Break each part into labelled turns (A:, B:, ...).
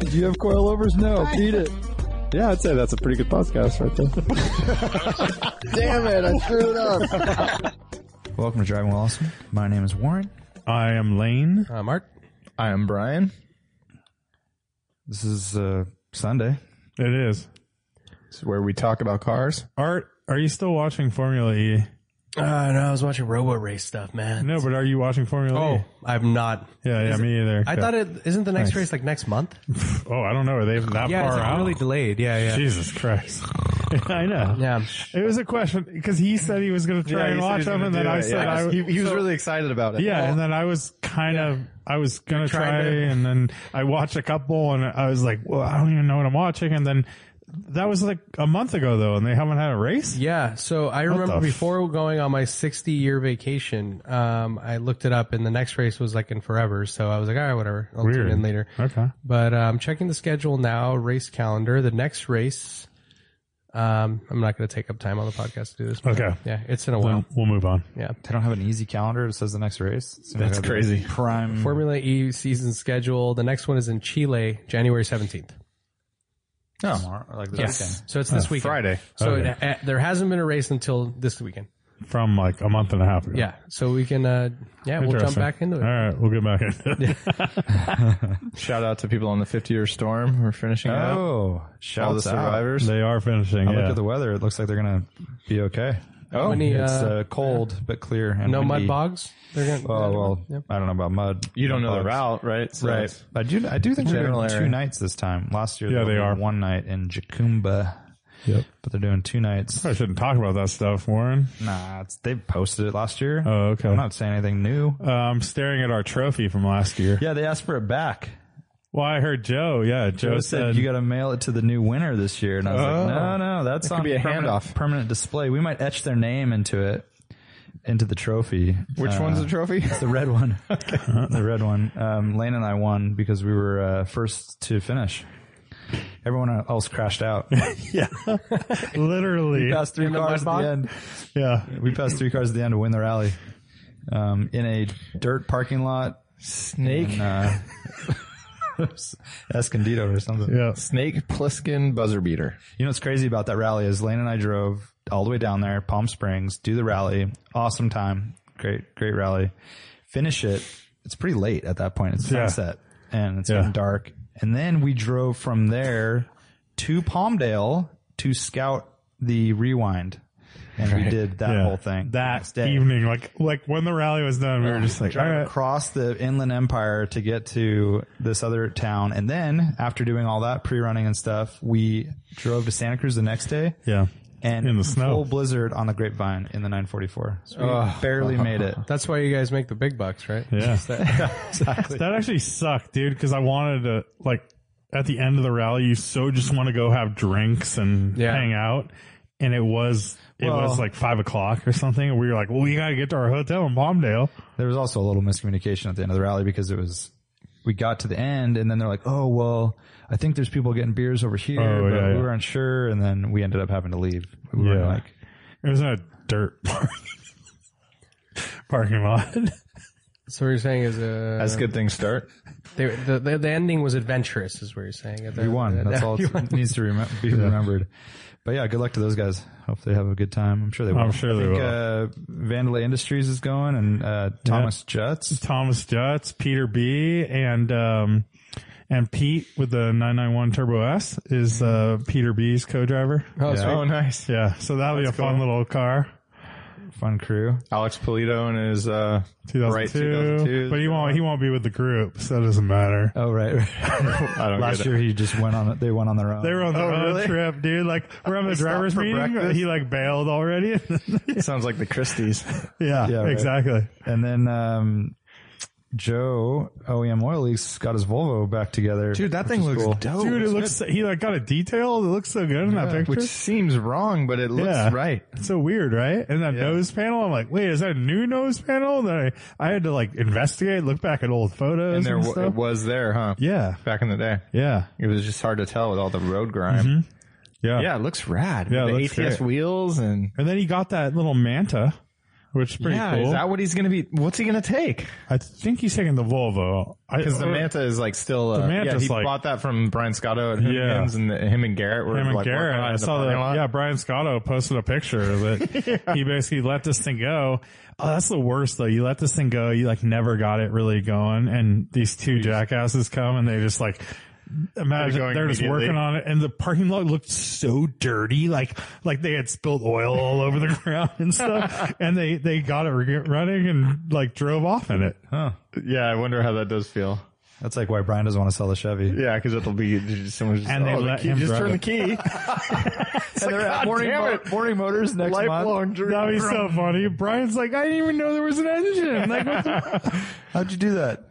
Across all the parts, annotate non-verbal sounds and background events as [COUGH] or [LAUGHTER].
A: Do you have coilovers? No, beat it. Yeah, I'd say that's a pretty good podcast right there.
B: [LAUGHS]
C: Damn it, I screwed up. Welcome to Driving While Awesome. My name is Warren.
B: I am Lane.
C: Uh, Mark.
A: I am Brian.
C: This is uh, Sunday.
B: It is.
A: This is where we talk about cars.
B: Art, are you still watching Formula E?
D: Uh, no, I was watching Robo Race stuff, man.
B: No, but are you watching Formula E?
D: Oh, I'm not.
B: Yeah, yeah,
D: Is
B: me either.
D: I
B: Yeah.
D: thought it isn't the next race like next month.
B: Oh, I don't know. Are they that
D: Yeah,
B: far
D: it's
B: out?
D: like, really delayed. Yeah, yeah,
B: Jesus Christ. [LAUGHS] I know.
D: yeah.
B: It was a question because he said he was going to try and watch them, and then I said I
A: he,
B: w-
A: he was really excited about it.
B: yeah, and then I was kind of I was gonna
D: tried
B: try,
D: to- [LAUGHS]
B: and then I watched a couple, and I was like, well, I don't even know what I'm watching, and then that was like a month ago though, and they haven't had a race.
D: Yeah, so I
B: the
D: remember
B: f-
D: before going on my 60 year vacation, um, I looked it up and the next race was like in forever. So I was like, all right, whatever. I'll
B: Weird.
D: tune in later.
B: Okay.
D: But uh, I'm checking the schedule now, race calendar. The next race, um, I'm not going to take up time on the podcast to do this. but
B: Okay.
D: Yeah, it's in a while.
B: we'll move on.
D: Yeah.
C: They don't have an easy calendar. It says the next race. It seems
A: That's
C: like a
A: crazy.
B: mm.
C: Prime.
D: Formula E season schedule. The next one is in Chile, January 17th.
C: No, Oh, like this
D: Yes. So it's this weekend.
A: Friday.
D: So
B: Oh, Okay.
D: it, uh, there hasn't been a race until this weekend.
B: From like a month and a half ago.
D: Yeah. So we can, uh, yeah, we'll jump
B: Oh. Interesting.
D: back into it.
B: All right, we'll get back
D: [LAUGHS]
B: into it.
A: Shout out to people on the 50 year storm. We're finishing
C: weekend.
A: up.
C: Oh, shout
A: All the survivors.
B: they are finishing.
C: I
B: yeah.
C: looked at the weather. It looks like they're gonna be okay.
A: Oh,
D: Many,
C: it's
D: uh,
C: uh, cold but clear and
D: no mud
C: windy.
D: bogs. They're gonna,
C: Oh well,
D: Yeah.
C: I don't know about mud.
A: you don't know the
C: Bugs.
A: route, right? So
C: right? I do. I do think they're
A: General
C: doing
A: area.
C: two nights this time. Last year,
B: Yeah,
C: were
B: they
C: doing
B: are.
C: one night in Jacumba,
B: Yep.
C: but they're doing two
B: [LAUGHS]
C: nights.
B: I shouldn't talk about that stuff, Warren.
C: Nah, it's, they posted it last year.
B: Oh, okay.
C: I'm not saying anything new.
B: Uh, I'm staring at our trophy from last year.
C: Yeah, they asked for it back.
B: Well, I heard Joe. Yeah, Joe,
C: Joe said, "You got to mail it to the new winner this year," and I was
A: Oh.
C: like, "No, no, that's
A: could
C: on
A: be a
C: permanent,
A: handoff.
C: permanent display. We might etch their name into it, into the trophy.
A: Which
C: Uh,
A: one's the
E: [LAUGHS]
A: trophy?
C: It's the red
B: [LAUGHS]
C: one. [LAUGHS] the red one. Um, Lane and I won because we were uh, first to finish. Everyone else crashed out. We [LAUGHS]
B: literally.
C: passed three cars at the end.
B: Yeah.
C: We passed three cars at the end to win the rally um, in a dirt parking lot
A: Snake.
C: in uh, [LAUGHS] Escondido or something.
B: Yeah.
A: Snake Pliskin buzzer beater.
C: You know what's crazy about that rally is Lane and I drove all the way down there, Palm Springs, do the rally, awesome time, great, great rally. Finish it. It's pretty late at that point. It's
B: Yeah.
C: sunset and it's
B: Yeah.
C: getting dark. And then we drove from there to Palmdale to scout the rewind, and we did that
B: Yeah.
C: whole thing the
B: that
C: next day. Oh,
B: evening. Like like when the rally was done, we were just like, all
C: Drive
B: right,
C: across the Inland Empire to get to this other town. And then after doing all that pre running and stuff, we drove to Santa Cruz the next day.
B: yeah,
C: And
B: In the snow.
C: full blizzard on the grapevine in the 944. So we [LAUGHS] barely made it.
D: That's why you guys make the big bucks, right?
B: yeah.
C: [LAUGHS] Exactly.
B: That actually sucked, dude. Because I wanted to like at the end of the rally, you so just want to go have drinks and
D: Yeah.
B: hang out. And it was it
C: Well-
B: was like five o'clock or something. And we were like, well, we gotta get to our hotel in Palmdale.
C: There was also a little miscommunication at the end of the rally because it was we got to the end and then they're like, "Oh well, I think there's people getting beers over here,
B: Oh,
C: but
B: yeah,
C: we
B: yeah.
C: were unsure." And then we ended up having to leave. We were
B: Yeah.
C: like,
B: It was in a dirt [LAUGHS] parking parking lot.
D: So what you're saying is, uh,
A: As good things start.
D: they, the, the, the ending was adventurous is what you're saying.
C: "We won." That's [LAUGHS] all
D: You
C: it needs to
B: [LAUGHS]
C: remem- be remembered. But yeah, good luck to those guys. Hope they have a good time. I'm sure they will.
B: I'm sure
C: I
B: they
C: think,
B: will.
C: Uh, Vandalay Industries is going and uh, Thomas Jutz.
B: Thomas Jutz, Peter B, and um, and Pete with the 991 Turbo S is uh, Peter B's co-driver.
D: Oh, sweet.
A: Oh, nice.
B: Yeah, so that'll be a fun little car.
C: Fun crew.
A: Alex Polito and his uh, bright
B: 2002,
A: 2002s.
B: but he won't. He won't be with the group, so it doesn't matter. [LAUGHS]
C: Oh right.
A: I don't
C: Last
A: get
C: year he just went on. They went on their own.
B: They were on their
A: Oh,
B: own
A: really?
B: trip, dude. Like we're on the
A: stopped
B: drivers
A: for
B: meeting.
A: breakfast?
B: He like bailed already. [LAUGHS]
E: [LAUGHS]
A: it. Sounds like the Christies.
B: yeah,
C: Yeah, right.
B: exactly.
C: and then um, Joe OEM Oil Leaks got his Volvo back together.
E: Dude, that
C: which
E: thing
C: is
E: looks
C: cool.
A: Oh,
E: dope.
B: Dude, it looks he like got a detail. It looks so good in that picture.
E: Which seems wrong, but it looks
B: Yeah.
E: right.
B: It's so weird, right? And that nose panel, I'm like, wait, is that a new nose panel? That I, I had to like investigate, look back at old photos
E: And
B: and,
E: there w-
B: stuff.
E: it was there, huh?
B: yeah,
E: Back in the day.
B: yeah,
E: It was just hard to tell with all the road grime.
B: yeah,
E: Yeah, it looks rad.
B: Yeah, it
E: With
B: looks
E: the ATS
B: great.
E: wheels and
B: And then he got that little manta, which is pretty
E: yeah,
B: cool.
E: is that what he's gonna be? What's he gonna take?
B: I think he's taking the Volvo. I- [LAUGHS]
E: Because the
B: or-
E: Manta is like still. Uh,
B: The Manta's
E: yeah, he
B: like-
E: bought that from Brian Scotto at
B: Yeah.
E: Hooligans, and the, him and Garrett were
B: Him and
E: like
B: Garrett.
E: working on it
B: I
E: in the
B: saw that.
E: parking lot.
B: Yeah, Brian Scotto posted a picture
E: [LAUGHS]
B: that he basically let this thing go. Oh, that's the worst though. You let this thing go. You like never got it really going, and these two jackasses come and they just like. Imagine
E: going
B: they're just
E: immediately.
B: working on it, and the parking lot looked so dirty, like like they had spilled oil all over the [LAUGHS] ground and
E: [LAUGHS]
B: stuff. and they they got it re- running and like drove off in it.
C: Huh.
E: Yeah, I wonder how that does feel.
C: That's like why Brian doesn't want to sell the Chevy.
E: Yeah, because it'll be someone's just,
B: And they
E: oh, the
B: let
E: key,
B: him
E: just
B: drive
E: turn
B: it.
E: the key.
C: And they're at Morning,
E: damn
C: Mo-
E: it.
C: Morning Motors next month.
E: Lifelong
B: [LAUGHS]
E: dream.
B: That'd be
E: [LAUGHS]
B: so funny. Brian's like, I didn't even know there was an engine. [LAUGHS] Like, what the
C: [LAUGHS] How'd you do that?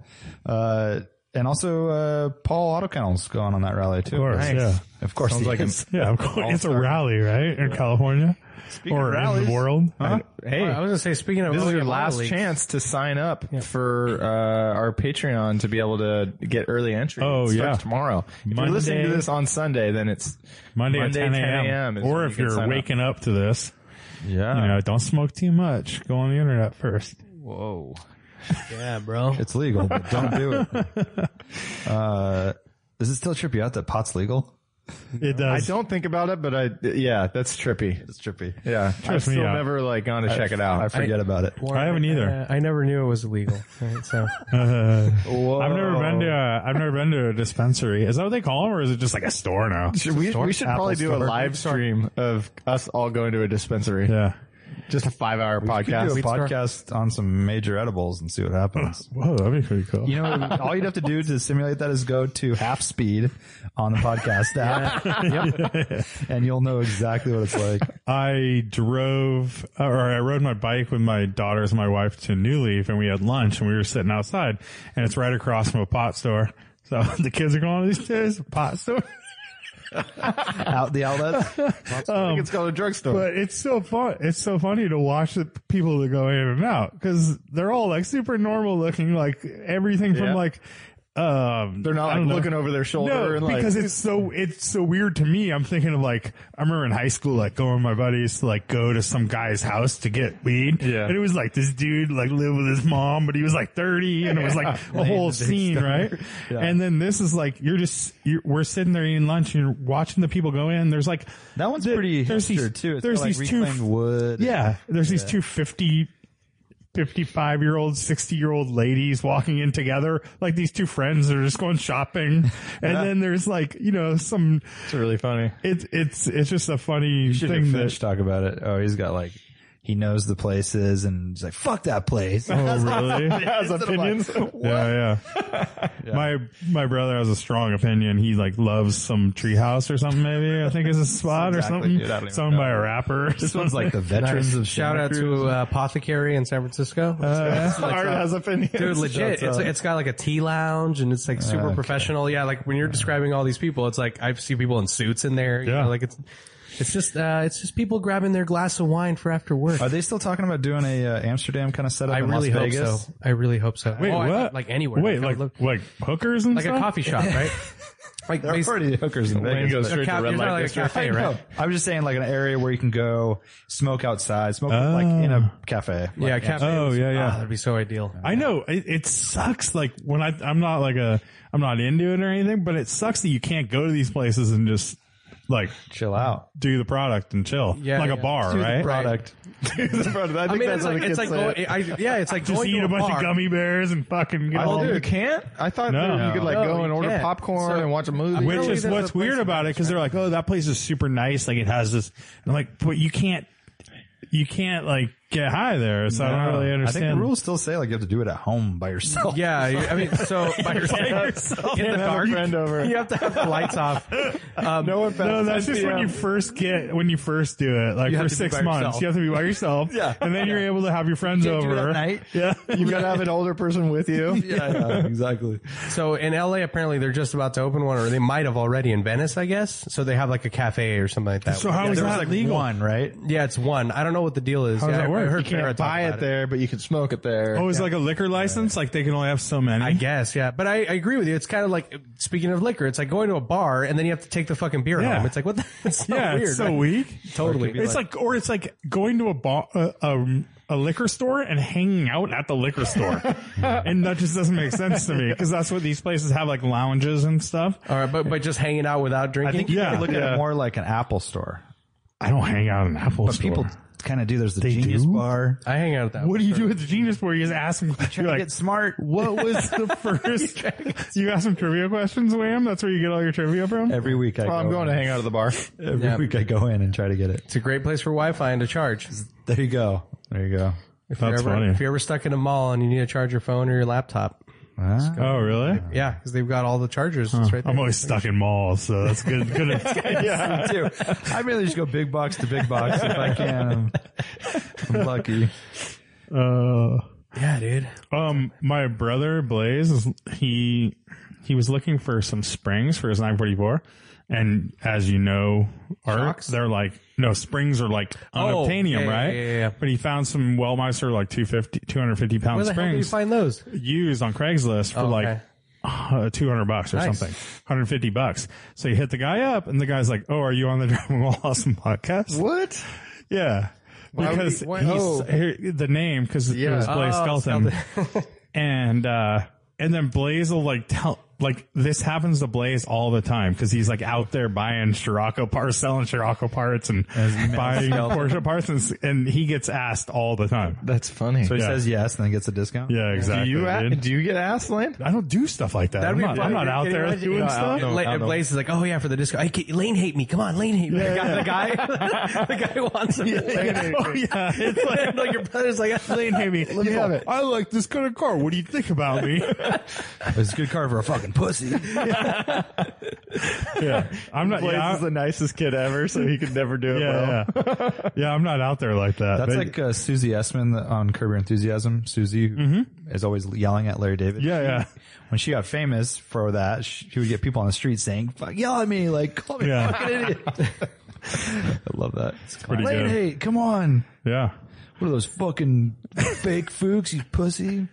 C: Uh, and also, uh, Paul Auto Kennel's going on that rally too. Of
B: course, Nice. yeah.
C: Of course,
E: Sounds
C: he
E: like a-
C: is.
B: [LAUGHS] Yeah, of course. It's a rally, right? In California or
C: of
B: in
C: rallies,
B: the world.
E: Hey,
D: I was gonna say, speaking of
E: this is
D: OEM
E: your
D: auto
E: last
D: leaks-
E: chance to sign up for uh, our Patreon to be able to get early entry.
B: Oh,
E: It starts
B: yeah.
E: tomorrow. If you're listening to
B: Monday-
E: this on Sunday, then it's
B: Monday,
E: Monday,
B: at 10
E: 10
B: a.m.
E: a.m. is
B: Or
E: when
B: if
E: you can
B: you're
E: sign up.
B: waking up to this,
E: yeah.
B: you know, don't smoke too much. Go on the internet first.
E: Whoa.
D: Yeah, bro.
C: It's legal, but don't do it. Uh, does it still trip you out that pot's legal?
B: It
E: I
B: [LAUGHS] does.
E: don't think about it, but I yeah, that's trippy.
C: It's trippy.
E: Yeah, I've
B: me
E: still
B: out.
E: never like gone to check it out.
C: I forget about it.
B: I haven't either.
D: Uh, I never knew it was illegal. Right,
C: [LAUGHS]
D: so
B: Uh, I've never been to a, I've never been to a dispensary. Is that what they call them or is it just like a store now?
E: [LAUGHS] Should we, we should probably do a
C: store.
E: live stream of us all going to a dispensary.
B: Yeah.
E: Just a five hour
C: Podcast.
E: podcast.
C: do a podcast on some major edibles and see what happens.
B: Whoa, that'd be pretty cool.
C: You know, all you'd have to do to simulate that is go to half speed on the podcast app, Yep. and you'll know exactly what it's like.
B: I drove uh, or I rode my bike with my daughters and my wife to New Leaf and we had lunch and we were sitting outside and it's right across from a pot store. So [LAUGHS] the kids are going these days, pot store.
C: Out the outlet.
E: I think it's called a drugstore.
B: Um, But it's so fun. It's so funny to watch the people that go in and out because they're all like super normal looking, like everything
E: Yeah.
B: from like, um,
E: They're
B: I
E: not like
B: don't know.
E: looking over their shoulder
B: No,
E: and like
B: because it's
E: [LAUGHS]
B: so it's so weird to me. I'm thinking of like I remember in high school, like going with my buddies to like go to some guy's house to get weed.
E: Yeah.
B: and it was like this dude like lived with his mom, but he was like 30, and it was like a whole scene, right? And then this is like you're just you're, we're sitting there eating lunch, and you're watching the people go in. There's like
C: That one's
B: the-
C: pretty
B: there's these-
C: hipster too. It's
B: there's
C: got, like
B: these two-
C: reclaimed wood.
B: yeah, there's these two 50, 55 year old, 60 year old ladies walking in together. Like these two friends that are just going shopping. And then there's like, you know, some,
E: it's really [LAUGHS] funny.
B: it's, it's, it's just a funny
C: Should have
B: thing
C: Finch
B: that,
C: talk about it. Oh, he's got like he knows the places and he's like, "Fuck that place."
B: oh really?
E: Has opinions.
B: Yeah, yeah. My my brother has a strong opinion. He like loves some treehouse or something. Maybe I think is a spot
E: Exactly,
B: or
E: dude. I don't
B: something.
E: even
B: Something
E: know.
B: by a rapper.
C: this
B: [LAUGHS]
C: one's like the veterans of
D: shout
C: Santa
D: out
C: Cruz. Uh,
D: to uh, Apothecary in San Francisco.
E: Art has opinions.
D: Dude, legit. It's, it's got like a tea lounge and it's like super professional. Yeah, like when you're describing all these people, it's like I've seen people in suits in there. yeah,
B: Yeah.
D: like it's it's just uh, it's just people grabbing their glass of wine for after work.
C: Are they still talking about doing a uh, Amsterdam kind of setup?
D: I
C: in
D: really
C: Las
D: hope
C: Vegas?
D: so. I really hope so.
B: Wait,
D: Oh, I
B: what?
D: thought, like anywhere.
B: Wait,
D: I
B: like
D: look-
B: like hookers and
D: like a
B: stuff?
D: coffee shop,
C: [LAUGHS]
D: right? like
C: There are
D: basically
C: already hookers in
E: Then
C: Vegas.
E: goes
C: but-
E: straight
D: ca-
E: to red
D: you're not
E: light
D: like a
E: district. [LAUGHS]
D: cafe, right?
C: I'm just saying, like an area where you can go smoke outside, smoke like in a cafe. Like,
D: Yeah, cafe.
B: Oh,
D: was-
B: yeah, yeah.
D: ah, that'd be so ideal.
B: I know it, it sucks. Like when I, I'm not like a, I'm not into it or anything, but it sucks that you can't go to these places and just like
C: chill out.
B: do the product and chill,
D: Yeah,
B: like
D: yeah.
B: a bar, right?
C: Product.
E: I,
D: I
E: think
D: mean,
E: that's
D: it's like,
E: what
D: it's
E: gets
D: like
E: said.
D: going, I, yeah, it's
B: [LAUGHS]
D: like
B: Just
D: going
B: eat
D: to
B: a bunch
D: bar.
B: of gummy bears and fucking get
E: Oh,
B: all
E: dude, you can't? I thought
B: No.
E: that you could like
D: No,
E: go and
D: you
E: order
D: can't.
E: popcorn
D: So-
E: and watch a movie.
B: Which
D: Really,
B: is
D: there's a
B: what's
D: place
B: weird
D: in
B: about it because they're like, oh, that place is super nice. Like it has this. And I'm like, but you can't, you can't like get high there, so I don't really
C: I think
B: understand.
C: the rules still say like you have to do it at home
B: [LAUGHS]
C: by yourself.
D: [LAUGHS] Yeah, you- I mean, so by
B: yourself.
D: in the dark,
E: friend over.
D: you have to have the lights
B: [LAUGHS]
D: off. Um,
E: No offense.
B: No, that's just when you first get when you first do it, like
C: You have
B: for
C: to be
B: six
C: by
B: months,
C: yourself.
B: you have to be by yourself.
C: [LAUGHS] Yeah.
B: and then you're able to have your friends
C: Can't do it
B: over.
C: at night.
B: [LAUGHS] Yeah,
E: You've got to have an older person with you.
C: yeah, [LAUGHS] yeah, exactly.
D: So in LA, apparently they're just about to open one, or they might have already in Venice, I guess. So they have like a cafe or something like that.
B: So how
C: Yeah,
B: is
C: there was
B: that
C: like
B: legal?
C: one, right?
D: yeah, it's one. I don't know what the deal is.
B: How does
D: yeah,
B: that work?
D: I heard
B: You can't
D: Farrah talk
E: Buy
D: about
E: it there, but you can smoke it there.
B: Oh, it's like a liquor license. Like they can only have so many.
D: I guess, yeah. But I, I agree with you. It's kind of like speaking of liquor, it's like going to a bar and then you have to take the fucking beer
B: Yeah.
D: home. It's like what? The, [LAUGHS] it's so
B: yeah,
D: weird.
B: it's so
D: right?
C: [LAUGHS]
B: weak.
D: Totally.
B: It's like, or it's like going to a bar, a, a, a liquor store and hanging out at the liquor
C: [LAUGHS]
B: store, and that just doesn't make sense to me because that's what these places have, like lounges and stuff.
D: all right, but but just hanging out without
C: I
D: drinking.
C: think you
B: Yeah,
C: could look at
B: yeah.
C: it more like an Apple store.
B: I don't hang out in Apple
C: But
B: store.
C: people kind of do. There's the Genius
B: do?
C: Bar.
D: I hang out at that.
B: what do you do at the Genius Bar? You just ask them. You're like,
C: Get smart.
B: what was [LAUGHS] the first? [LAUGHS] you ask them trivia questions, William. That's where you get all your trivia from.
C: [LAUGHS] Every week I
E: Oh,
C: go
E: I'm going to hang out at the [LAUGHS] bar.
C: Every
D: Yeah.
C: week I go in and try to get it.
D: It's a great place for Wi-Fi and to charge.
C: There you go. There you go.
D: If you're
B: That's
D: ever,
B: funny.
D: If you're ever stuck in a mall and you need to charge your phone or your laptop,
C: Ah.
B: Oh, really?
D: yeah, because they've got all the chargers. It's right there.
B: I'm always stuck in malls, so that's good. Good.
C: [LAUGHS]
B: yeah.
C: too. I really just go big box to big box if I can. I'm, I'm lucky.
B: Uh,
D: yeah, dude.
B: Um, my brother Blaze, is- he he was looking for some springs for his 944, and as you know, Art,
D: Shocks?
B: they're like no springs are like
D: Oh,
B: unobtainium,
D: yeah, yeah,
B: right?
D: yeah, yeah.
B: But he found some Wellmeister like 250, 250 pound
D: Where the hell do you
B: springs
D: find those?
B: used on Craigslist for
D: Oh,
B: like
D: okay.
B: uh, 200 bucks or
D: Nice.
B: something, 150 bucks. So you hit the guy up, and the guy's like, "Oh, are you on the [LAUGHS] Driving While Awesome podcast?"
E: What?
B: Yeah.
E: would
B: Because
E: he- why-
B: he's,
E: oh.
B: here- the name, because it
E: Yeah.
B: was Blaze
D: Oh,
B: Skelton. and, uh, and then Blaze will like tell, like this happens to Blaze all the time because he's like out there buying Scirocco parts, selling Scirocco parts and buying Porsche parts and, s- and he gets asked all the time.
E: That's funny.
C: So he
B: Yeah.
C: says yes and then gets a discount.
B: Yeah, exactly.
E: do you
B: dude.
E: do you get asked, Lane?
B: I don't do stuff like that. I'm
D: be
B: not,
D: fun.
B: I'm not out there doing stuff.
D: La-
E: I don't know.
D: Blaze is like, oh yeah, for the disco. I can't- Lane hate me. Come on, Lane hate me. the guy, the guy [LAUGHS] wants him.
B: Oh [LAUGHS] yeah, it's like,
D: like your brother's like, Lane hate me.
E: Let me have it.
B: I like this kind of car. What do you think about [LAUGHS] me?
C: It's a good car for a fucking pussy.
B: yeah, I'm not.
E: Blaze
B: yeah, I-
E: is the nicest kid ever, so he could never do it well.
B: yeah, yeah. yeah, I'm not out there like that.
C: That's
B: But-
C: like uh, Susie Essman on Curb Your Enthusiasm. Susie who is always yelling at Larry David.
B: Mm-hmm. yeah, yeah,
C: When she got famous for that, she she would get people on the street saying, "Fuck, yell at me! Like, call me
B: Yeah.
C: a fucking idiot." [LAUGHS] I love that. It's
B: pretty
C: Lane
B: good.
C: hate, come on!
B: yeah.
C: What are those fucking fake fooks? You pussy!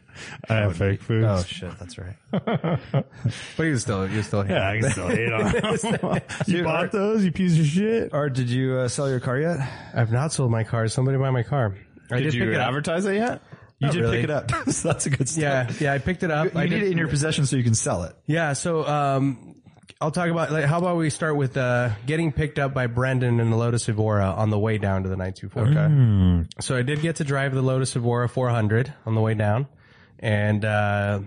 B: I have fake foods.
C: Oh shit, that's right.
D: But he was still, he was still.
B: [LAUGHS] yeah, I can still hate on them. [LAUGHS] you bought those, you piece of shit.
C: Art, did you uh, sell your car yet?
E: [LAUGHS]
D: I've not sold my car. Somebody buy my car. I
E: Did
D: did
E: you
D: pick it up.
E: advertise it yet?
C: You did
D: really.
E: [LAUGHS]
C: pick it up, so that's a good start.
D: Yeah, yeah, I picked it up.
C: You
D: I
C: need
D: did-
C: it in your possession so you can sell it.
D: Yeah, so um, I'll talk about. Like, how about we start with uh, getting picked up by Brendan and the Lotus Evora on the way down to the 924. Okay.
B: Mm.
D: So I did get to drive the Lotus Evora 400 on the way down, and uh,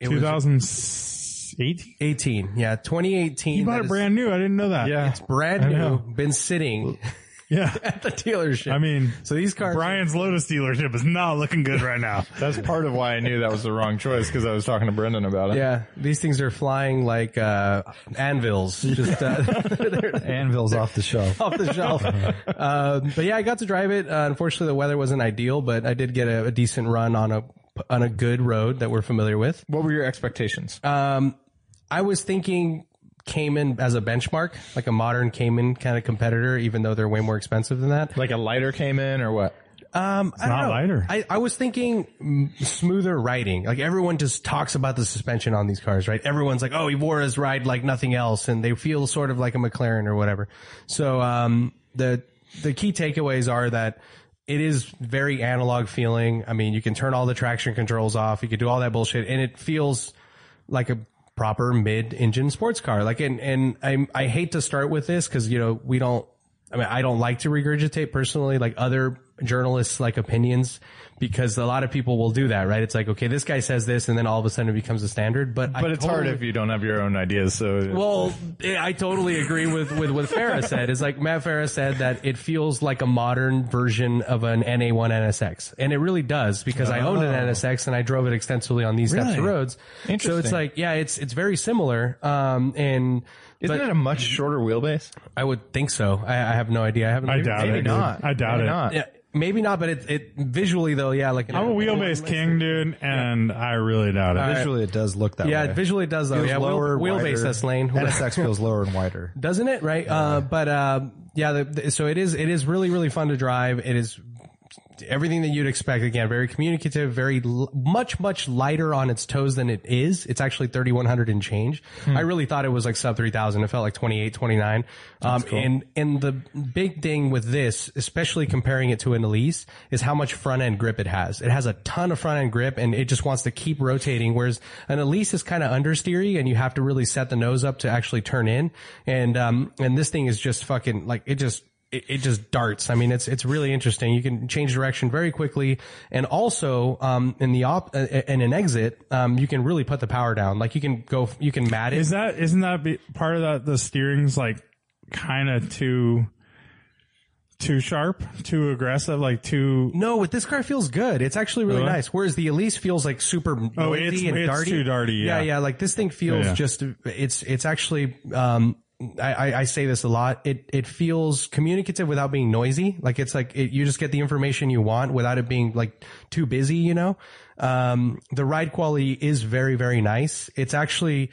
D: it was
B: 2018.
D: 18. Yeah, 2018.
B: You bought
D: that
B: it
D: is-
B: brand new. I didn't know that.
D: It's brand new. Been sitting [LAUGHS]
B: yeah.
D: at the dealership.
B: I mean,
D: so these cars.
B: Brian's Lotus dealership is not looking good right now.
E: That's part of why I knew that was the wrong choice because I was talking to Brendan about it.
D: yeah, these things are flying like uh, anvils. Just uh, [LAUGHS]
C: Anvil's off the shelf.
D: off the shelf. um, but yeah, I got to drive it. Uh, unfortunately, the weather wasn't ideal, but I did get a, a decent run on a on a good road that we're familiar with.
E: What were your expectations?
D: Um, I was thinking Cayman as a benchmark, like a modern Cayman kind of competitor, even though they're way more expensive than that.
E: like a lighter came in or what?
D: Um, I don't
B: not
D: know.
B: lighter.
D: I, I was thinking mm, smoother riding. Like everyone just talks about the suspension on these cars, right? Everyone's like, oh, Evora's ride like nothing else. And they feel sort of like a McLaren or whatever. So, um, the, the key takeaways are that it is very analog feeling. I mean, you can turn all the traction controls off. You can do all that bullshit and it feels like a proper mid-engine sports car. Like, and and I I hate to start with this because you know we don't. I mean, I don't like to regurgitate personally, like other journalists like opinions because a lot of people will do that, right? It's like, okay, this guy says this and then all of a sudden it becomes a standard, but,
E: But it's hard if you don't have your own ideas. So
D: well, I I totally agree with, with what Farah said. It's like Matt Farah said that it feels like a modern version of an NA1 NSX. And it really does because I owned an NSX and I drove it extensively on these types of
E: Really?
D: roads. So it's
E: Interesting.
D: like, yeah, it's, it's very similar. Um, and
E: isn't
D: but
E: it a much shorter wheelbase?
D: I would think so. I, I have no idea. I haven't.
B: I doubt
E: Maybe
B: it. dude.
E: not.
B: I doubt
E: Maybe
B: it.
E: not.
D: Yeah, maybe not, but it, it visually though, yeah, like
B: I'm a wheelbase king, dude, and I really doubt it.
C: Visually, it does look that
D: Yeah,
C: way.
D: visually it does though.
C: Feels
D: yeah,
C: lower,
D: wheel, wheelbase
C: wider.
D: that's lane.
C: NSX feels lower and wider.
D: doesn't it? Right. Uh, but uh, yeah, the, the, so it is. It is really really fun to drive. It is everything that you'd expect. Again, very communicative, very l- much much lighter on its toes than it is. It's actually thirty one hundred and change. I really thought it was like sub three thousand. It felt like 28, 29. Um, And and the big thing with this, especially comparing it to an Elise, is how much front end grip it has. It has a ton of front end grip, and it just wants to keep rotating. Whereas an Elise is kind of understeery, and you have to really set the nose up to actually turn in. And um and this thing is just fucking like it just it, it just darts. I mean, it's it's really interesting. You can change direction very quickly, and also um, in the op uh, in an exit, um, you can really put the power down. Like you can go, you can mat it.
B: Is that isn't that be, part of that? The steering's like kind of too too sharp, too aggressive, like too.
D: no, with this car it feels good. It's actually really nice. Whereas the Elise feels like super
B: Oh, it's-
D: noisy and
B: it's
D: darty.
B: too darty, yeah.
D: yeah, Like this thing feels
B: Yeah, yeah.
D: just it's it's actually. Um, I, I, I say this a lot. It it feels communicative without being noisy. Like it's like it, you just get the information you want without it being like too busy. You know, um, the ride quality is very very nice. It's actually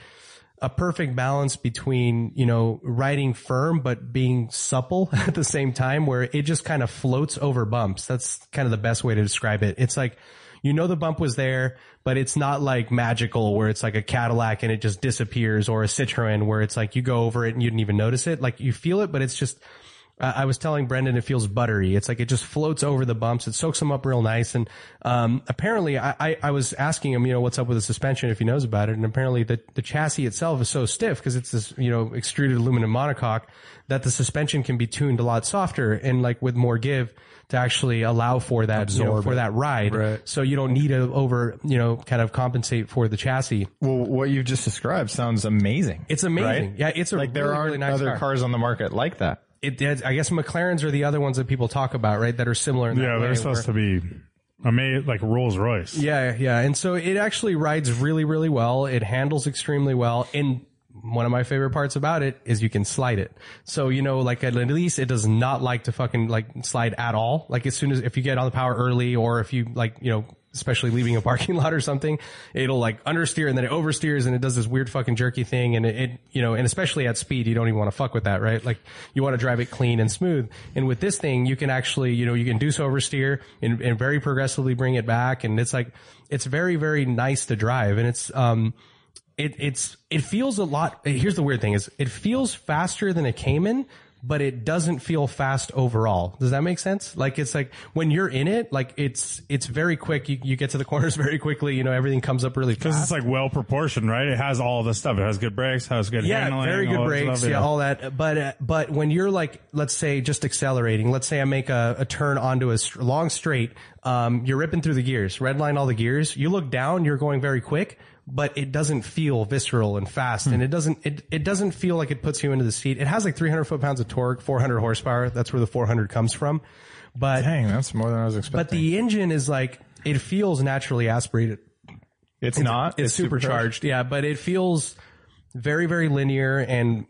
D: a perfect balance between you know riding firm but being supple [LAUGHS] at the same time where it just kind of floats over bumps that's kind of the best way to describe it it's like you know the bump was there but it's not like magical where it's like a cadillac and it just disappears or a citroen where it's like you go over it and you didn't even notice it like you feel it but it's just I I was telling Brendan it feels buttery. It's like it just floats over the bumps. It soaks them up real nice. And um, apparently, I, I, I was asking him, you know, what's up with the suspension if he knows about it. And apparently, the, the chassis itself is so stiff because it's this, you know, extruded aluminum monocoque that the suspension can be tuned a lot softer and like with more give to actually allow for that you know, for that ride. So you don't need to over, you know, kind of compensate for the chassis.
E: Well, what you've just described sounds amazing.
D: It's amazing.
E: Right?
D: Yeah, it's a
E: like there
D: really,
E: aren't
D: really nice
E: other
D: car.
E: cars on the market like that.
D: It, I guess McLarens are the other ones that people talk about, right? That are similar. In that
B: Yeah,
D: way,
B: they're supposed to be amazing, like Rolls Royce.
D: Yeah, yeah. And so it actually rides really, really well. It handles extremely well. And one of my favorite parts about it is you can slide it. So, you know, like at least it does not like to fucking like slide at all. Like as soon as, if you get on the power early or if you like, you know, especially leaving a [LAUGHS] parking lot or something, it'll like understeer and then it oversteers and it does this weird fucking jerky thing. And it, it you know, and especially at speed, you don't even want to fuck with that, right? Like you want to drive it clean and smooth. And with this thing, you can actually, you know, you can do so oversteer and, and very progressively bring it back. And it's like, it's very, very nice to drive. And it's, um, it, it's, it feels a lot. eh, Here's the weird thing is it feels faster than a Cayman, but it doesn't feel fast overall. Does that make sense? Like it's like when you're in it, like it's, it's very quick. You, you get to the [LAUGHS] corners very quickly. You know, everything comes up really fast.
B: Because it's like well proportioned, right? It has all the stuff. It has good brakes, has good
D: yeah,
B: handling,
D: very
B: all
D: good
B: that
D: brakes,
B: stuff,
D: yeah, all that. But uh, but when you're like, let's say just accelerating, let's say I make a, a turn onto a str long straight, um, you're ripping through the gears, red line all the gears. You look down, you're going very quick, but it doesn't feel visceral and fast,
B: Hmm.
D: and it doesn't it, it doesn't feel like it puts you into the seat. It has like 300 foot pounds of torque, 400 horsepower. That's where the 400 comes from. But
E: Dang, that's more than I was expecting.
D: but the engine is like it feels naturally aspirated.
E: it's, not.
D: It's, supercharged. Yeah, but it feels very, very linear and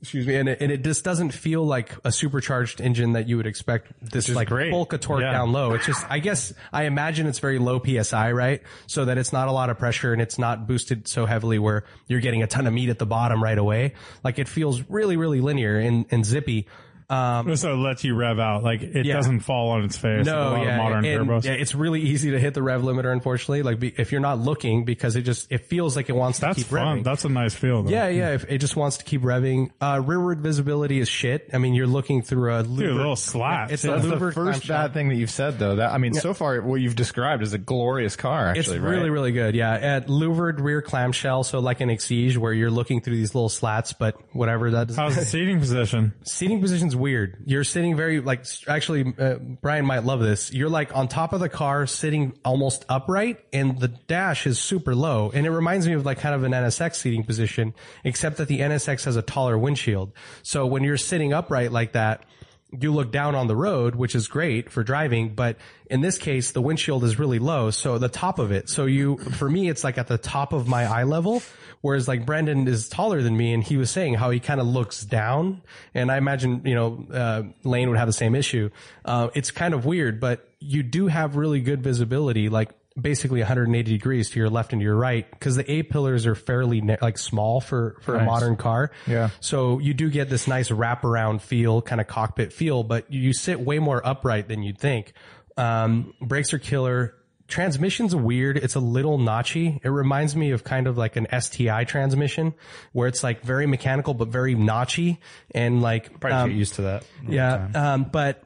D: excuse me, and it, and it just doesn't feel like a supercharged engine that you would expect. This like
B: great.
D: bulk of torque
B: Yeah.
D: down low. It's just, I guess, I imagine it's very low psi, right? So that it's not a lot of pressure and it's not boosted so heavily where you're getting a ton of meat at the bottom right away. Like it feels really, really linear and, and zippy. Um,
B: So it lets you rev out. Like it
D: Yeah.
B: doesn't fall on its face. like a lot of modern
D: and-
B: turbos.
D: yeah, it's really easy to hit the rev limiter. Unfortunately, like be, if you're not looking, because it just it feels like it wants
B: That's
D: to keep
B: fun.
D: revving.
B: That's a nice feel. Though.
D: yeah, yeah. If it just wants to keep revving, uh, rearward visibility is shit. I mean, you're looking through a
B: Dude,
D: luber-
B: a little slat.
D: It's
B: Yeah.
D: a
E: That's the
D: Luber
E: first
D: clamshell.
E: bad thing that you've said, though. That I mean, so far what you've described is a glorious car. Actually,
D: It's
E: right?
D: really, really good. Yeah. At louvered rear clamshell. So like an Exige where you're looking through these little slats, but whatever that is. [LAUGHS]
B: How's the seating position?
D: Seating position's weird. You're sitting very like st- actually uh, Brian might love this. You're like on top of the car sitting almost upright and the dash is super low and it reminds me of like kind of an NSX seating position except that the NSX has a taller windshield. So when you're sitting upright like that, you look down on the road, which is great for driving, but in this case, the windshield is really low. So the top of it. So you, for me, it's like at the top of my eye level. Whereas like Brandon is taller than me and he was saying how he kind of looks down. And I imagine, you know, uh, Lane would have the same issue. Uh, it's kind of weird, but you do have really good visibility, like basically 180 degrees to your left and to your right because the A pillars are fairly ne- like small for, for a modern car. Yeah. So you do get this nice wraparound feel, kind of cockpit feel, but you- you sit way more upright than you'd think. Um, brakes are killer. Transmission's weird. It's a little notchy. It reminds me of kind of like an STI transmission where it's like very mechanical, but very notchy and like,
C: Probably
D: um,
C: get used to that.
D: yeah, um, but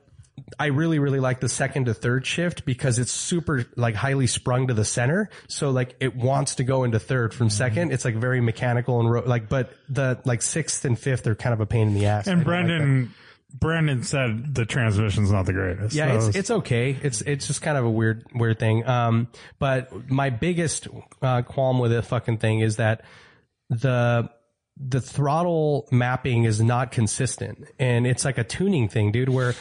D: I really, really like the second to third shift because it's super like highly sprung to the center. So like it wants to go into third from second. It's like very mechanical and ro- like, but the like sixth and fifth are kind of a pain in the ass. I
B: And
D: don't like that.
B: Brendan, Brendan said the transmission's not the greatest.
D: Yeah,
B: So
D: it's it's okay. It's it's just kind of a weird weird thing. Um, but my biggest uh, qualm with the fucking thing is that the the throttle mapping is not consistent, and it's like a tuning thing, dude. Where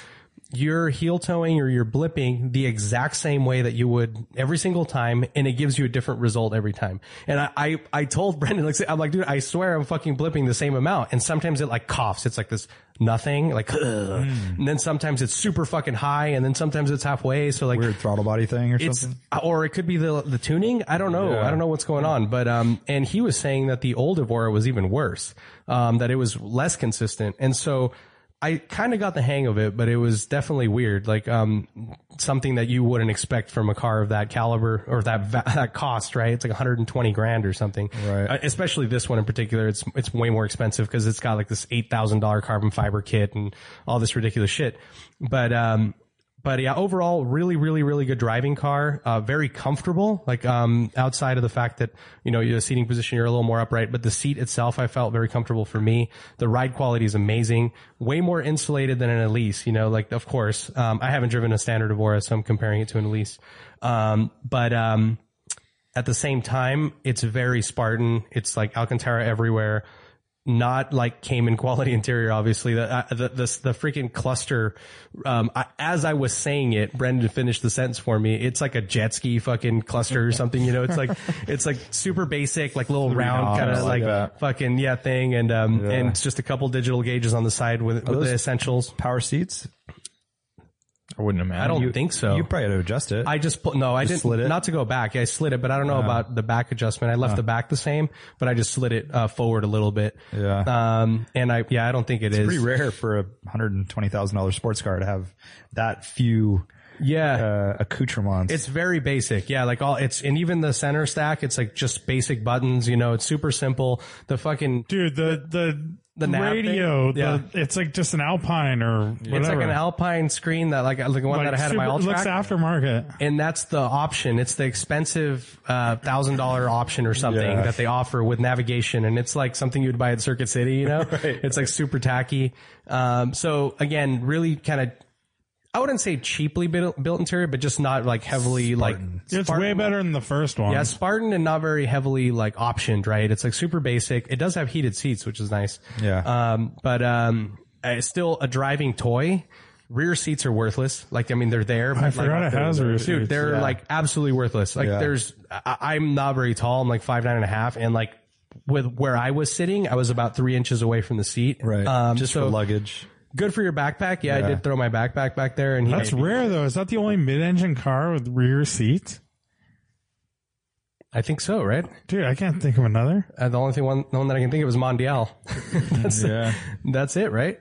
D: you're heel towing or you're blipping the exact same way that you would every single time, and it gives you a different result every time. And I, I, I told [LAUGHS] Brendan, like, I'm like, dude, I swear I'm fucking blipping the same amount. And sometimes it like coughs. It's like this nothing, like, [LAUGHS] ugh. and then sometimes it's super fucking high, and then sometimes it's halfway. So like,
C: Weird throttle body thing or
D: it's
C: something.
D: or it could be the the tuning. I don't know. I don't know what's going on. But um, and he was saying that the old Evora was even worse. Um, that it was less consistent, and so I kind of got the hang of it, but it was definitely weird. Like um, something that you wouldn't expect from a car of that caliber or that va- that cost, right? It's like 120 grand or something. Right. especially this one in particular, it's it's way more expensive because it's got like this eight thousand dollar carbon fiber kit and all this ridiculous shit. But um, but yeah, overall, really, really, really good driving car. Uh, very comfortable. Like um, outside of the fact that you know your seating position, you're a little more upright, but the seat itself, I felt very comfortable for me. The ride quality is amazing. Way more insulated than an Elise. You know, like of course, um, I haven't driven a standard Evora, so I'm comparing it to an Elise. Um, but um, at the same time, it's very Spartan. It's like Alcantara everywhere. Not like Cayman quality [LAUGHS] interior, obviously. The uh, the, the the freaking cluster. Um, I, as I was saying it, Brendan finished the sentence for me. It's like a jet ski fucking cluster or something. You know, it's like it's like super basic, like little round kind of like, fucking yeah thing, and um and it's just a couple digital gauges on the side with with the essentials.
C: Power seats? I wouldn't imagine.
D: I don't think so.
C: You probably had to adjust it.
D: I just pulled. No, I didn't.
C: slid it?
D: Not to go back. Yeah, I slid it, but I don't know about the back adjustment. I left the back the same, but I just slid it uh, forward a little bit.
C: Yeah.
D: Um. And I yeah, I don't think it's
C: pretty rare for a hundred and twenty thousand dollars sports car to have that few
D: Yeah.
C: uh, accoutrements.
D: it's very basic. Yeah, like all it's and even the center stack, it's like just basic buttons, you know, it's super simple. The fucking
B: dude, the the
D: The nap
B: radio,
D: thing? Yeah.
B: the, it's like just an Alpine or whatever.
D: it's like an Alpine screen that like like the one
B: Like,
D: that I had in my
B: super-
D: Ultrac.
B: looks aftermarket.
D: and that's the option. It's the expensive thousand uh, dollar option or something that they offer with navigation, and it's like something you'd buy at Circuit City. You know, it's like super tacky. Um, so again, really kind of. I wouldn't say cheaply built, built interior, but just not like heavily like
B: It's way better than the first one.
D: yeah, Spartan and not very heavily like optioned, right? It's like super basic. It does have heated seats, which is nice.
C: Yeah.
D: Um, but um, it's still a driving toy. Rear seats are worthless. Like, I mean, they're there. But, I
B: forgot
D: like,
B: it has rear
D: Dude,
B: seats.
D: they're like absolutely worthless. Like,
C: Yeah.
D: there's, I, I'm not very tall. I'm like five, nine and a half. And like, with where I was sitting, I was about three inches away from the seat.
C: right.
D: Um,
C: just
D: so
C: for luggage.
D: good for your backpack. Yeah, I did throw my backpack back there and he,
B: That's rare though. Is that the only mid-engine car with rear seats?
D: I think so, right?
B: Dude, I can't think of another.
D: Uh, the only thing one, the one that I can think of is Mondial. [LAUGHS] that's, that's it, right?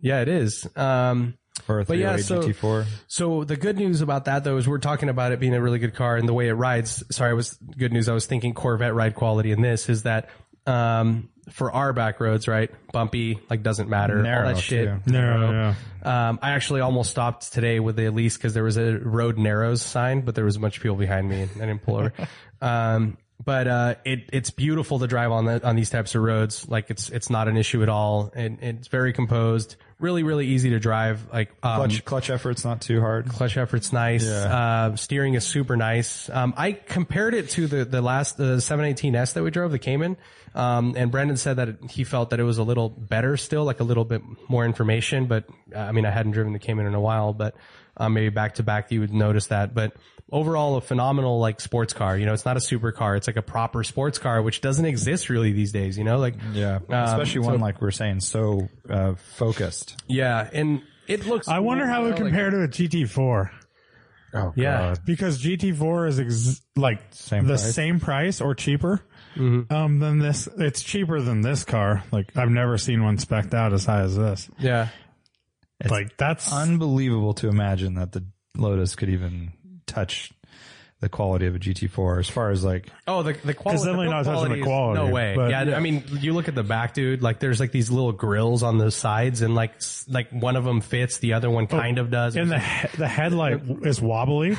D: Yeah, it is. Um,
C: Or a
D: But yeah,
C: 308
D: so-
C: GT4.
D: so the good news about that though is we're talking about it being a really good car and the way it rides. Sorry, I was good news. I was thinking Corvette ride quality in this is that um, for our back roads, right? Bumpy, like doesn't matter. all
C: Narrow,
D: that shit.
C: too.
B: No, yeah.
D: Um, I actually almost stopped today with the
C: [LAUGHS]
D: Elise because there was a road narrows sign, but there was a bunch of people behind me and I didn't pull over. um, but uh, it it's beautiful to drive on the, on these types of roads. Like it's it's not an issue at all, and it's very composed. Really, really easy to drive. Like um,
C: Clutch, clutch effort's not too hard.
D: clutch effort's nice. Uh, steering is super nice. Um, I compared it to the the last the 718s that we drove, the Cayman. Um, and Brendan said that it- he felt that it was a little better still, like a little bit more information. But uh, I mean, I hadn't driven the Cayman in a while, but um, maybe back to back you would notice that. But overall, a phenomenal like sports car. You know, it's not a super car. It's like a proper sports car, which doesn't exist really these days. You know, like
C: Yeah, especially one like we're saying so uh, focused.
D: yeah, and it looks.
B: I wonder how it
D: like-
B: compared to a GT4
D: Yeah,
B: because GT4 is ex- like
C: Same
B: the
C: price.
B: same price or cheaper
D: Mm-hmm.
B: um, than this. It's cheaper than this car. Like I've never seen one specked out as high as this.
D: yeah.
B: like that's
C: Unbelievable to imagine that the Lotus could even touch the quality of a GT4 as far as like
D: Oh, the the quality.
B: It's definitely not touching the quality,
D: No way.
B: but-
D: yeah, I mean, you look at the back, dude. Like, there's like these little grills on the sides, and like s- like one of them fits, the other
C: Oh,
D: one kind of does.
C: [LAUGHS]
B: and the he- the headlight w- is wobbly.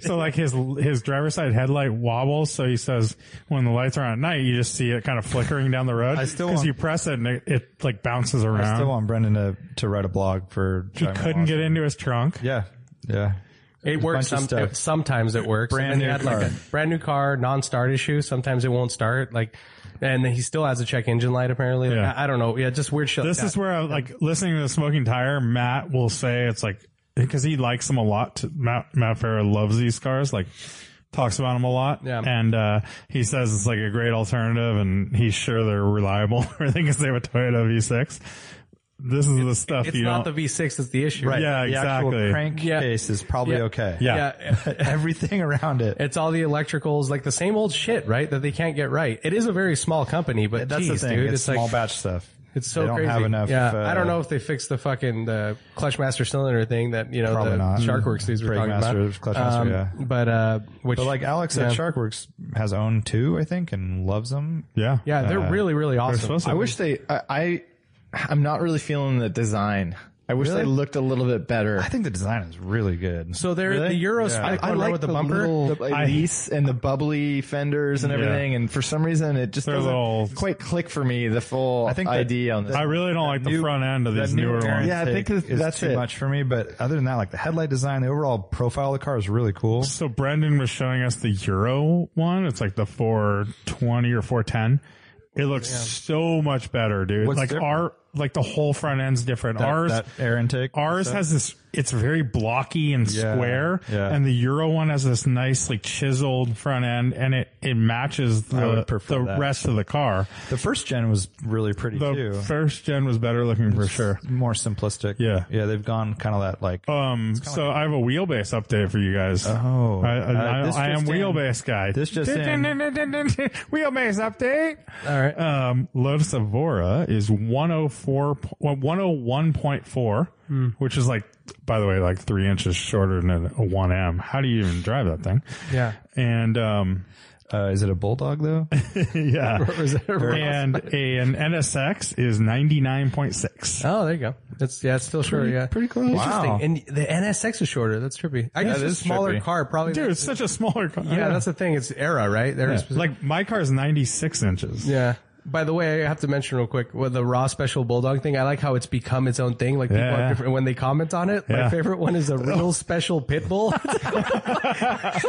B: So like his his driver's side headlight wobbles, so he says when the lights are on at night, you just see it kind of flickering down the road.
C: I still
B: because
C: want-
B: you press it and it, it like bounces
C: I still
B: around.
C: want Brendan to, to write a blog for.
B: He couldn't get into his trunk.
C: Yeah, yeah.
D: it works.
C: bunch of
D: Some,
C: stuff.
D: it- sometimes it works.
C: Brand
D: And he
C: new
D: had, like,
C: car.
D: a brand new car, non-start issue. Sometimes it won't start. Like, and he still has a check engine light. Apparently, Like,
B: Yeah.
D: I, I don't know. Yeah, just weird shit.
B: This
D: like
B: is where I like listening to the smoking tire. Matt will say it's like because he likes them a lot. Matt Matt Farah loves these cars. Like talks about them a lot.
D: Yeah.
B: And uh, he says it's like a great alternative, and he's sure they're reliable. [LAUGHS] I think they have a Toyota V6. This is the stuff
D: that. it's
B: you
D: not
B: don't.
D: the V6 that's the issue.
C: Right.
B: Yeah,
C: the actual
B: exactly.
C: Crankcase is probably
D: Yeah.
C: okay.
B: yeah.
D: Yeah.
C: [LAUGHS] everything around it.
D: It's all the electricals, like the same old shit, right? That they can't get right. It is a very small company, but
C: That's
D: geez,
C: the thing.
D: dude,
C: it's,
D: like,
C: small batch stuff.
D: It's so
C: They don't
D: crazy.
C: have enough,
D: Yeah,
C: uh,
D: I don't know if they fixed the fucking the clutch master cylinder thing that you know
C: Probably
D: the
C: not.
D: Sharkworks dudes were
C: Brake
D: talking
C: master,
D: about.
C: clutch master, yeah.
D: But uh, which
C: But like Alex at
D: Yeah.
C: Sharkworks has owned two, I think, and loves them.
B: Yeah.
D: yeah, they're
C: Uh,
D: really really awesome.
B: supposed to
E: I wish they. I, I I'm not really feeling the design. I wish they looked a little bit better.
C: I think the design is really good.
D: So they're the Euro spec one right, with the, bumper.
E: little, the lease and the bubbly fenders and everything. And for some reason, it just
B: They're
E: doesn't
B: little-
E: quite click for me. The full I
C: think
E: think
C: that-
E: ID on this.
B: I really don't like the front end of these newer ones.
E: Yeah, I think
C: Take
E: that-
C: is
E: that's
C: too
E: it.
C: much for me. But other than that, like the headlight design, the overall profile of the car is really cool.
B: So Brendan was showing us the Euro one. It's like the 420 or 410. It looks so much better, dude.
C: What's
B: like
C: different?
B: our like the whole front end's different.
C: That-
B: ours
C: that air intake,
B: ours
C: stuff.
B: has this it's very blocky and square
C: yeah.
B: and the Euro one has this nice like chiseled front end and it it matches the
C: would prefer
B: the
C: that.
B: rest of the car.
C: The first gen was really pretty
B: The
C: too.
B: first gen was better looking for sure.
C: More simplistic.
B: Yeah.
C: yeah. They've gone kind of that like.
B: Um, so I have a wheelbase update for you guys.
C: Oh.
B: I, I,
C: Uh,
B: I-
C: this
B: I am
C: just in.
B: wheelbase guy.
C: This just in.
B: [LAUGHS] wheelbase update.
D: All right.
B: Um, Lotus Evora is 104, po- well, 101.4, which is like, by the way, like three inches shorter than a 1M. How do you even drive that thing?
D: Yeah.
B: And, um, [LAUGHS]
C: Uh, is it a bulldog though?
B: yeah.
D: Is it a
B: and a, an NSX is 99.6.
D: Oh, there you go. That's yeah, it's still shorter. Yeah,
C: pretty close.
D: Interesting.
C: Wow.
D: And the NSX is shorter. That's trippy. I guess it's
E: it
D: a
E: is
D: smaller
E: trippy.
D: car probably.
B: Dude, it's such a smaller car.
D: yeah, that's the thing. It's era, right? They're
B: [LAUGHS]
D: specific-
B: like my car's 96 inches.
D: Yeah. By the way, I have to mention real quick with the raw special bulldog thing. I like how it's become its own thing. Like people
B: Yeah.
D: are different when they comment on it.
B: Yeah.
D: My favorite one is a
B: [LAUGHS]
D: real special pit bull. [LAUGHS]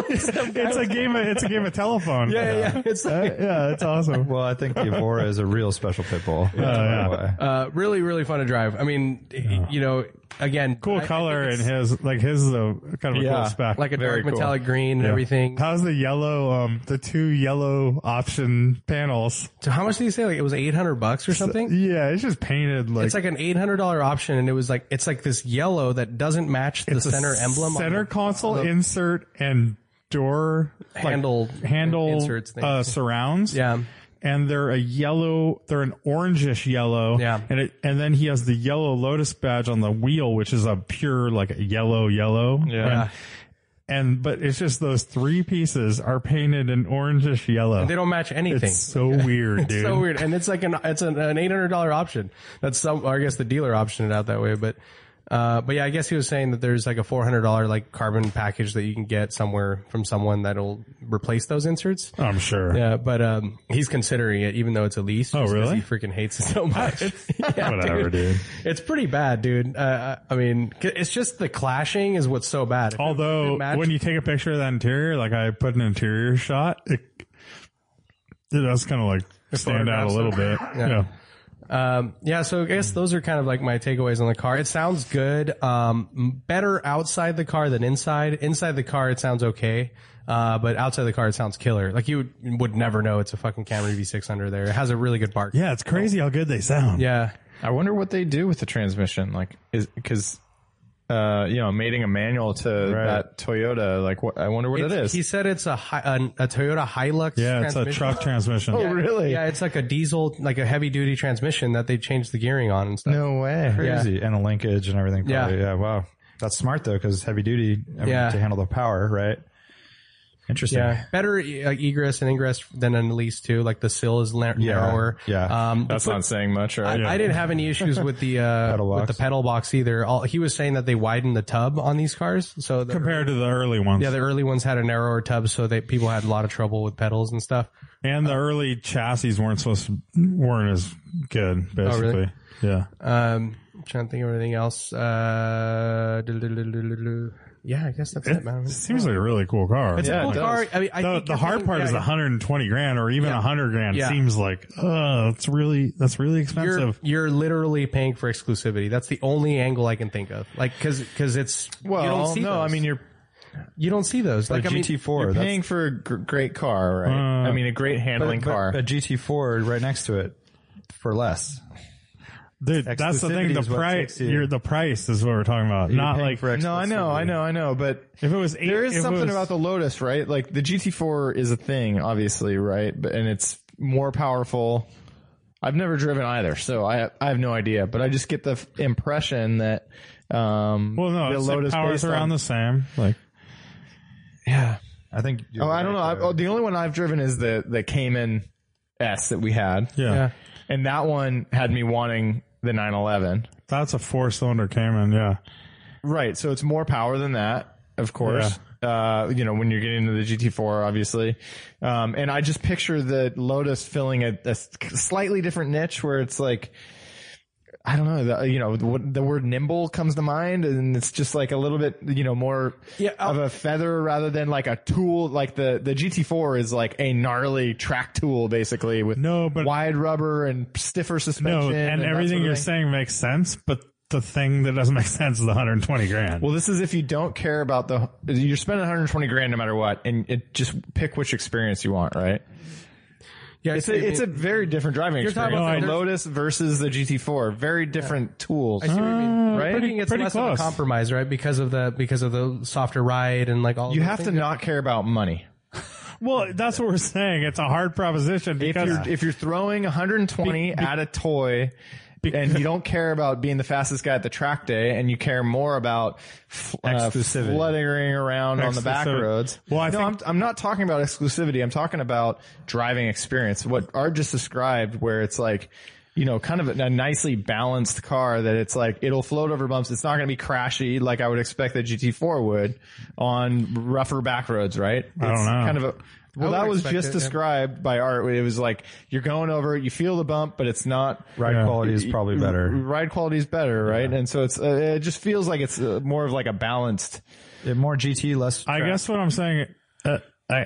B: It's a game. Of, it's a game of telephone.
D: yeah, yeah. It's like,
B: yeah. It's awesome.
C: Well, I think the Evora is a real special pit bull.
B: yeah.
D: uh, really, really fun to drive. I mean, you know, again,
B: Cool
D: I- I
B: color
D: think
B: and
D: it's
B: his like his is a kind of a cool
E: Yeah,
B: spec.
D: like a
E: Very
D: dark
E: cool.
D: metallic green and
B: Yeah.
D: everything.
B: How's the yellow? Um, the two yellow option panels.
D: So how much did you say? Like it was 800 bucks or something?
B: Yeah, it's just painted like
D: it's like an eight hundred dollar option, and it was like it's like this yellow that doesn't match the
B: it's a
D: center emblem, on
B: center
D: the
B: console insert and door like,
D: handle
B: handle
D: inserts. thing.
B: uh, surrounds.
D: Yeah.
B: And they're a yellow, they're an orangish yellow.
D: Yeah.
B: And it, and then he has the yellow Lotus badge on the wheel, which is a pure like yellow, yellow.
D: Yeah.
B: And, and but it's just those three pieces are painted in orangish yellow.
D: they don't match anything.
B: It's so
D: [LAUGHS]
B: weird, dude.
D: so weird. And it's like an it's an, an eight hundred dollar option. That's some or I guess the dealer optioned it out that way, but Uh, but yeah, I guess he was saying that there's like a four hundred dollar like carbon package that you can get somewhere from someone that'll replace those inserts.
B: I'm sure.
D: Yeah, but um, he's considering it, even though it's a lease.
B: Oh,
D: just 'cause
B: really?
D: He freaking hates it so
B: [LAUGHS]
D: much. [LAUGHS] Yeah,
B: Whatever, dude.
D: It's pretty bad, dude. Uh, I I mean, c- it's just the clashing is what's so bad. If it- if
B: Although
D: it matched-
B: when you take a picture of that interior, like I put an interior shot, it, it does kind of like stand out a little bit. Yeah.
D: Um, yeah, so I guess those are kind of like my takeaways on the car. It sounds good. Um, m- better outside the car than inside. Inside the car, it sounds okay. Uh, but outside the car, it sounds killer. Like you would, would never know it's a fucking Camry V6 under there. It has a really good bark.
B: Yeah, it's crazy how good they sound.
D: Yeah.
E: I wonder what they do with the transmission. Like, is because uh, you know, mating a manual to that Toyota. Like, what? I wonder what it
D: It's-
E: is.
D: He said it's a, hi- an- a Toyota Hilux.
B: Yeah, it's a
D: transmission. [GASPS]
B: truck transmission.
E: oh, really?
D: Yeah, it's like a diesel, like a heavy duty transmission that they changed the gearing on and stuff.
C: No way. Crazy. And the linkage and everything.
D: Yeah.
C: probably. Yeah. Wow. That's smart though, because heavy duty I mean,
D: Yeah.
C: to handle the power, right? Interesting.
D: Yeah, better e- like egress and ingress than an Elise too. Like the sill is lar- narrower.
C: Yeah.
D: Um,
E: That's not saying much,
D: I,
E: right?
D: I didn't have any issues with the
E: [LAUGHS]
D: uh,
C: Pedal
D: with
C: box.
D: the pedal box either. All, he was saying that they widened the tub on these cars, so the,
B: Compared to the early ones.
D: yeah, the early ones had a narrower tub, so that people had a lot of trouble with pedals and stuff.
B: and the
D: uh,
B: early chassis weren't supposed to, weren't as good, basically.
D: Oh, really?
B: Yeah.
D: Um, I'm trying to think of anything else. Uh, do-do-do-do-do-do. yeah, I guess that's it, man.
B: It seems like a really cool car.
D: It's
E: Yeah,
D: a cool
E: it does.
D: car. I mean, I
B: the,
D: think
B: the hard
D: everything-
B: part
D: yeah,
B: is
D: yeah.
B: 120 grand or even 100 grand
D: Yeah.
B: seems like, oh, it's really, that's really
D: You're,
B: expensive.
D: you're literally paying for exclusivity. That's the only angle I can think of. Like, cause, cause it's,
E: well,
D: you don't see
E: Oh, no.
D: those.
E: I mean, you're
D: you don't see those. Like, I mean,
C: GT4.
E: you're
C: that's-
E: paying for a gr- great car, right?
B: Uh,
E: I mean, a great handling
C: but
E: car.
C: A GT4 right next to it for less.
B: Dude, that's the thing.
C: exclusivity
B: The
C: is what
B: price,
C: takes you-
B: you're, the price is what we're talking about. Not
C: paying
B: like,
C: for
E: no, I know, I know, I know. But
B: if it was eight,
E: there is
B: if it
E: something
B: was-
E: about the Lotus, right? Like the GT4 is a thing, obviously, right? But and it's more powerful. I've never driven either, so I I have no idea. But I just get the f- impression that um,
B: well, no,
E: the
B: it's like
E: Lotus
B: powers
E: based
B: around
E: on-
B: the same. Like,
E: yeah.
C: I think. you're
E: Oh, I don't know.
C: right,
E: I,
C: though.
E: oh, the only one I've driven is the the Cayman S that we had,
B: yeah,
D: yeah.
E: and that one had me wanting the 911.
B: that's a four cylinder Cayman. Yeah.
E: Right. So it's more power than that, of course. Uh, you know, when you're getting into the GT4, obviously. Um, and I just picture the Lotus filling a, a slightly different niche where it's like, I don't know, the, uh, you know, the, the word nimble comes to mind and it's just like a little bit, you know, more
D: Yeah, I'll-
E: of a feather rather than like a tool. Like the, the GT4 is like a gnarly track tool basically with
B: No, but-
E: wide rubber and stiffer suspension.
B: No, and,
E: that
B: everything
E: sort of
B: you're
E: thing.
B: saying makes sense, but the thing that doesn't make sense is the 120 grand.
E: Well, this is if you don't care about the. You're spending 120 grand no matter what, and it just pick which experience you want, right?
D: Yeah,
E: It's a, it's a very different driving
D: You're
E: experience.
D: talking about
E: the
D: the-
E: Lotus versus the GT4, very different tools.
D: I see what you mean.
E: right?
D: I think it's
B: Uh, Pretty
D: less of
B: close.
D: a compromise, right? Because of the because of the softer ride and like all.
E: You
D: those
E: have to
D: things.
E: not care about money.
B: Well, that's what we're saying. It's a hard proposition
E: If
B: because
E: you're if you're throwing 120 at a toy. And you don't care about being the fastest guy at the track day, and you care more about f- uh,
C: Exclusivity.
E: fluttering around on the back
B: Exclusivity.
E: roads.
B: Well, I
E: no,
B: think-
E: I'm, I'm not talking about exclusivity. I'm talking about driving experience. What Art just described, where it's like, you know, kind of a, a nicely balanced car that it's like it'll float over bumps. It's not going to be crashy like I would expect the GT4 would on rougher back roads, right? I
B: don't know.
E: Kind of a well,
D: I would
E: that was
D: expect
E: just
D: it, yeah.
E: described by Art. It was like you're going over, it, you feel the bump, but it's not
C: Ride quality is probably better.
E: ride quality is better, right? And so it's uh, it just feels like it's uh, more of like a balanced.
C: More GT, less.
B: I guess what I'm saying, uh, I,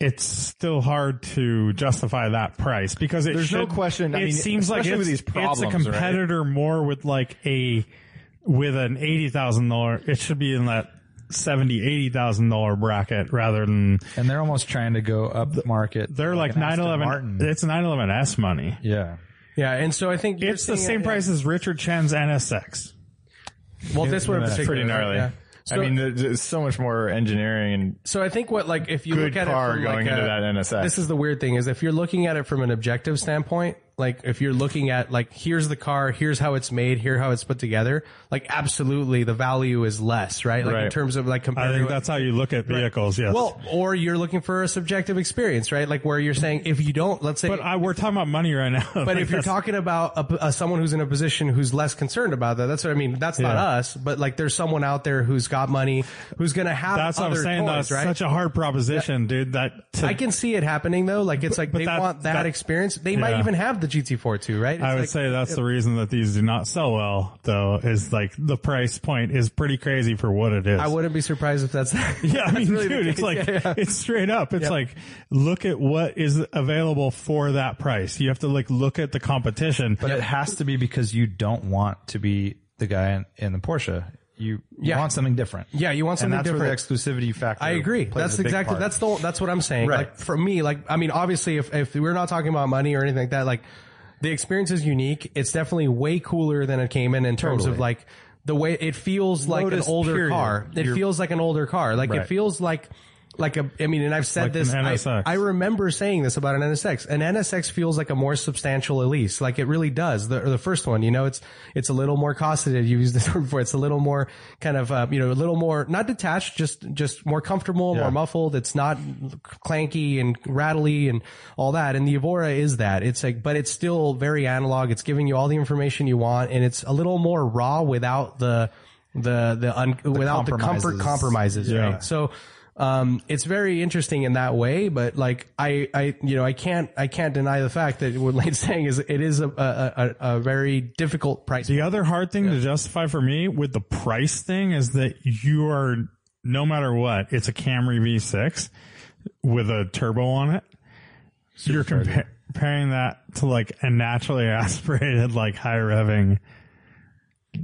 B: it's still hard to justify that price because it
E: There's no
B: should-
E: question. I
B: it
E: mean,
B: seems like it's,
E: especially with these
B: it's a
E: problems, right?
B: competitor more with like a with an eighty thousand dollar. It should be in that seventy eighty thousand dollar bracket rather than
C: and they're almost trying to go up the market.
B: they're like
C: an Aston
B: nine eleven.
C: Martin.
B: It's nine eleven S money.
C: yeah.
D: Yeah, and so I think you're
B: It's the
D: seeing
B: same
D: it-
B: price as Richard Chen's NSX.
D: Well, this one in particular,
E: pretty
D: right?
E: gnarly.
D: Yeah. So,
E: I mean, there- there's so much more engineering and
D: so I think what like if you
E: good
D: look at
E: car
D: it from
E: going
D: like
E: into
D: a,
E: that NSX.
D: This is the weird thing is if you're looking at it from an objective standpoint, like if you're looking at like here's the car, here's how it's made, here how it's put together, like absolutely the value is less, right? Like in
E: Right.
D: terms of like
B: I
D: comparing.
B: think that's how you look at vehicles. Yes.
D: well, or you're looking for a subjective experience, right? Like where you're saying if you don't, let's say
B: but I, we're talking about money right now. [LAUGHS]
D: but if you're talking about a, a, someone who's in a position who's less concerned about that, that's what I mean. That's not
B: Yeah.
D: us, but like there's someone out there who's got money, who's going to have
B: that's what
D: other
B: I'm saying.
D: toys,
B: that's
D: right?
B: such a hard proposition, dude. That to,
D: I can see it happening though. Like it's like
B: but
D: they
B: that-
D: want that,
B: that-
D: experience. They might
B: yeah.
D: even have the GT4 too, right? It's
B: I would
D: like-
B: say that's the reason that these do not sell well, though, is like the price point is pretty crazy for what it is.
D: I wouldn't be surprised if that's.
B: [LAUGHS]
D: [LAUGHS]
B: yeah, I mean,
D: really the
B: dude, it's
D: case.
B: like
D: [LAUGHS] Yeah, yeah.
B: it's straight up. It's like look at what is available for that price. You have to like look at the competition.
C: But it has to be because you don't want to be the guy in, in the Porsche. You you
D: Yeah.
C: want something different.
D: Yeah, you want something
C: and that's
D: different.
C: Where the exclusivity factor.
D: I agree.
C: plays
D: That's
C: a big
D: exactly
C: part.
D: that's the that's what I'm saying.
C: Right.
D: Like for me, like I mean, obviously, if if we're not talking about money or anything like that, like the experience is unique. It's definitely way cooler than it came in in terms of
C: Totally.
D: like the way it feels like
C: Lotus,
D: an older
C: period.
D: car. It
C: You're-
D: feels like an older car. Like it
C: Right.
D: feels like. Like a, I mean, and I've said
B: Like
D: this.
B: an
D: I-
B: NSX.
D: I, remember saying this about an NSX. An NSX feels like a more substantial Elise. Like it really does. The, the first one, you know, it's it's a little more cosseted. You used this [LAUGHS] word before. It's a little more kind of, uh, you know, a little more not detached, just just more comfortable, more muffled. It's not clanky and rattly and all that. And the Evora is that. It's like, but it's still very analog. It's giving you all the information you want, and it's a little more raw without the the the un, without the comfort
C: compromises.
D: compromises. Right. So um, it's very interesting in that way, but like I, I, you know, I can't, I can't deny the fact that what Lane's [LAUGHS] saying is it is a, a, a, a very difficult price.
B: The other hard thing to justify for me with the price thing is that you are, no matter what, it's a Camry V6 with a turbo on it. You're compa- comparing that to like a naturally [LAUGHS] aspirated, like high revving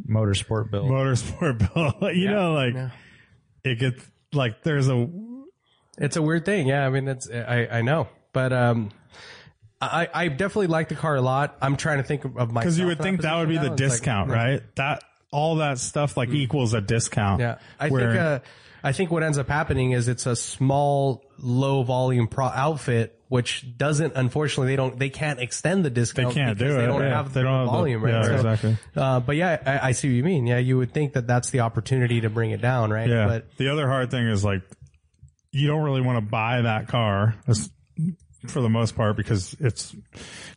C: motorsport build.
B: [LAUGHS] motorsport bill. [LAUGHS] you know, like it gets like there's a
D: It's a weird thing. Yeah. I mean, that's, I, I know, but, um, I, I definitely like the car a lot. I'm trying to think of my,
B: because you would think that would be the discount, right? That all that stuff like equals a discount.
D: Yeah, I
B: Where-
D: think uh, I think what ends up happening is it's a small, low volume pro outfit, which doesn't. Unfortunately, they don't. They can't extend the discount.
B: can't
D: because
B: do
D: They
B: it,
D: don't
B: yeah.
D: have
B: They
D: the
B: don't have the-
D: volume,
B: yeah,
D: right? So,
B: exactly.
D: Uh, but yeah, I, I see what you mean. Yeah, you would think that that's the opportunity to bring it down, right?
B: Yeah.
D: But
B: the other hard thing is like you don't really want to buy that car as- for the most part because it's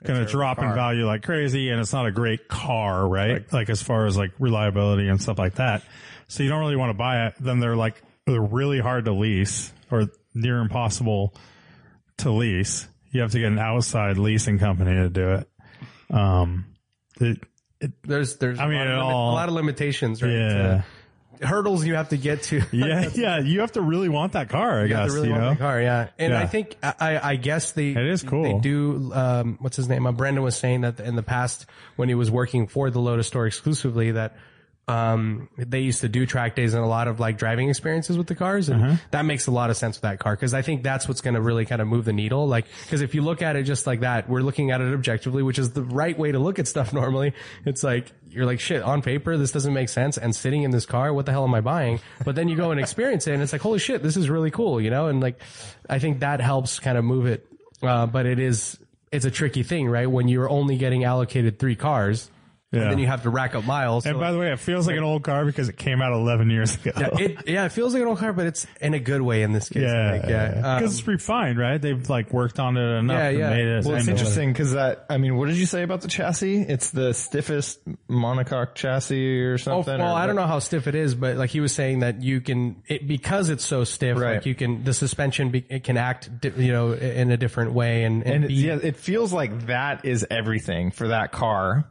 B: going to drop in value like crazy and it's not a great car, right? Like as far as like reliability and stuff like that. So you don't really want to buy it. Then they're like they're really hard to lease or near impossible to lease. You have to get an outside leasing company to do it. Um, it
D: there's there's
B: I mean,
D: a, lot of
B: it
D: limit-
B: all-
D: a lot of limitations, right?
B: yeah,
D: To hurdles you have to get to. [LAUGHS]
B: yeah, yeah. You have to really want that car, I
D: You have
B: guess.
D: to really
B: you
D: want
B: know,
D: the car, yeah. And
B: Yeah.
D: I think I, I- I guess they
B: It is cool.
D: They do. Um, what's his name? Uh, Brendan was saying that in the past when he was working for the Lotus store exclusively that. Um, they used to do track days and a lot of like driving experiences with the cars,
B: Uh-huh.
D: and that makes a lot of sense with that car because I think that's what's going to really kind of move the needle. Like, because if you look at it just like that, we're looking at it objectively, which is the right way to look at stuff [LAUGHS] normally. It's like you're like shit on paper, this doesn't make sense, and sitting in this car, what the hell am I buying? But then you go and experience it, and it's like holy shit, this is really cool, you know. And like, I think that helps kind of move it. Uh, but it is it's a tricky thing, right? When you're only getting allocated three cars,
B: Yeah.
D: and then you have to rack up miles.
B: And
D: so-
B: by the way, it feels like an old car because it came out 11 years ago. Yeah, [LAUGHS]
D: it, yeah, it feels like an old car, but it's in a good way in this case. I think, yeah. Um,
B: because it's refined, right? They've like worked on it enough
D: Yeah,
B: and
D: yeah.
B: made it.
E: Well, it's
B: and-
E: interesting because that. I mean, what did you say about the chassis? It's the stiffest monocoque chassis or
D: Oh,
E: something.
D: well,
E: or-
D: I don't know how stiff it is, but like he was saying that you can, it, because it's so stiff,
E: Right.
D: like you can, the suspension be, it can act, di- you know, in a different way and, and,
E: And it,
D: be,
E: yeah, it feels like that is everything for that car.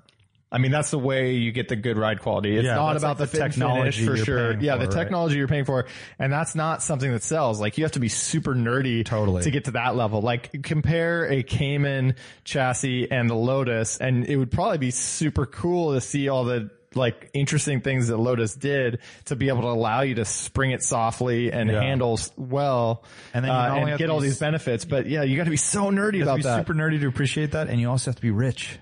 E: I mean, that's the way you get the good ride quality. It's
C: Yeah,
E: not
C: that's
E: about
C: like
E: the,
C: the
E: technology
C: technology
E: for
C: you're
E: sure.
C: paying
E: Yeah,
C: for,
E: the
C: right?
E: technology you're paying for, and that's not something that sells. Like you have to be super nerdy
C: Totally.
E: to get to that level. Like compare a Cayman chassis and the Lotus, and it would probably be super cool to see all the like interesting things that Lotus did to be able to allow you to spring it softly and
C: Yeah.
E: handle s- well,
C: And then you
E: uh,
C: not only
E: and
C: have
E: get
C: to
E: all
C: be
E: these benefits. But yeah, you got to be so nerdy
C: You have
E: about
C: to be
E: that.
C: super nerdy to appreciate that, and you also have to be rich.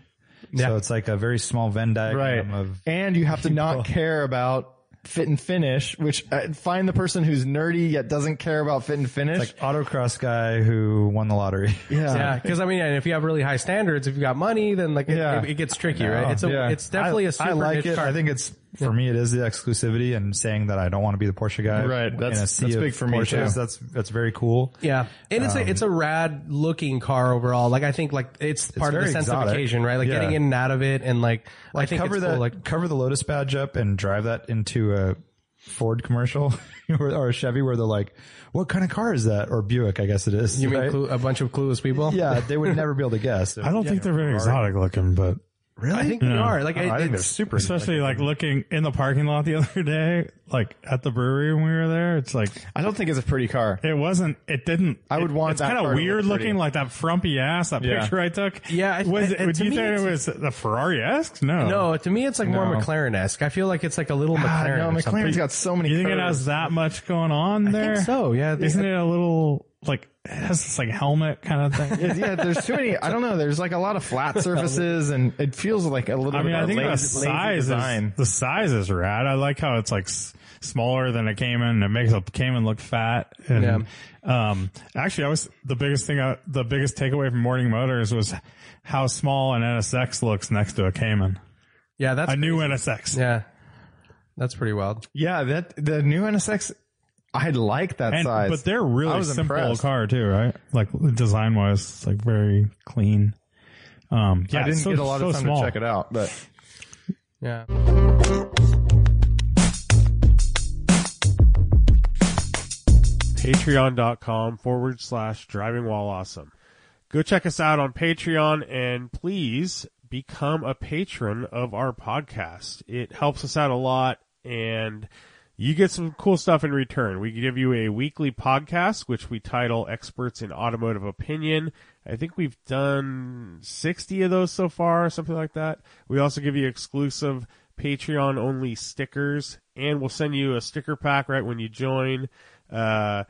C: So it's like a very small Venn diagram
E: right
C: of
E: and you have to not care about fit and finish, which uh, find the person who's nerdy yet doesn't care about fit and finish.
C: Like autocross guy who won the lottery.
D: Yeah, because I mean, and if you have really high standards, if you got money, then like it,
E: Yeah.
D: it, it gets tricky, right? It's a,
E: Yeah.
D: it's definitely a super
C: Oh, I like
D: niche
C: it.
D: car.
C: I think it's for me. It is the exclusivity and saying that I don't want to be the Porsche guy.
E: Right.
C: in
E: That's-
C: a sea
E: that's
C: of
E: big for me,
C: Porsches.
E: too.
C: That's that's very cool.
D: Yeah, and it's
C: Um,
D: a it's a rad looking car overall. Like I think like it's part of the
C: very
D: sense
C: exotic.
D: of occasion, right? Like
C: Yeah.
D: getting in and out of it, and like, I think
C: cover
D: it's
C: that.
D: cool. Like
C: cover the Lotus badge up and drive that into a Ford commercial [LAUGHS] or, or a Chevy where they're like, "What kind of car is that?" Or Buick, I guess it is.
D: you mean
C: right?
D: clue, a bunch of clueless people?
C: Yeah, they would never be able to
D: [LAUGHS]
C: guess.
B: I don't think they're very exotic looking, but
C: really. Oh,
D: I think they are. Like I,
C: I think they're
D: it's,
C: super.
B: especially like looking in the parking lot the [LAUGHS] other day, like at the brewery when we were there, it's like
E: I don't think it's a pretty car.
B: it wasn't. It didn't.
E: I would
B: it-
E: want
B: It's
E: that
B: kind
E: car
B: of
E: to
B: weird
E: look pretty.
B: looking, like that frumpy ass. That
E: Yeah.
B: picture I took.
D: Yeah, I-
B: was
D: I-
B: it? Would
D: to
B: you
D: me,
B: think it was
D: it's-
B: the Ferrari esque? No,
D: no, to me it's like more
E: No.
D: McLaren esque. I feel like it's like a little
E: Ah,
D: McLaren.
E: no,
D: or something.
E: McLaren's got so many.
B: You think it
E: curves.
B: has that much going on there?
D: I think so yeah, they-
B: Isn't it a little like it has this like helmet kind of thing?
E: [LAUGHS] yeah, there's too many. I don't know. There's like a lot of [LAUGHS] flat surfaces, and it feels like a little.
B: I mean,
E: bit
B: I
E: of
B: think the
E: lazy, lazy
B: size
E: design.
B: is the size is rad. I like how it's like s- smaller than a Cayman. It makes a Cayman look fat. And um, actually, I was the biggest thing. I, the biggest takeaway from Morning Motors was how small an NSX looks next to a Cayman.
D: yeah, that's
B: A new NSX.
D: yeah, that's pretty wild.
E: Yeah, that the new NSX, I like that
B: And,
E: size.
B: but they're
E: I
B: really
E: was
B: simple
E: impressed.
B: car too, right? Like design wise, like very clean. Um, yeah,
E: I didn't
B: so,
E: get a lot
B: so
E: of time
B: small.
E: to check it out, but
D: Yeah.
F: patreon.com forward slash driving while awesome. Go check us out on Patreon and please become a patron of our podcast. It helps us out a lot and you get some cool stuff in return. We give you a weekly podcast, which we title Experts in Automotive Opinion. I think we've done 60 of those so far, something like that. We also give you exclusive Patreon only stickers and we'll send you a sticker pack right when you join. Uh,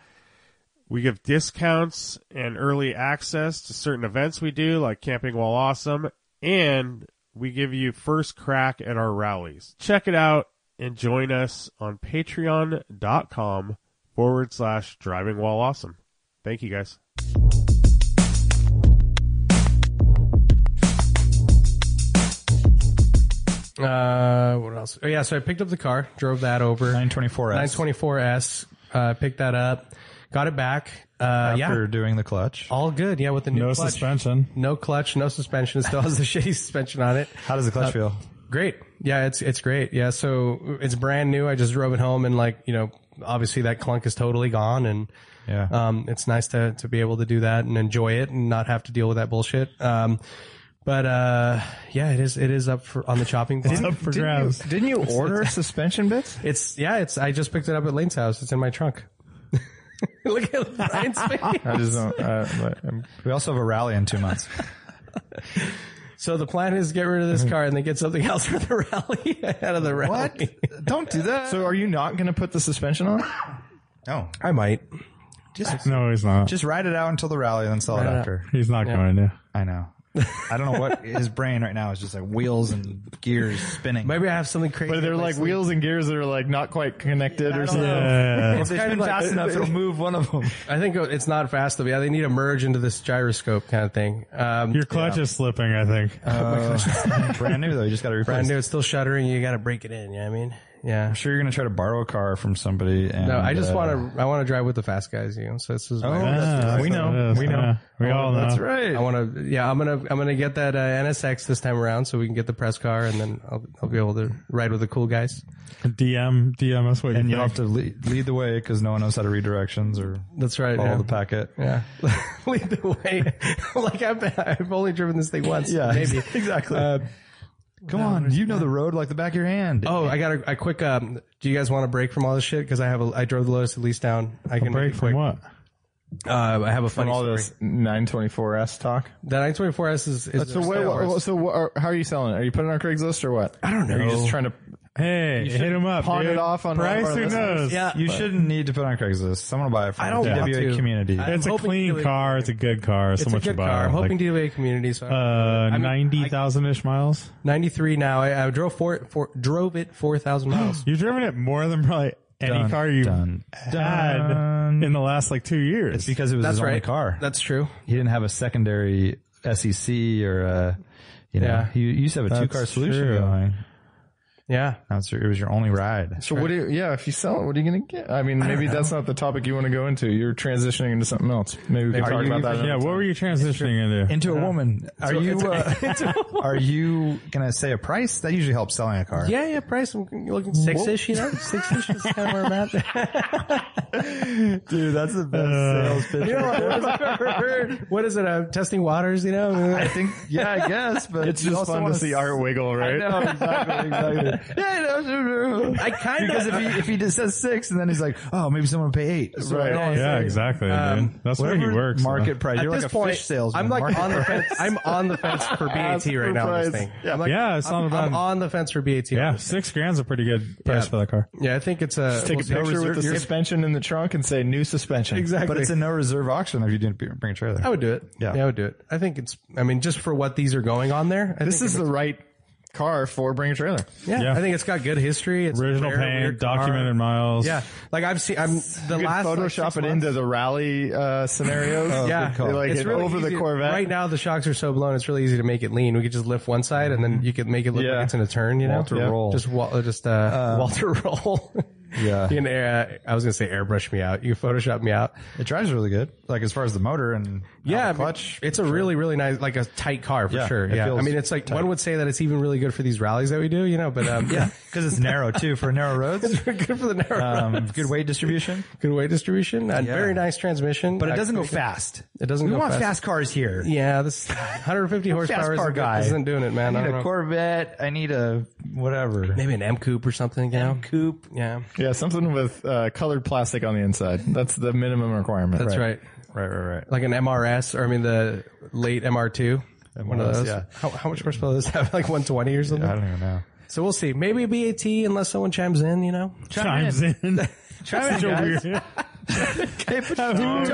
F: we give discounts and early access to certain events we do, like Camping While Awesome, and we give you first crack at our rallies. Check it out and join us on patreon.com forward slash driving while awesome. Thank you guys.
D: Uh, what else? Oh yeah, so I picked up the car, drove that over.
C: Nine twenty four S.
D: 924S. Uh, picked that up, got it back. Uh,
C: After
D: yeah,
C: doing the clutch,
D: all good. Yeah, with the new
B: No
D: clutch.
B: suspension.
D: No clutch, no suspension. It still has the [LAUGHS] shitty suspension on it.
C: how does the clutch feel?
D: Great. Yeah, it's it's great. Yeah, so it's brand new. I just drove it home and like you know, obviously that clunk is totally gone, and
C: Yeah.
D: um, it's nice to to be able to do that and enjoy it and not have to deal with that bullshit. Um, but uh, yeah, it is it is up for on the chopping block.
B: Up for grabs.
E: didn't you [LAUGHS] order suspension bits?
D: It's yeah, it's I just picked it up at Lane's house. It's in my trunk. [LAUGHS] Look at Lane's face.
E: I just don't. I, uh, but um, I'm-
C: we also have a rally in
D: [LAUGHS]
C: two months.
D: So the plan is get rid of this car and then get something else for the rally [LAUGHS] out of the rally.
E: don't do that. So, are you not going to put the suspension on?
C: no,
D: I might.
B: No, he's not.
C: Oh, just ride it out until the rally, and then sell it
D: it out.
C: after.
B: he's not going
E: [LAUGHS]
B: to.
C: I know. I don't know
D: [LAUGHS]
C: what his brain right now is just like wheels and gears spinning.
D: Maybe I have something crazy.
E: But they're
D: up my
E: like
D: sleeve.
E: wheels and gears that are like not quite connected or something.
B: Yeah.
C: if they
D: kind
C: spin
D: of like-
C: fast enough,
D: [LAUGHS]
C: it'll move one of them.
D: I think it's not fast enough. Yeah, they need to merge into this gyroscope kind of thing. Um,
B: Your Uh, clutch is slipping, I think.
E: Uh,
C: Uh, brand new though. You just got to replace.
D: brand
C: it.
D: new. It's still shuddering. You got to break it in. Yeah, you know what I mean, yeah.
C: I'm sure you're gonna try to borrow a car from somebody. And,
D: No, I just
C: uh,
D: want to. I want to drive with the fast guys. You know, so this is.
C: Oh,
D: my-
B: Ah, that's
E: we know.
B: what it is.
E: We know. Oh,
B: Yeah, we all know.
E: That's right.
D: I want to. Yeah, I'm gonna. I'm gonna get that uh, NSX this time around, so we can get the press car, and then I'll, I'll be able to ride with the cool guys.
B: DM, DM us what
C: And
B: you
C: you'll have
B: think.
C: to lead, lead the way because no one knows how to read directions or
D: That's right.
C: follow
D: yeah.
C: the packet.
D: Yeah, [LAUGHS] lead the way. [LAUGHS] like I've I've only driven this thing once.
C: Yeah,
B: [LAUGHS]
D: maybe. Uh,
C: exactly. Come on, you know the road like the back of your hand.
D: Oh, I got a, a quick. Um, do you guys want a break from all this shit? Because I have a. I drove the Lotus Elise down. I can
B: break
D: make it
B: from
D: quick.
B: what?
D: Uh, I have a funny
E: all
D: story.
E: this 924s talk.
D: The 924S is. is
E: So, wait, what, so what are, how are you selling it? Are you putting it on Craigslist or what? I don't know. Are you just trying to
B: Hey, hit him up.
E: pawn
B: dude.
E: it off on one of
B: Bryce.
E: our
B: Who
E: listeners.
B: knows?
D: Yeah.
C: You shouldn't need to put on Craigslist. Someone will buy it from
D: I don't
C: the
D: want
C: DWA
D: to.
C: community.
D: I- I'm
B: It's a
D: hoping
B: clean
D: to-
B: car. It's a good car.
D: It's
B: So
D: a
B: much
D: good
B: about
D: car. I'm
B: it.
D: hoping
B: Like,
D: to do a community. So
B: uh,
D: I'm-
B: ninety thousand ish miles.
D: 93 now. I, I drove four, four, drove it 4,000 miles.
B: You've driven it more than probably any
C: Dun,
B: car you've
C: dun,
B: had
C: dun.
B: in the last like two years.
C: It's because it was
D: That's
C: his
D: right.
C: only car.
D: That's true.
C: he didn't have a secondary SEC or a, you know,
D: Yeah.
C: he, you used to have a two car solution
B: true.
C: going.
D: Yeah.
C: That's your, it was your only ride.
E: So what do you, yeah, if you sell it, what are you going to get? I mean, maybe that's not the topic you want to go into. You're transitioning into something else. Maybe we can
C: Are
E: talk
C: you-
E: about that.
B: yeah.
E: another
B: What
E: time.
B: were you transitioning into?
C: Into a woman.
D: [LAUGHS]
C: Are you, uh, [LAUGHS] are you going to say a price? That usually helps selling a car.
D: Yeah, yeah, price. I'm looking six ish, you know? Six ish is kind of where I'm at.
C: Dude, that's
D: Uh,
C: the best sales pitch.
D: [LAUGHS] You know, like, what is it? What is it? Uh, testing waters, you know?
C: I think, yeah, I guess, but
E: It's just fun to see Art wiggle, right?
C: No, exactly, exactly. [LAUGHS] yeah, no, sure, sure.
D: I kind
C: because if
D: of.
C: he if he just says six and then he's like, oh, maybe someone will pay eight. So
E: Right.
C: I don't
B: yeah,
C: say-
B: exactly. dude. That's where he
C: Whatever
B: works.
C: Market price.
D: At
C: You're
D: this
C: like a
D: point,
C: fish salesman.
D: I'm like
C: Market [LAUGHS]
D: on the
C: price.
D: fence. I'm on the fence for BAT right now. on This
E: price.
D: thing. I'm like,
B: Yeah, it's not
D: I'm,
B: bad.
D: I'm on the fence for BAT. on
B: Yeah,
D: this.
B: six grand's a pretty good price for that car.
D: yeah. I think it's a.
E: Take a
D: we'll see.
E: picture with the
D: You're-
E: suspension in the trunk and say new suspension.
D: Exactly. Oh,
C: But it's a no reserve auction if you didn't bring a trailer.
D: I would do it.
C: Yeah.
D: Yeah. I would do it. I think it's. I mean, just for what these are going on there. I
E: This
D: think
E: is the right car for bring a trailer.
D: it- yeah,
B: yeah.
D: I think it's got good history. It's
B: Original
D: rare,
B: paint,
D: weird car.
B: documented miles.
D: Yeah, like I've seen. I'm the
E: You
D: last like,
E: can Photoshop
D: six
E: it
D: months-
E: into the rally uh, scenarios.
D: Yeah,
E: They, like
D: Oh, it's
E: it
D: really
E: over
D: easy.
E: the Corvette.
D: Right now, the shocks are so blown, it's really easy to make it lean. We could just lift one side, and then you could make it look
E: Yeah.
D: like it's in a turn. You know,
C: Mm-hmm. Walter Yeah. roll.
D: Just wa- just uh, [LAUGHS] Walter roll.
C: [LAUGHS] Yeah.
D: you can air, I was gonna say airbrush me out. You can Photoshop me out.
C: It drives really good. Like as far as the motor and
D: Yeah,
C: how
D: I
C: the
D: mean,
C: clutch.
D: It's a really, really nice, like a tight car for
C: Yeah,
D: sure.
C: it
D: Yeah, I
C: feels
D: mean, it's like one would say that it's even really good for these rallies that we do. You know, but um, yeah, [LAUGHS]
C: because it's narrow too for narrow roads.
D: good for the narrow,
C: Um, good weight distribution,
D: good weight distribution, and very nice transmission.
C: but it
D: Uh,
C: doesn't go fast.
D: It doesn't
C: We
D: go
C: want
D: fast.
C: cars here.
D: Yeah, this [LAUGHS] 150 horsepower
C: car
D: isn't,
C: guy.
D: isn't doing it, man. I
C: I
D: don't
C: need a
D: know.
C: Corvette. I need a whatever.
D: Maybe an M coupe or something. You know? coupe. Yeah,
E: Yeah, something with uh, colored plastic on the inside. That's the minimum requirement.
D: that's right.
C: Right, right, right.
D: Like an MRS, or I mean the late MR2. One of those.
C: yeah.
D: How, how much horsepower does that have? [LAUGHS] Like 120 or something?
C: I don't even know.
D: So we'll see. Maybe a BAT unless someone chimes in, you know?
B: chimes in. Such a
C: guys.
B: weird- Who
C: toe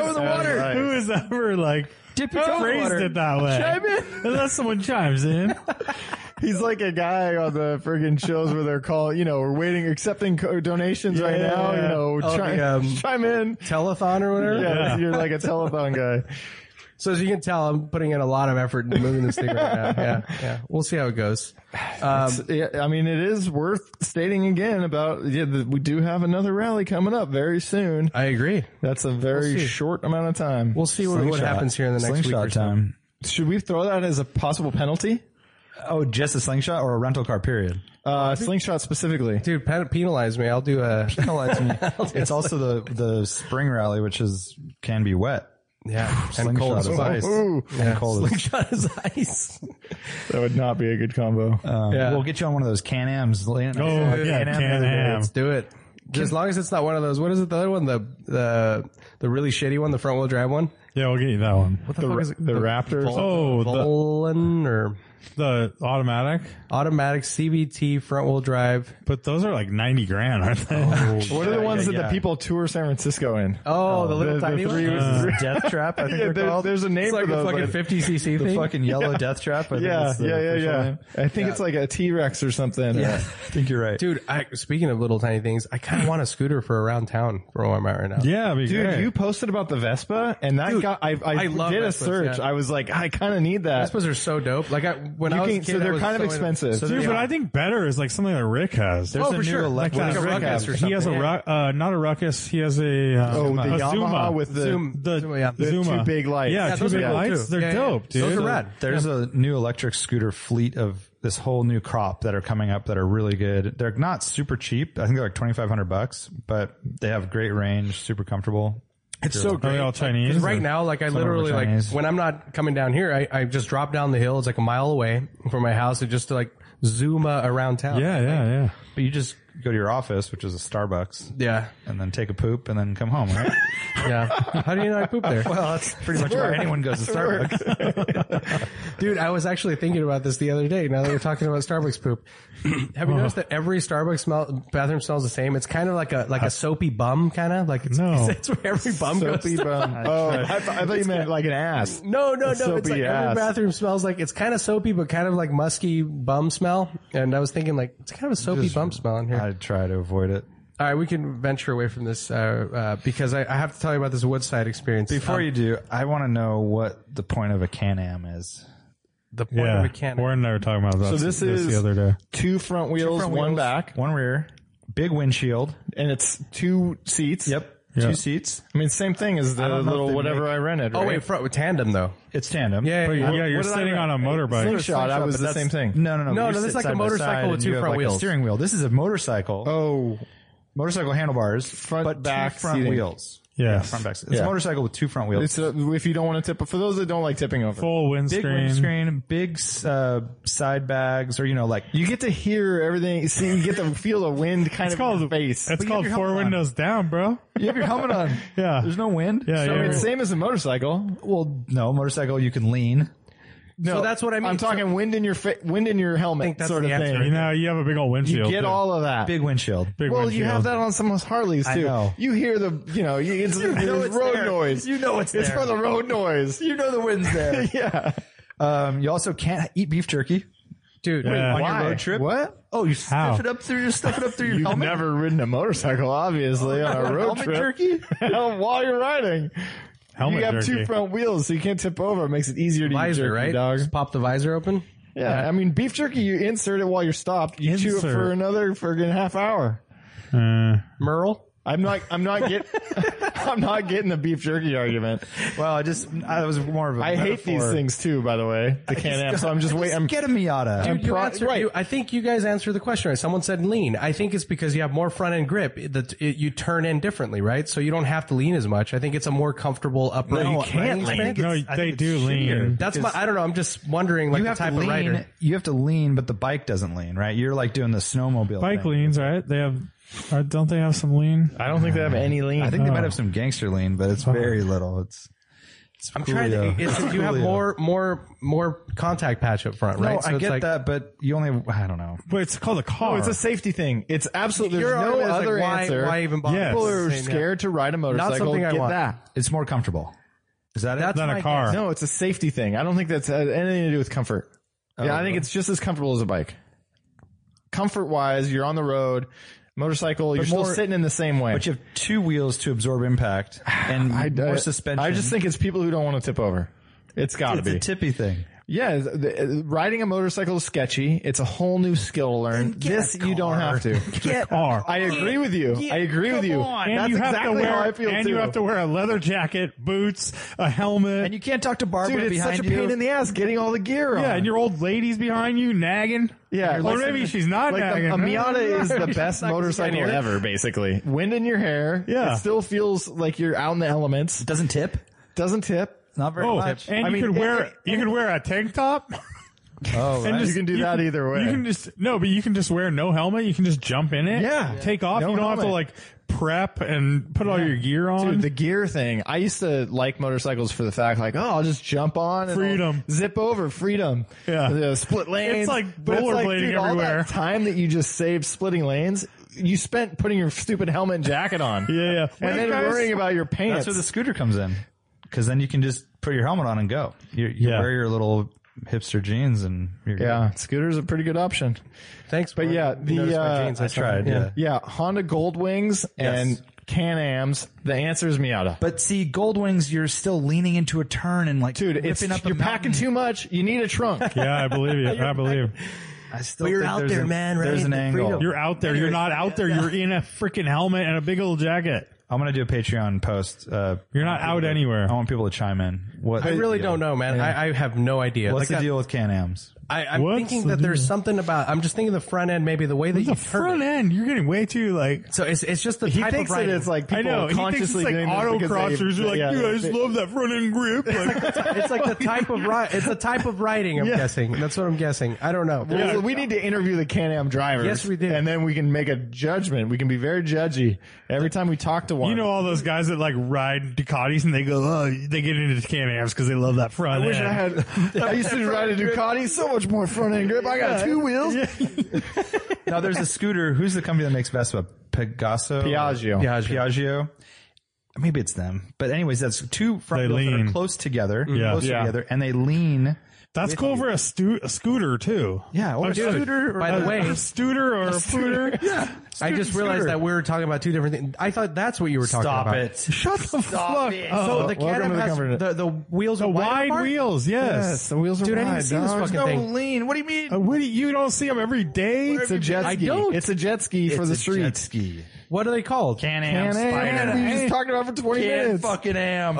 C: in the water.
B: is- Who is ever like phrased it that way? Unless someone chimes in.
E: He's like a guy on the friggin' shows where they're called, you know, we're waiting, accepting co- donations right now. You know,
D: Oh,
E: chime,
D: the, um,
E: [LAUGHS] chime in.
D: Telethon or whatever.
E: Yeah, you're like a telethon guy.
D: So as you can tell, I'm putting in a lot of effort in moving this thing right
C: [LAUGHS]
D: now. Yeah. Yeah. We'll see how it goes. Um,
E: Yeah, I mean, it is worth stating again about yeah, the, we do have another rally coming up very soon.
D: I agree.
E: That's a very
D: see.
E: short amount of time.
D: We'll see what, what
C: Slingshot.
D: happens here in the next week
C: slingshot
D: or so.
C: time.
E: Should we throw that as a possible penalty?
C: Oh, just a slingshot or a rental
D: [LAUGHS]
C: car? Period.
E: Uh, slingshot specifically.
D: Dude, pen- penalize me. I'll do a,
C: Penalize
D: [LAUGHS]
C: me. it's also the the spring rally, which is can be wet
D: yeah, and
C: Slingshot
D: cold as
C: is
D: ice.
C: ice.
E: Ooh,
C: and cold.
D: [LAUGHS]
C: as-
D: Slingshot is ice.
E: that would not be a good combo.
C: Um,
D: Yeah.
C: We'll get you on one of those Can Am's. Oh yeah,
B: yeah, Can-Am.
D: Let's do it. As long as it's not one of those. What is it? The other one, the the the really shitty one, the front wheel drive one.
B: Yeah, we'll get you that one.
D: What the, fuck is it?
E: the Raptors.
B: Oh, the,
D: Volin or
B: the automatic.
D: automatic CVT front wheel drive.
B: But those are like 90 grand, aren't [LAUGHS] they?
E: What are the ones that the people tour San Francisco in?
D: Oh, the little
E: the
D: tiny
E: three-
D: one.
C: Death
D: [LAUGHS]
C: Trap. I think
E: Yeah,
C: they're
E: there-
C: called.
E: there's a name
D: It's like
E: for
D: a
E: those.
D: fucking
E: but-
D: 50 cc
C: the
D: thing.
C: fucking yellow Death Trap. I think
E: yeah,
C: that's the
E: yeah, yeah,
C: official
E: yeah.
C: name.
E: I think it's like a T Rex or something. Yeah.
C: I think you're right.
D: Dude, I, speaking of little tiny things, I kind of want a scooter for around town for where I'm at right now.
B: yeah, it'd be
E: Dude,
B: great.
E: you posted about the Vespa, and that
D: Dude,
E: got I, I,
D: I love
E: did a
D: Vespas,
E: search.
D: yeah.
E: I was like, I kind of need that.
D: Vespas are so dope. Like I, when
E: You
D: I was
E: can-
D: a kid,
E: so
D: I
E: they're
D: was
E: kind of
D: into-
E: expensive.
D: so
B: Dude,
D: they
B: but
D: are.
B: I think better is like something that Rick has.
C: There's
D: Oh,
C: a
D: for
C: new
D: sure.
C: electric-
D: Like a ruckus or
B: he has a
D: something.
B: ru- uh, not a ruckus. He has a uh,
E: oh, the
B: a
E: Yamaha
B: Zuma.
E: with the
D: Zoom.
B: the,
D: Zuma, yeah.
B: the
E: The two
B: Zuma.
E: big lights.
B: Yeah,
E: Yeah,
B: two
D: those are
B: big
D: cool,
B: lights.
D: too.
B: They're
D: Yeah, yeah.
B: dope, dude.
D: Those are rad.
C: There's a new electric scooter fleet of this whole new crop that are coming up that are really good. They're not super cheap. I think they're like 2500 bucks, but they have great range, super comfortable.
D: It's so
B: Are
D: great.
B: they all Chinese?
D: Because right now, like I
C: of them are
D: literally like
C: Chinese.
D: when I'm not coming down here, I, I just drop down the hill. It's like a mile away from my house, and just to like zoom uh, around town.
B: Yeah, yeah, yeah.
C: But you just go to your office, which is a Starbucks,
D: Yeah.
C: and then take a poop and then come
E: [LAUGHS]
C: home, right?
D: [LAUGHS] Yeah. How do you know I poop there?
C: well, that's pretty much where anyone goes to Starbucks.
D: Dude, I was actually thinking about this the other day. Now that we're talking about Starbucks poop, [CLEARS THROAT] have you noticed that every Starbucks smell, bathroom smells the same? It's kind of like a like a soapy bum, kind of like it's,
B: No.
D: [LAUGHS] it's where every bum goes.
E: Soapy
C: [LAUGHS]
E: bum. Oh, I, th- I thought you meant like an ass.
D: No, no, no. It's
E: soapy
D: like every
E: ass.
D: bathroom smells like it's kind of soapy, but kind of like musky bum smell. And I was thinking like it's kind of a soapy bum smell in here.
C: I try to avoid it.
D: All right, we can venture away from this uh, uh, because I, I have to tell you about this Woodside experience.
C: Before
D: Um,
C: you do, I want to know what the point of a Can Am is.
D: the point
B: Yeah,
D: of a can.
B: Warren and I were talking about that.
E: So this
B: the
E: is-
B: other day.
E: Two front wheels,
C: front
E: one
C: wheels.
E: back,
C: One rear, big windshield.
E: and it's two seats.
B: Yeah.
C: Two seats.
E: I mean, same thing as the
C: don't know if
E: little
C: they
E: whatever I rented.
D: Oh
E: right?
D: wait, front with tandem though.
C: It's tandem.
D: Yeah,
B: But
D: yeah,
B: yeah, you're sitting on a motorbike.
E: Slingshot, I was
C: but
E: the
C: that's-
E: same thing.
C: No, no, no.
D: No, no,
C: You
D: this
C: sit
D: is like
C: side
D: a
C: by
D: motorcycle
C: side
D: with
C: and
D: two
C: you have,
D: front
C: like, a
D: wheels.
C: steering wheel. This is a motorcycle.
E: Oh,
C: Motorcycle handlebars,
E: Front,
C: but
E: back
C: two front
E: seating.
C: wheels.
B: Yes.
C: front back. It's
E: Yeah.
C: a motorcycle with two front wheels.
E: it's a, if you don't want to tip. For those that don't like tipping over,
B: Full
C: big
B: windscreen.
C: windscreen, big uh, side bags, or you know, like
E: you get to hear everything. See, you get to feel the wind kind
B: It's
E: of
B: called
E: in your face.
B: It's
C: you
B: called
C: have your
B: four
C: helmet on.
B: windows down, bro.
C: you have your helmet on.
B: Yeah.
C: there's no wind.
B: Yeah,
C: so
B: yeah.
E: It's same as a motorcycle.
C: well, no motorcycle. You can lean.
E: No,
D: So that's what I mean.
E: I'm talking
D: So-
E: wind in your fa- wind in your
D: think
E: helmet
D: that's
E: sort of
D: the answer.
B: You
E: thing.
B: know, you have a big old windshield.
E: You get
B: too.
E: all of that.
C: Big windshield.
B: Big
E: well, you
B: windshield.
E: have that on someone's Harleys too.
C: I know.
E: You hear the, you know, you,
C: [LAUGHS]
E: it's, it's road noise.
C: You know it's
E: it's
C: there.
E: for the road noise.
C: you know the wind's there.
E: [LAUGHS] yeah.
C: um, you also can't eat beef jerky.
D: dude.
B: Yeah.
C: on
E: Why?
C: your road trip.
E: What?
C: Oh, you
B: How?
C: stuff it up through your stuff it up through your
E: You've
C: helmet.
E: never ridden a motorcycle, obviously, on a road
C: Oh, helmet
E: trip. [LAUGHS]
C: jerky.
E: While you're riding,
B: helmet
E: you have
B: jerky.
E: two front wheels, so you can't tip over. It makes it easier to eat
D: Visor,
E: jerky,
D: right?
E: dog.
D: Just pop the visor open.
E: Yeah, I mean, beef jerky, you insert it while you're stopped. You chew it
B: Insert.
E: for another friggin' half hour.
B: Uh,
D: Merle.
E: I'm not. I'm
C: [LAUGHS]
E: not get. [LAUGHS] I'm not getting the beef jerky argument.
C: well, I just I was more of a
E: I hate these
C: metaphor.
E: things too. By the way, the can am. So I'm just waiting. I'm
C: Get a Miata.
E: I'm
D: You
E: pro-
D: answered-
E: right.
D: you- I think you guys answered the question right. Someone said lean. I think it's because you have more front end grip it- that it- you turn in differently, right? So you don't have to lean as much. I think it's a more comfortable upright.
C: No, you can't
D: riding
C: lean.
D: stance.
B: no,
C: it's- I
B: they
C: think
B: do
C: it's shittier.
B: lean.
D: That's my. I don't know. I'm just wondering, like
C: you
D: the
C: have to
D: type of
C: lean.
D: rider.
C: You have to lean, but the bike doesn't lean, right? You're like doing the snowmobile.
B: Bike
C: thing.
B: leans, right? They have, or don't they have some lean?
E: I don't think they have any lean. Oh.
C: I think they might have some gangster lean, but it's very little. It's. it's
D: I'm trying to.
C: Coolio.
D: It's,
C: It's
D: you have
C: Coolio.
D: more, more, more contact patch up front,
C: No,
D: right?
C: I
D: it's
C: get
D: like-
C: that, but you only. I don't know.
B: But it's called a car.
E: No, Oh, it's a safety thing. It's absolutely. There's
D: You're
E: no
D: always like,
E: other
D: why,
E: answer.
D: Why even bother?
B: Yes.
E: People who are
D: Saying that.
E: scared to ride a motorcycle.
D: something I
E: get
D: want.
E: that.
C: It's more comfortable. Is that
D: That's
C: it?
B: not
D: my
B: a car.
E: No, it's a safety thing. I don't think that's had anything to do with comfort.
D: Oh,
E: yeah, I think it's just as comfortable as a bike. Comfort wise, you're on the road. Motorcycle, you're
C: more-
E: still sitting in the same way.
C: But you have two wheels to absorb impact
E: [SIGHS]
C: and
E: I, I-
C: more suspension.
E: I just think it's people who don't want to tip over. It's got to
C: it's
E: be.
C: a tippy thing.
E: yeah, the- the- riding a motorcycle is sketchy. It's a whole new skill to learn. This you don't have to.
D: [LAUGHS]
B: car.
E: I agree with you. I agree with you.
B: and
E: That's
B: you have
E: exactly
B: to wear,
E: how I feel
B: and
E: too.
B: you have to wear a leather jacket, boots, a helmet.
C: And you can't talk to Barbara
E: Dude, it's
C: behind
E: such a
C: you.
E: pain in the ass getting all the gear on.
B: yeah, and your old lady's behind you nagging.
E: Yeah,
B: or
E: like-
B: maybe she's not
E: like
B: nagging.
E: the, a [LAUGHS] Miata is the best motorcycle
B: here.
E: ever, basically. Wind in your hair.
B: Yeah.
E: It still feels like you're out in the elements.
C: it doesn't tip.
E: Doesn't tip.
C: Not very
B: Oh,
C: much.
B: and
E: I
B: you
E: mean,
B: could
E: it-
B: wear
E: it- Uh,
B: you could wear a tank top.
C: oh,
B: And
C: right.
B: just-
E: can do that either way.
B: You can just no, but you can just wear no helmet. You can just jump in it.
E: Yeah.
B: take off.
E: No
B: you don't have to
E: helmet.
B: like prep and put all your gear on.
E: Dude, the gear thing. I used to like motorcycles for the fact, like, oh, I'll just jump on and I'll
B: Freedom.
E: zip over, freedom.
B: Yeah.
E: The split lanes.
B: like
E: But it's like,
B: rollerblading
E: dude, all that
B: everywhere.
E: time that you just saved splitting lanes, you spent putting your stupid helmet and jacket on.
B: yeah, yeah.
E: And
B: Wait,
E: then
B: guys.
E: worrying about your pants.
C: That's where the scooter comes in, because then you can just put your helmet on and go. You, you
B: Yeah.
C: wear your little hipster jeans and you're good.
E: yeah, scooter's a pretty good option.
D: Thanks,
E: But
D: Mark.
E: yeah,
D: You
E: the,
D: noticed my
E: uh,
D: jeans,
C: I tried. Yeah.
E: Yeah, Honda Goldwings and Can-Ams. The answer is Miata. But
C: But see, Goldwings, you're still leaning into a turn and like
E: dude, it's,
C: ripping up a
E: you're packing
C: mountain.
E: too much. You need a trunk.
B: yeah, I believe
E: [LAUGHS]
B: you. I believe
C: I still
D: We're
C: think
D: out
C: there's
D: there,
C: an-
D: man, right?
C: There's an
D: The
C: angle.
D: freedom.
B: you're out there. You're not out there. You're in a freaking helmet and a big old jacket.
C: I'm gonna do a Patreon post. Uh,
B: You're not out anywhere.
E: Oh,
C: I want people to chime in. What
D: I really don't know, man. I, I have no idea.
C: What's
D: Like
C: the
D: that-
C: deal with Can-Am's?
D: I, I'm
B: What's
D: thinking
B: the
D: that there's something about. I'm just thinking the front end, maybe the way that
B: The
D: you turn
B: front
D: it.
B: end, you're getting way too like.
D: So it's it's just the
E: He
D: type
E: thinks
D: of
E: that
D: writing.
E: it's like people
B: I know. He thinks it's
E: consciously
B: like
E: doing this because they-
B: autocrossers are like,
E: yeah,
B: you guys
E: they-
B: love that front end grip.
E: [LAUGHS]
B: Like,
D: it's like the type of ri- it's the type of writing. I'm guessing that's what I'm guessing. I don't know.
E: Well, we need to interview the Can-Am drivers.
D: Yes, we did.
E: And then we can make a judgment. We can be very judgy every time we talk to one.
B: you know all those guys that like ride Ducatis and they go, oh, they get into Can-Am's because they love that front
E: I wish
B: end.
E: I had. [LAUGHS] I used to ride a Ducati, so much more front end grip. I got two wheels.
C: now there's a scooter. Who's the company that makes Vespa? Pegaso.
E: Piaggio.
C: Piaggio. Piaggio. Maybe it's them. But anyways, that's two front
B: They
C: wheels that
B: lean.
C: are close together,
B: Yeah.
C: close
E: Yeah.
C: together, and they lean.
B: That's cool for a, stu- a scooter too.
C: Yeah, or
B: a
C: a
B: scooter.
D: by
B: or
D: the
B: a,
D: way-
B: a scooter or a scooter.
E: [LAUGHS]
B: yeah,
D: I just realized that we were talking about two different things. I thought that's what you were talking about.
B: Shut the fuck. up.
D: So the Can-Am
E: to the
D: has
E: conversation.
D: the, the wheels are
B: The wide
D: apart?
B: wheels,
E: Yes,
B: yes.
E: the wheels are
D: Dude, I
E: wide.
D: didn't see this
E: dog.
D: fucking
E: no
D: thing.
E: lean. What do you mean?
B: Uh, what do you you don't see them every day?
E: it's a jet
D: I
E: ski.
D: don't.
E: It's a jet ski for the streets.
C: ski.
D: What are they called?
C: Can-Am
E: Can-Am.
C: Spider.
E: We just talked about it for 20 minutes. Oh,
C: fucking am.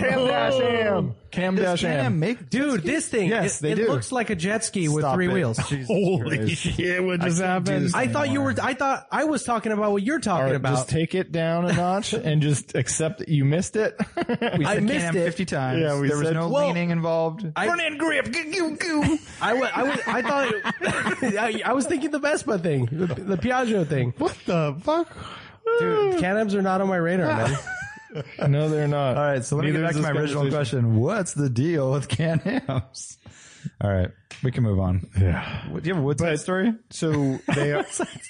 E: Cam dash am. Cam dash am.
C: make
D: Dude, this thing.
E: Yes,
D: it,
E: they
D: it
E: do.
D: looks like a jet ski with
E: Stop
D: three
E: it.
D: wheels.
B: Holy shit! What just happened?
D: I thought you were. I thought I was talking about what you're
E: All
D: talking
E: right,
D: about.
E: just take it down a notch and just accept that you missed it. [LAUGHS]
C: We
D: I
C: said
D: missed
C: Can-Am
D: it.
C: 50 times.
E: Yeah, we
C: there was
E: said-
C: no
D: Well,
C: leaning involved.
D: I-
C: Front end grip. Goo, goo, goo.
D: I wa- I wa- I
E: [LAUGHS]
D: thought [LAUGHS] I, I was thinking the Vespa thing, the, the Piaggio thing.
E: what the fuck?
D: Dude, Can-Ams are not on my radar,
E: [LAUGHS]
D: man.
E: No, they're not.
C: All right, so let me get
E: Neither
C: back
E: is
C: to my
E: this
C: original
E: conversation.
C: question. What's the deal with Can-Ams? [LAUGHS] All right, we can move on.
B: Yeah.
C: Do you have a Woods Side story?
E: So they are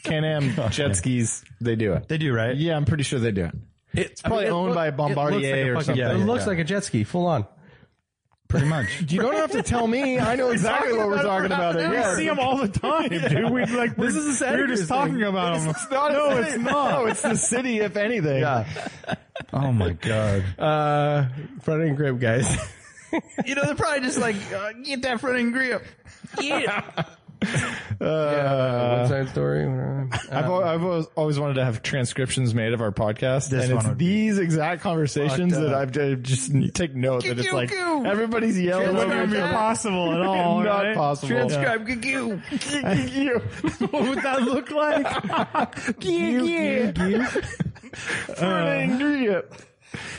E: Can-Am jet skis. They do it.
C: They do, right?
E: Yeah, I'm pretty sure they do it.
D: It's
E: probably owned by Bombardier or something.
D: It
C: Yeah,
D: looks
C: yeah.
D: like a jet ski, full on.
C: pretty [LAUGHS] much.
E: You don't have to tell me. I know exactly what we're talking about.
B: We
E: Yeah.
B: see them all the time, dude. We like
E: [LAUGHS]
B: we're,
D: is a
B: we
D: Saturday
B: were just
D: thing.
B: talking about them.
E: no, it's not. No, it's the city, if anything. Yeah.
C: Oh my god.
D: Uh, front end grip,
E: [LAUGHS]
D: guys.
C: you know, they're probably just like uh, get that front end grip.
E: [LAUGHS]
D: West Side Story. whatever.
E: Uh, I've, al- I've always, always wanted to have transcriptions made of our podcast,
C: This
E: and
C: one
E: it's
C: would be
E: these exact conversations
C: fucked
E: that
C: up.
E: I've I just take note that it's like everybody's yelling
B: It
E: over
B: wouldn't be
E: me.
B: possible at all.
E: Not
B: right?
E: possible. Transcribe.
C: [LAUGHS]
E: You.
B: What would that look like?
E: [LAUGHS] Uh,
C: Uh,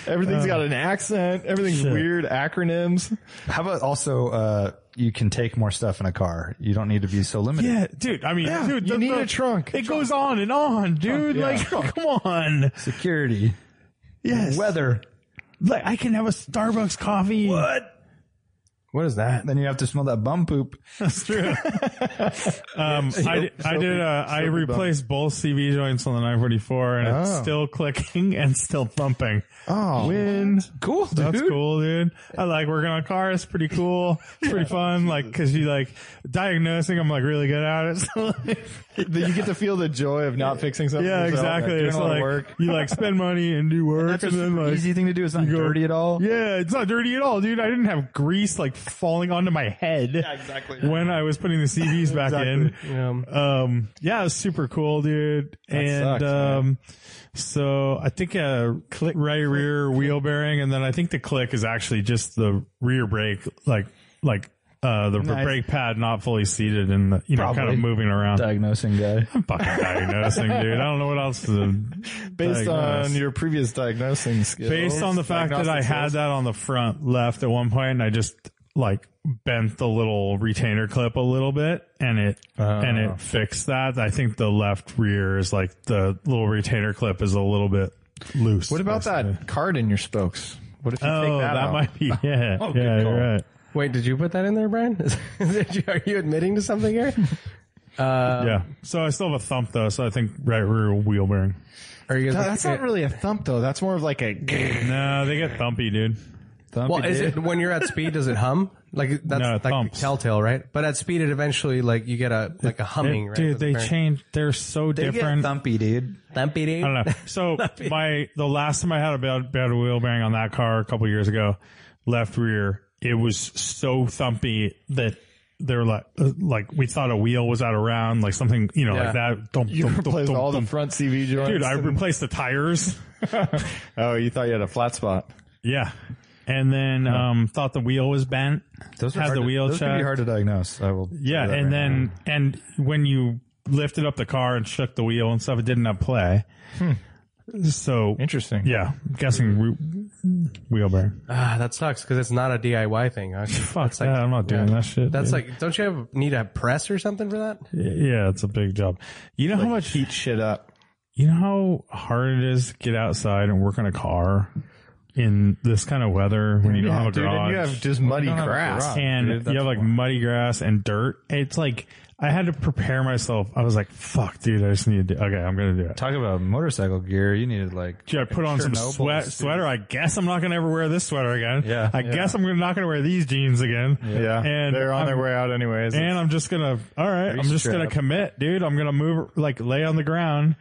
E: Everything's got an accent. Everything's weird acronyms.
C: How about also uh, you can take more stuff in a car. You don't need to be so limited.
B: yeah, dude. I mean, dude,
E: you
B: the,
E: need
B: the-
E: a trunk.
B: It goes on and on, dude.
E: yeah.
B: Like, [LAUGHS] come on.
C: Security,
B: Yes.
C: weather.
B: Like, I can have a Starbucks coffee. What?
C: What is that? Then you have to smell that bum poop.
B: [LAUGHS] That's
E: [LAUGHS]
B: true. um, I, did- I did. Uh, I replaced both CV joints on the 944, and it's
E: Oh.
B: still clicking and still thumping.
E: Oh,
B: Win.
C: Cool, dude.
B: That's cool, dude. I like working on cars. It's pretty cool. It's pretty fun. Like, cause you like diagnosing, I'm like really good at it. [LAUGHS] So like,
E: That you get to feel the joy of not fixing something.
B: yeah,
E: yourself,
B: exactly.
E: Like doing
B: It's
E: a lot of
B: like,
E: work.
B: you like spend money and do work
C: That's
B: and,
C: a
B: then
C: super
B: like,
C: easy thing to do. It's not
B: go-
C: dirty at all.
B: yeah, it's not dirty at all, dude. I didn't have grease like falling onto my head.
E: exactly.
B: When I was putting the CVs back in, um, yeah, it was super cool, dude. and
E: sucks, man.
B: um, so I think a click right rear wheel bearing, and then I think the click is actually just the rear brake, like like uh the
C: Nice.
B: brake pad not fully seated and the, you know kind
C: Probably.
B: of moving around.
C: Diagnosing guy.
B: I'm fucking diagnosing, dude. I don't know what else to
E: Based
B: diagnose.
E: on your previous diagnosing skills.
B: Based on the fact that I
E: diagnostic
B: had
E: skills.
B: that on the front left at one point, and I just like bent the little retainer clip a little bit, and it and it fixed that. I think the left rear is like the little retainer clip is a little bit loose.
E: What about that card in your spokes? What if you take
B: Oh,
E: that,
B: that,
E: out?
B: might be yeah.
C: Oh, good
B: yeah,
C: call.
B: you're right.
D: Wait, did you put that in there, Brian? [LAUGHS] Is- is it- Are you admitting to something here?
B: yeah. So I still have a thump though, so I think right rear wheel bearing.
D: Are you
E: No,
D: guys?
E: that's not really a thump though. That's more of
B: [LAUGHS]
E: like a.
B: No, they get thumpy, dude.
D: well, is it when you're at speed? Does it hum? Like that's
B: No, it
D: like
B: thumps.
D: telltale, right? But at speed, it eventually like you get a like a humming, right?
B: dude,
D: with the
B: they
D: bearing.
B: change. They're so different.
C: thumpy, dude.
D: Thumpy, dude.
B: I don't know. [LAUGHS]
E: [LAUGHS]
B: So my the last time I had a bad, bad wheel bearing on that car a couple years ago, left rear, it was so thumpy that they're like, uh, like we thought a wheel was out of round, like something, you know,
E: Yeah.
B: like that. Don't,
E: You replaced all the front CV joints.
B: dude, I
E: and-
B: replaced the tires.
E: oh, you thought you had a flat spot.
B: Yeah. And then, um, thought the wheel was bent.
C: Those are
B: had
C: hard
B: the
C: to,
B: wheel
C: those can be
B: checked.
C: hard to diagnose. I will.
B: Yeah,
C: say that
B: and
C: right
B: then and when you lifted up the car and shook the wheel and stuff, it didn't play.
E: Hmm.
B: So
E: Interesting.
B: yeah, guessing re- wheel bearing.
D: Ah, that sucks because it's not a DIY
B: [LAUGHS]
D: thing. huh?
B: Fuck
D: That's
B: that! I'm not doing
D: yeah.
B: that shit.
D: That's
B: dude.
D: like, don't you have, need a press or something for that?
B: yeah, it's a big job. You know how much
E: Heat shit up.
B: you know how hard it is to get outside and work on a car in this kind of weather when you don't have a
E: Dude, and
B: garage
E: you have just muddy grass.
B: and
C: dude,
B: you
C: that's
B: have like
C: why.
B: muddy grass and dirt. It's like I had to prepare myself. I was like, "Fuck, dude! I just need to do. Okay, I'm gonna do it."
C: Talk about motorcycle gear. You needed like.
B: Dude, I put on some
C: Chernobyl
B: sweat,
C: suit.
B: sweater. I guess I'm not going to ever wear this sweater again.
C: Yeah.
B: I
C: Yeah.
B: guess I'm not going to wear these jeans again.
E: Yeah,
B: And
E: they're on
B: I'm-
E: their way out anyways.
B: And I'm just going to, all right, I'm just going to
C: strap.
B: commit, dude. I'm going to move, like lay on the ground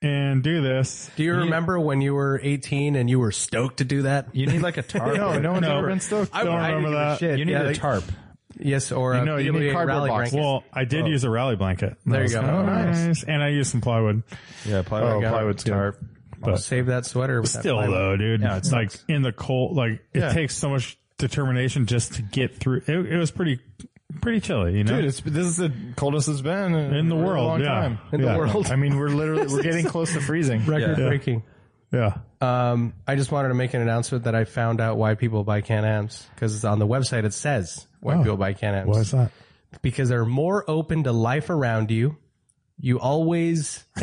B: and do this.
D: Do you remember when you were 18 and you were stoked to do that?
C: You need like
B: [LAUGHS]
C: a tarp.
E: no,
B: Oh,
E: no one's ever been stoked.
B: Don't remember
D: didn't give a
B: that.
D: shit.
C: You need
D: Yeah,
C: a
D: like-
C: tarp.
D: Yes, or a
E: know, you need
D: PWA
E: cardboard
D: rally
E: box.
D: blanket.
B: Well, I did use a rally blanket. There
D: you go.
B: Oh,
D: Oh,
B: nice. And I used some plywood.
C: Yeah, plywood.
E: Oh, plywood's good.
C: [LAUGHS] tarp.
D: Save that sweater. With that
B: Still
D: plywood.
B: though, dude.
C: Yeah, it
B: it's like in the cold, like it
C: Yeah.
B: takes so much determination just to get through. It, it was pretty, pretty chilly, you know?
E: Dude, it's, this is the coldest it's been in,
B: In the
E: a really
B: world,
E: long
B: yeah.
E: time.
B: In the Yeah.
E: world. I mean, we're literally we're getting close to freezing.
D: Record breaking.
B: yeah.
D: Um, I just wanted to make an announcement that I found out why people buy Can-Ams because on the website it says why people buy Can-Ams.
B: Why is that?
D: Because they're more open to life around you. You always [LAUGHS]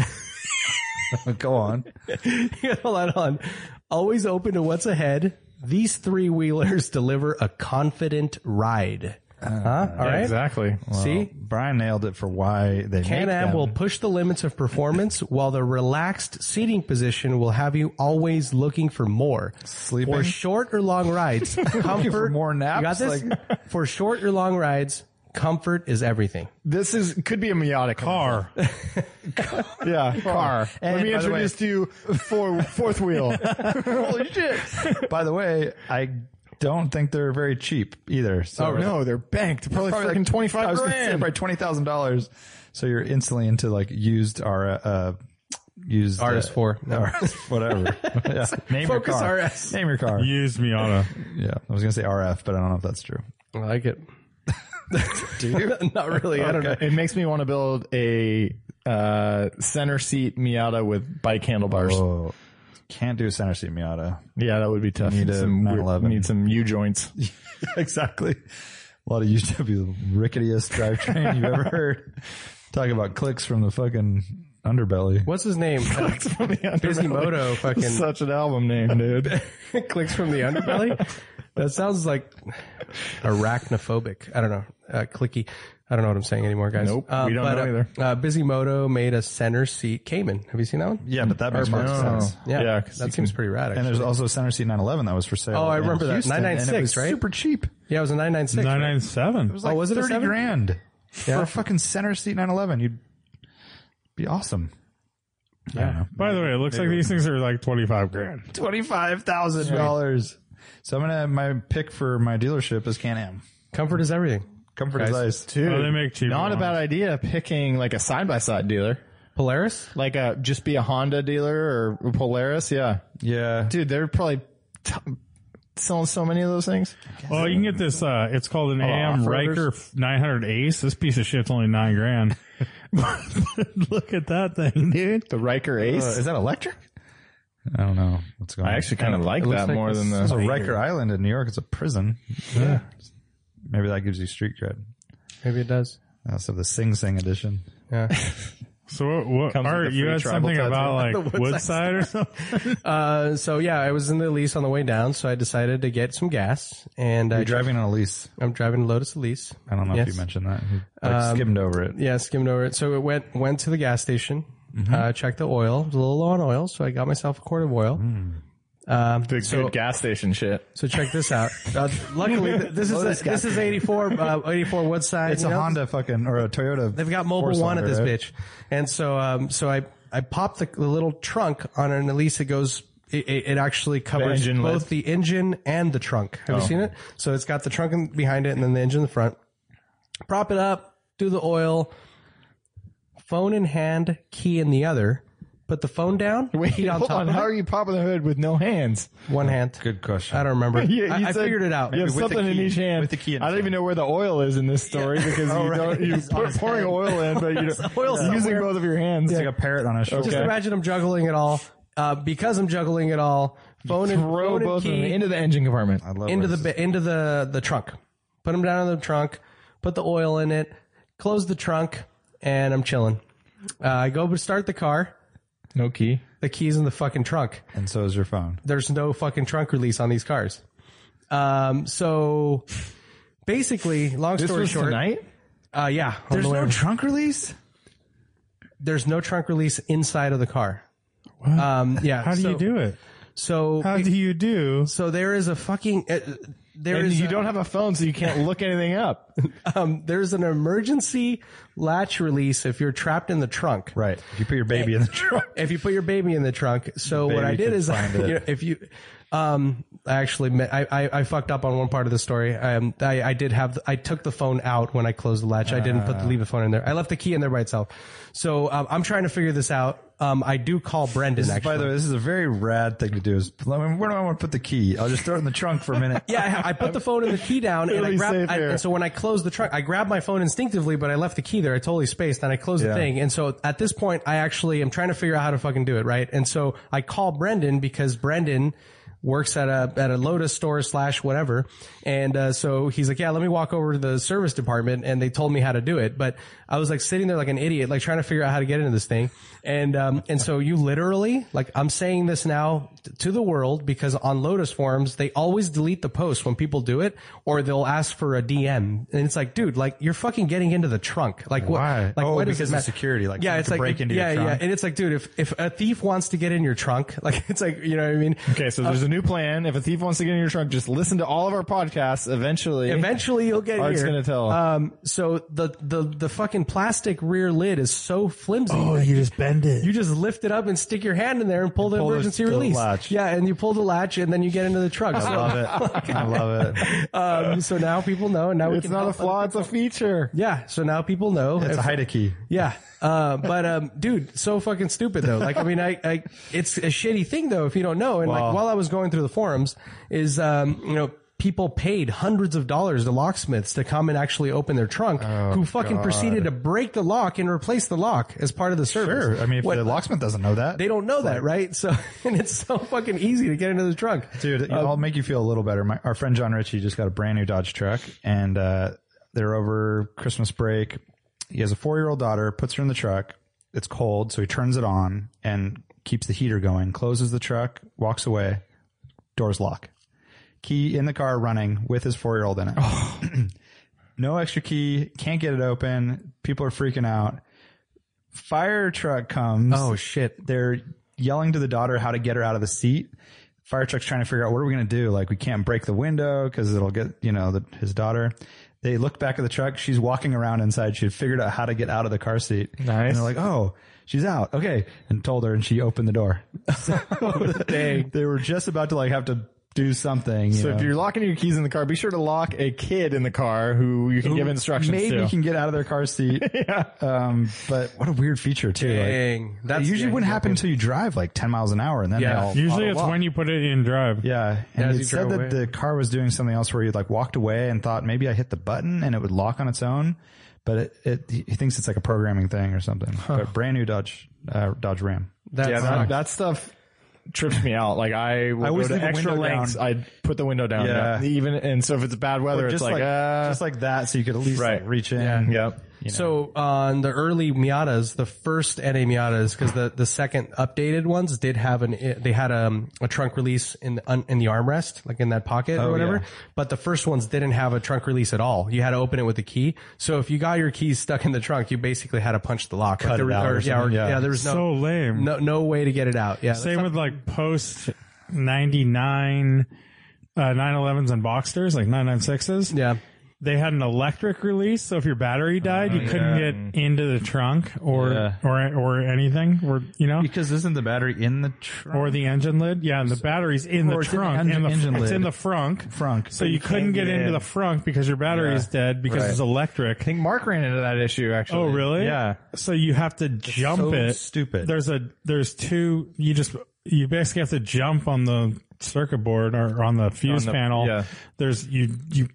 C: Go on.
D: hold on, hold on. Always open to what's ahead. These three wheelers [LAUGHS] deliver a confident ride. Huh? All right.
E: [LAUGHS] Exactly.
D: See,
C: Brian nailed it for why they make
D: Can-Am
C: them.
D: will push the limits of performance while the relaxed seating position will have you always looking for more.
C: Sleeping?
D: For short or long
C: [LAUGHS]
D: rides, comfort.
C: for more naps?
D: You got this? for short or long rides, comfort is everything.
E: This is could be a Miata [LAUGHS] car. yeah, car. Let
C: And
E: me
C: by the way-
E: introduce to you four, fourth wheel. [LAUGHS] Holy shit!
C: By the way, I don't think they're very cheap either. So
E: Oh no, they're banked. Probably,
C: Probably
E: freaking
C: like-
E: twenty
C: I
E: five
C: was gonna say
E: grand.
C: probably twenty thousand dollars. So you're instantly into like used R uh used uh,
D: RS4. No.
C: RS, [LAUGHS] whatever. Yeah. Name
D: Focus
C: your car.
D: RS.
C: Name your car.
B: Used Miata.
C: Yeah, I was gonna say RF, but I don't know if that's true.
D: I like it. Do you? [LAUGHS] Not really. I don't know.
E: It makes me want to build a uh, center seat Miata with bike handlebars.
C: Oh, can't do a center seat Miata.
E: Yeah, that would be tough.
C: Need a
E: some,
C: 911.
E: need some U joints. [LAUGHS]
C: exactly. A lot of UW ricketiest drivetrain you've ever heard. Talk about clicks from the fucking underbelly.
D: What's his
C: [LAUGHS]
D: name? Moto fucking-
E: [LAUGHS] such an album name, dude.
D: Clicks from the
E: [LAUGHS]
D: underbelly. That sounds like arachnophobic. I don't know. Uh, clicky. I don't know what I'm saying anymore, guys.
E: Nope,
D: Uh,
E: we don't
D: but,
E: know
D: uh,
E: either.
D: Uh, Busymoto made a center seat Cayman. Have you seen that one?
C: Yeah, but that makes more sense.
D: Oh. Yeah,
E: Yeah, 'cause
D: that
E: you
D: seems
E: can-
D: pretty rad.
C: And
D: actually.
C: there's also a center seat 911 that was for sale.
D: Oh, I
C: in
D: remember that.
C: Houston, and it
D: 996,
C: was
D: right?
C: Super cheap.
D: yeah, it was a 996. right?
B: 997.
C: It Oh, was like
D: was it a
C: 30
D: seven?
C: grand
D: Yeah.
C: for a fucking center seat 911. You'd be awesome. Yeah.
B: By the way, it looks like these things are like 25 grand.
C: $25,000. So I'm going to, my pick for my dealership is Can-Am.
D: Comfort is everything.
C: Comfort
D: Guys,
C: is ice.
E: Dude,
B: Oh, they make cheaper
E: Not a
B: ones.
E: bad idea picking like a side by side dealer,
D: Polaris.
E: like a just be a Honda dealer or Polaris. Yeah,
C: Yeah.
E: dude, they're probably t- selling so many of those things.
B: Oh, you can get this. Uh, it's called an AM
E: off-roaders?
B: Riker 900 Ace. This piece of shit's only nine grand. [LAUGHS] Look at that thing, dude.
E: The Riker
C: Uh,
E: Ace.
C: is that electric? I don't know what's going on.
E: I actually kind of like that more than
C: There's a
E: the.
C: Riker Island in New York. It's a prison. Yeah. Maybe that gives you street cred.
D: Maybe it does.
C: Also the Sing Sing edition.
D: Yeah. [LAUGHS]
B: So what, what
E: Comes with
B: Art,
E: the
B: you
E: free
B: had
E: tribal
B: something
E: tattoo.
B: about like Woodside or something?
D: Uh, so yeah, I was in the lease on the way down, so I decided to get some gas, and I
C: You're driving on a lease.
D: I'm driving a Lotus Elise.
C: I don't know
D: Yes.
C: if you mentioned that. You, like, skimmed over it.
D: Yeah, skimmed over it. So it went went to the gas station,
E: Mm-hmm.
D: uh, checked the oil. It was a little low on oil, so I got myself a quart of oil.
E: The good gas station shit.
D: So check this
E: [LAUGHS]
D: out. Uh, luckily, th- [LAUGHS] this is a, this is 84 uh, 84 Woodside.
C: It's
D: you
C: a
D: know?
C: Honda fucking or a Toyota.
D: They've got mobile one at this bitch, and so um, so I I popped the, the little trunk on an Elise. It goes. It, it it actually covers
E: engine
D: both
E: lift? Oh.
D: the engine and the trunk. Have you seen it? So it's got the trunk in, behind it, and then the engine in the front. prop it up, do the oil, phone in hand, key in the other, put the phone down,
E: [LAUGHS] Wait,
D: key on
E: hold
D: top
E: on.
D: of
E: How
D: it,
E: are you popping the hood with no [LAUGHS] hands?
D: one hand.
C: Good question.
D: I don't
E: [LAUGHS]
D: remember.
E: You-
D: I,
E: you
D: I
E: said
D: figured it out.
E: You have
C: with the
E: something in
C: key-
E: each hand.
C: with the key in
E: I don't
C: hand.
E: even know where the Oh, oil is in this story [LAUGHS] because you
D: right.
E: don't, you
D: It's on
E: put
D: his
E: pouring
D: head.
E: oil in, but [LAUGHS] you don't,
D: Oil
E: you're using
D: somewhere.
E: both of your hands.
C: It's like a parrot on a shoulder.
D: Just
E: Okay.
D: imagine I'm juggling it all. Uh, because I'm juggling it all, phone and,
E: Throw
D: phone and
E: both of
D: key
E: them into the engine compartment.
C: I love
D: into
C: where
D: the
C: this
D: ba- into the the trunk. Put them down in the trunk. Put the oil in it. Close the trunk, and I'm chilling. Uh, I go to start the car.
E: No key.
D: The keys in the fucking trunk.
C: is. And so is your phone.
D: There's no fucking trunk release on these cars. Um, so basically, long
E: This
D: story
E: was
D: short,
E: tonight.
D: uh, yeah, on the way over.
C: trunk release.
D: there's no trunk release inside of the car. Um, yeah.
B: How do you do it?
D: So
B: How do you do?
D: so there is a fucking uh, there
E: And
D: is
E: you
D: a-
E: don't have a phone, so you can't look anything up.
D: um, there's an emergency latch release if you're trapped in the trunk.
C: Right. If you put your baby in the trunk.
D: If you put your baby in the trunk. So what
C: Baby
D: I did
C: can
D: is, I, [LAUGHS]
C: find it.
D: you know, if you, um, I actually met, I, I, I fucked up on one part of the story. I, um, I, I did have, I took the phone out when I closed the latch. I didn't put
C: Ah.
D: the, leave the phone in there. I left the key in there by itself. So um, I'm trying to figure this out. Um, I do call Brendan [LAUGHS] actually.
C: By the way, this is a very rad thing to do. Is I mean, where do I want to put the key? I'll just throw it in the trunk for a minute.
D: [LAUGHS] Yeah, I, I put the phone and the key down, and I
E: Really
D: grabbed.
E: safe
D: I,
E: here.
D: and so when I closed the trunk, I grabbed my phone instinctively, but I left the key there. I totally spaced, and I closed the
C: Yeah.
D: thing. And so at this point, I actually am trying to figure out how to fucking do it, right? And so I call Brendan because Brendan works at a at a Lotus store slash whatever, and uh, so he's like, yeah, let me walk over to the service department, and they told me how to do it, but I was like sitting there like an idiot, like trying to figure out how to get into this thing, and um, and so you literally like I'm saying this now t- to the world because on Lotus forums they always delete the post when people do it, or they'll ask for a DM, and it's like, dude, like you're fucking getting into the trunk, like what?
C: Why?
D: Like
C: Oh,
D: what does
C: because
D: it
C: of
D: matter?
C: security, like
D: yeah,
C: someone
D: it's
C: could
D: like
C: break into your
D: yeah, yeah,
C: trunk.
D: and it's like, dude, if if a thief wants to get in your trunk, [LAUGHS] like it's like you know what I mean.
E: Okay, so there's a new plan. If a thief wants to get in your trunk, just listen to all of our podcasts. Eventually,
D: Eventually you'll get
E: Art's
D: here.
E: gonna tell.
D: Um, so the the the fucking plastic rear lid is so flimsy.
B: Oh, you just bend it.
D: You just lift it up and stick your hand in there and pull the
C: pull the-
D: emergency
C: the
D: release.
C: latch.
D: Yeah, and you pull the latch and then you get into the truck.
C: I
D: So,
C: love it. I love it.
D: [LAUGHS] um, so now people know. And now we
E: it's
D: can
E: not a
D: help
E: flaw;
D: other-
E: it's a feature.
D: Yeah, so now people know.
C: It's a hide a key.
D: yeah, uh, but um, dude, so fucking stupid though. Like, I mean, I, I, it's a shitty thing though if you don't know. And like, while I was going through the forums, is um, you know. People paid hundreds of dollars to locksmiths to come and actually open their trunk,
C: Oh,
D: who fucking proceeded to break the lock and replace the lock as part of the service.
C: Sure. I mean, if
D: What-
C: the locksmith doesn't know that,
D: they don't know that, right? So, [LAUGHS] and it's so fucking easy to get into the trunk.
C: Dude, I'll make you feel a little better. My, our friend John Ritchie just got a brand new Dodge truck, and uh, they're over Christmas break. He has a four-year-old daughter. Puts her in the truck. It's cold, so he turns it on and keeps the heater going. Closes the truck, walks away. Doors lock. Key in the car, running with his four-year-old in it. [CLEARS THROAT] no extra key. Can't get it open. People are freaking out. Fire truck comes
D: shit!
C: they're yelling to the daughter how to get her out of the seat. Fire truck's trying to figure out what are we going to do? Like we can't break the window because it'll get you know the, his daughter. They look back at the truck. She's walking around inside. She had figured out how to get out of the car seat. Nice. And they're like, oh, she's out. Okay, and told her, and she opened the door. [LAUGHS] So they were just about to like have to do something. you
E: So
C: know.
E: if you're locking your keys in the car, be sure to lock a kid in the car who you can give instructions
C: maybe
E: to.
C: can get out of their car [LAUGHS] seat. um, but what a weird feature too. Like,
D: Dang,
C: that
D: that's
C: usually
D: yeah,
C: wouldn't happen until you drive like 10 miles an hour and then
D: Yeah.
C: they'll
B: Usually it's when you put it in drive.
C: Yeah,
D: as
C: and
D: you
C: it said
D: drive
C: that
D: away.
C: the car was doing something else where you like walked away and thought maybe I hit the button and it would lock on its own, but it, it he thinks it's like a programming thing or something. But brand new Dodge uh, Dodge Ram.
D: That's
E: yeah,
D: not-
E: that, that stuff trips me out. Like I will
C: I always
E: go
C: leave
E: to
C: the
E: extra
C: window down.
E: lengths. I put the window down.
C: Yeah.
E: even and so if it's bad weather,
C: Or
E: it's like, uh,
C: just like that, so you could at least
E: right.
C: like, reach in.
E: yep.
D: So on the early Miatas, the first NA Miatas, because the, the second updated ones did have an they had a, a trunk release in the un, in the armrest, like in that pocket or whatever. But the first ones didn't have a trunk release at all. You had to open it with a key. So if you got your keys stuck in the trunk, you basically had to punch the lock. Cut
C: it out or
D: yeah,
C: something,
D: yeah.
C: yeah.
D: there was no
B: So lame.
D: no no way to get it out. Yeah,
B: Same with like post 99 uh, 911s and Boxsters, like 996s.
D: yeah.
B: they had an electric release, so if your battery died, you couldn't get into the trunk or
C: Yeah.
B: or or anything, or you know,
C: Because isn't the battery in the trunk?
B: or the engine lid. Yeah, and the battery's in the
C: Or it's in the
B: trunk,
C: engine-
B: and the,
C: engine
B: it's
C: lid.
B: in the frunk.
C: Frunk.
B: So
C: But
B: you,
C: you
B: couldn't
C: can't
B: get
C: get
B: into
C: in.
B: the frunk because your battery's dead because
C: Right.
B: it's electric.
E: I think Mark ran into that issue actually.
B: Oh, really?
E: Yeah.
B: So you have to jump
C: so
B: it.
C: stupid.
B: There's a there's two. You just you basically have to jump on the circuit board or on the fuse
E: On the-
B: panel.
E: yeah.
B: There's you you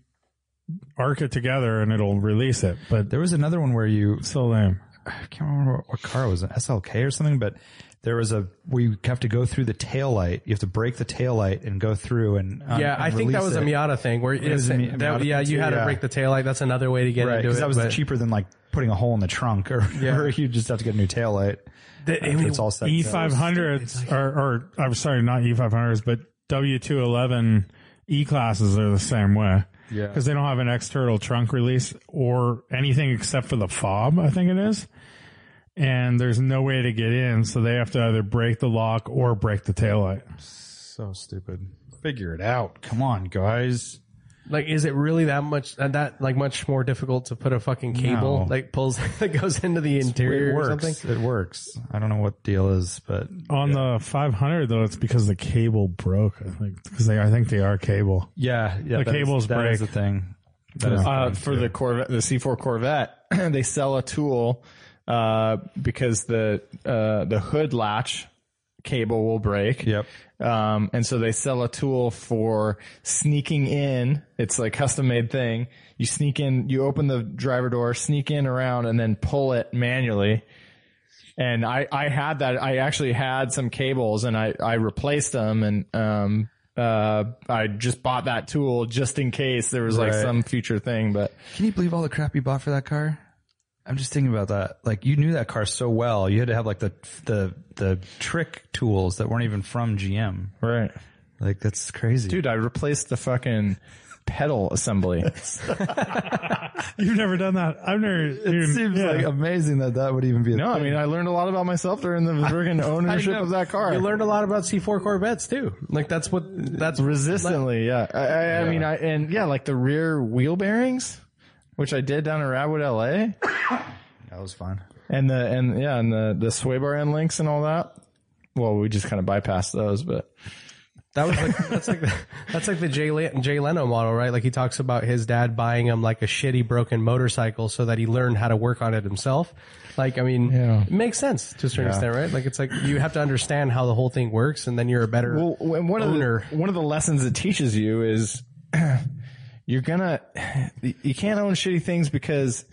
B: arc it together and it'll release it. But
C: There was another one where you
B: so lame.
C: I can't remember what, what car it was, an SLK or something, but there was a where you have to go through the tail light. You have to break the tail light and go through and uh,
D: yeah,
C: and
D: I think that was
C: release
D: a
C: it.
D: Miata thing where
C: was a Mi-
D: that-
C: Miata
D: yeah,
C: thing
D: you had
C: too,
D: to
C: yeah.
D: break the taillight. That's another way to get
C: Right,
D: into it.
C: because that was
D: but-
C: cheaper than like putting a hole in the trunk, or, or [LAUGHS] you just have to get a new tail light.
D: The- I
C: after
D: mean,
C: it's all set.
B: E
C: up.
B: five hundreds or or I'm sorry, not E five hundreds, but W two eleven E classes are the same way. Yeah, because they don't have an external trunk release or anything except for the fob. I think it is, and there's no way to get in, so they have to either break the lock or break the taillight.
C: So stupid. Figure it out. Come on, guys.
D: Like, is it really that much? uh, That like much more difficult to put a fucking cable
C: No.
D: like pulls [LAUGHS] that goes into the interior
C: It
D: or
C: works.
D: something?
C: It works. I don't know what deal is, but
B: On the five hundred though, it's because the cable broke. I think because they I think they are cable.
C: yeah, yeah.
B: The
C: that is-
B: cables
C: That is the
B: break.
C: thing. That is the
E: Uh,
C: thing,
E: for
C: too.
E: the Corvette, the C4 Corvette, [CLEARS THROAT] they sell a tool uh, because the uh, the hood latch cable will break.
C: Yep.
E: Um, and so they sell a tool for sneaking in. It's like custom made thing. You sneak in, you open the driver door, sneak in around, and then pull it manually. And I, I had that. I actually had some cables, and I, I replaced them, and um, uh, I just bought that tool just in case there was like
C: Right.
E: some future thing. But
C: Can you believe all the crap you bought for that car? I'm just thinking about that. Like you knew that car so well, you had to have like the the the trick tools that weren't even from GM.
E: right,
C: Like that's crazy.
E: dude, I replaced the fucking pedal assembly.
B: You've never done that. I've never.
C: it [LAUGHS] seems like amazing that that would even be. A
E: no, I mean I learned a lot about myself during the
C: [LAUGHS]
E: freaking ownership of that car.
D: You learned a lot about C4 Corvettes too. Like that's what that's
E: resistantly. Yeah. I, I, I mean, I and yeah, like the rear wheel bearings, which I did down in Radwood, LA,
C: that was fun.
E: and the and yeah, and the the sway bar end links and all that. Well, we just kind of bypassed those, but
D: That was like [LAUGHS] that's like the, that's like the Jay Le- Jay Leno model, right? Like he talks about his dad buying him like a shitty broken motorcycle so that he learned how to work on it himself. Like I mean, it makes sense to a certain extent, right? Like it's like you have to understand how the whole thing works, and then you're a better
E: well, and one
D: Owner.
E: of the one of the lessons it teaches you is [CLEARS THROAT] you're gonna you can't own shitty things because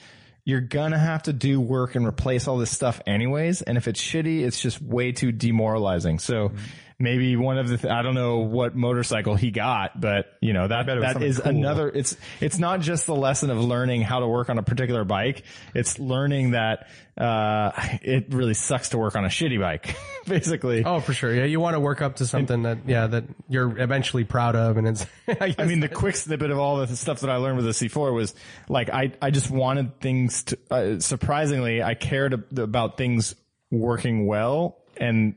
E: you're gonna have to do work and replace all this stuff anyways and if it's shitty it's just way too demoralizing so maybe one of the th- i don't know what motorcycle he got but you know that
C: it was
E: that
C: something
E: is
C: cool.
E: another it's it's not just the lesson of learning how to work on a particular bike it's learning that uh it really sucks to work on a shitty bike [LAUGHS] basically
D: Oh, for sure. Yeah, you want to work up to something that yeah that you're eventually proud of, and it's. [LAUGHS] I,
E: I mean, the quick snippet of all the stuff that I learned with the C4 was like, I, I just wanted things to, uh, surprisingly, I cared ab- about things working well. And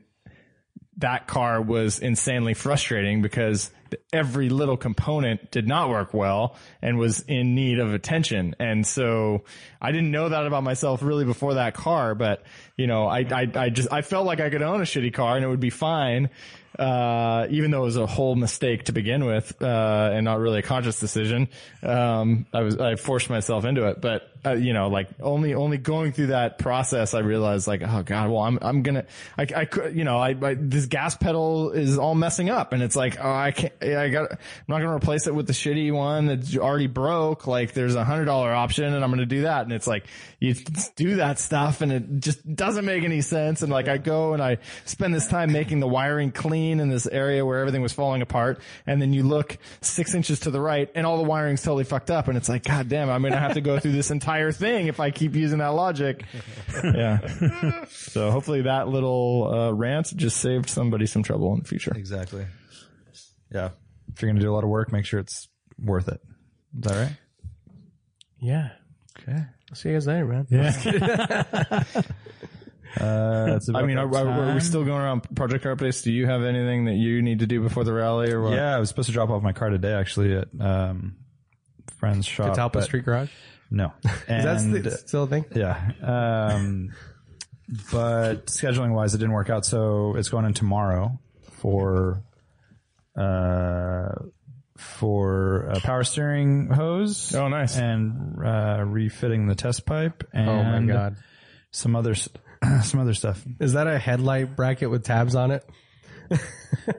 E: that car was insanely frustrating because th- every little component did not work well and was in need of attention. And so I didn't know that about myself really before that car, but you know, I, I, I just, I felt like I could own a shitty car and it would be fine. Uh, even though it was a whole mistake to begin with, uh, and not really a conscious decision. Um, I was, I forced myself into it, but, uh, you know, like only, only going through that process, I realized like, oh God, well, I'm, I'm gonna, I, I could, you know, I, I, this gas pedal is all messing up and it's like, oh, I can't, I got, I'm not gonna replace it with the shitty one that's already broke. Like there's a hundred dollar option and I'm gonna do that. And it's like, you [LAUGHS] do that stuff and it just doesn't make any sense. And like I go and I spend this time making the wiring clean in this area where everything was falling apart. And then you look six inches to the right and all the wiring's totally fucked up. And it's like, God damn, I'm going to have to go through this entire thing if I keep using that logic. Yeah. [LAUGHS] So hopefully that little uh, rant just saved somebody some trouble in the future.
C: Exactly. Yeah. If you're gonna do a lot of work, make sure it's worth it. Is that right?
D: yeah.
C: Okay.
D: See you guys later, man. [LAUGHS]
C: [LAUGHS] Uh, that's about
E: I mean, are,
C: that
E: are, are
C: time.
E: we still going around project car updates? Do you have anything that you need to do before the rally or what?
C: Yeah, I was supposed to drop off my car today actually at um friend's shop.
D: Catalpa
C: but
D: Street Garage.
E: [LAUGHS]
C: No. And,
D: That's the, still a thing.
C: yeah. Um, but scheduling wise, it didn't work out. So it's going in tomorrow for, uh, for a power steering hose.
E: Oh, nice.
C: And, uh, refitting the test pipe and
D: Oh my god!
C: some other, s- [CLEARS THROAT] some
E: [LAUGHS]
C: other stuff.
D: Is that a headlight bracket with tabs on it?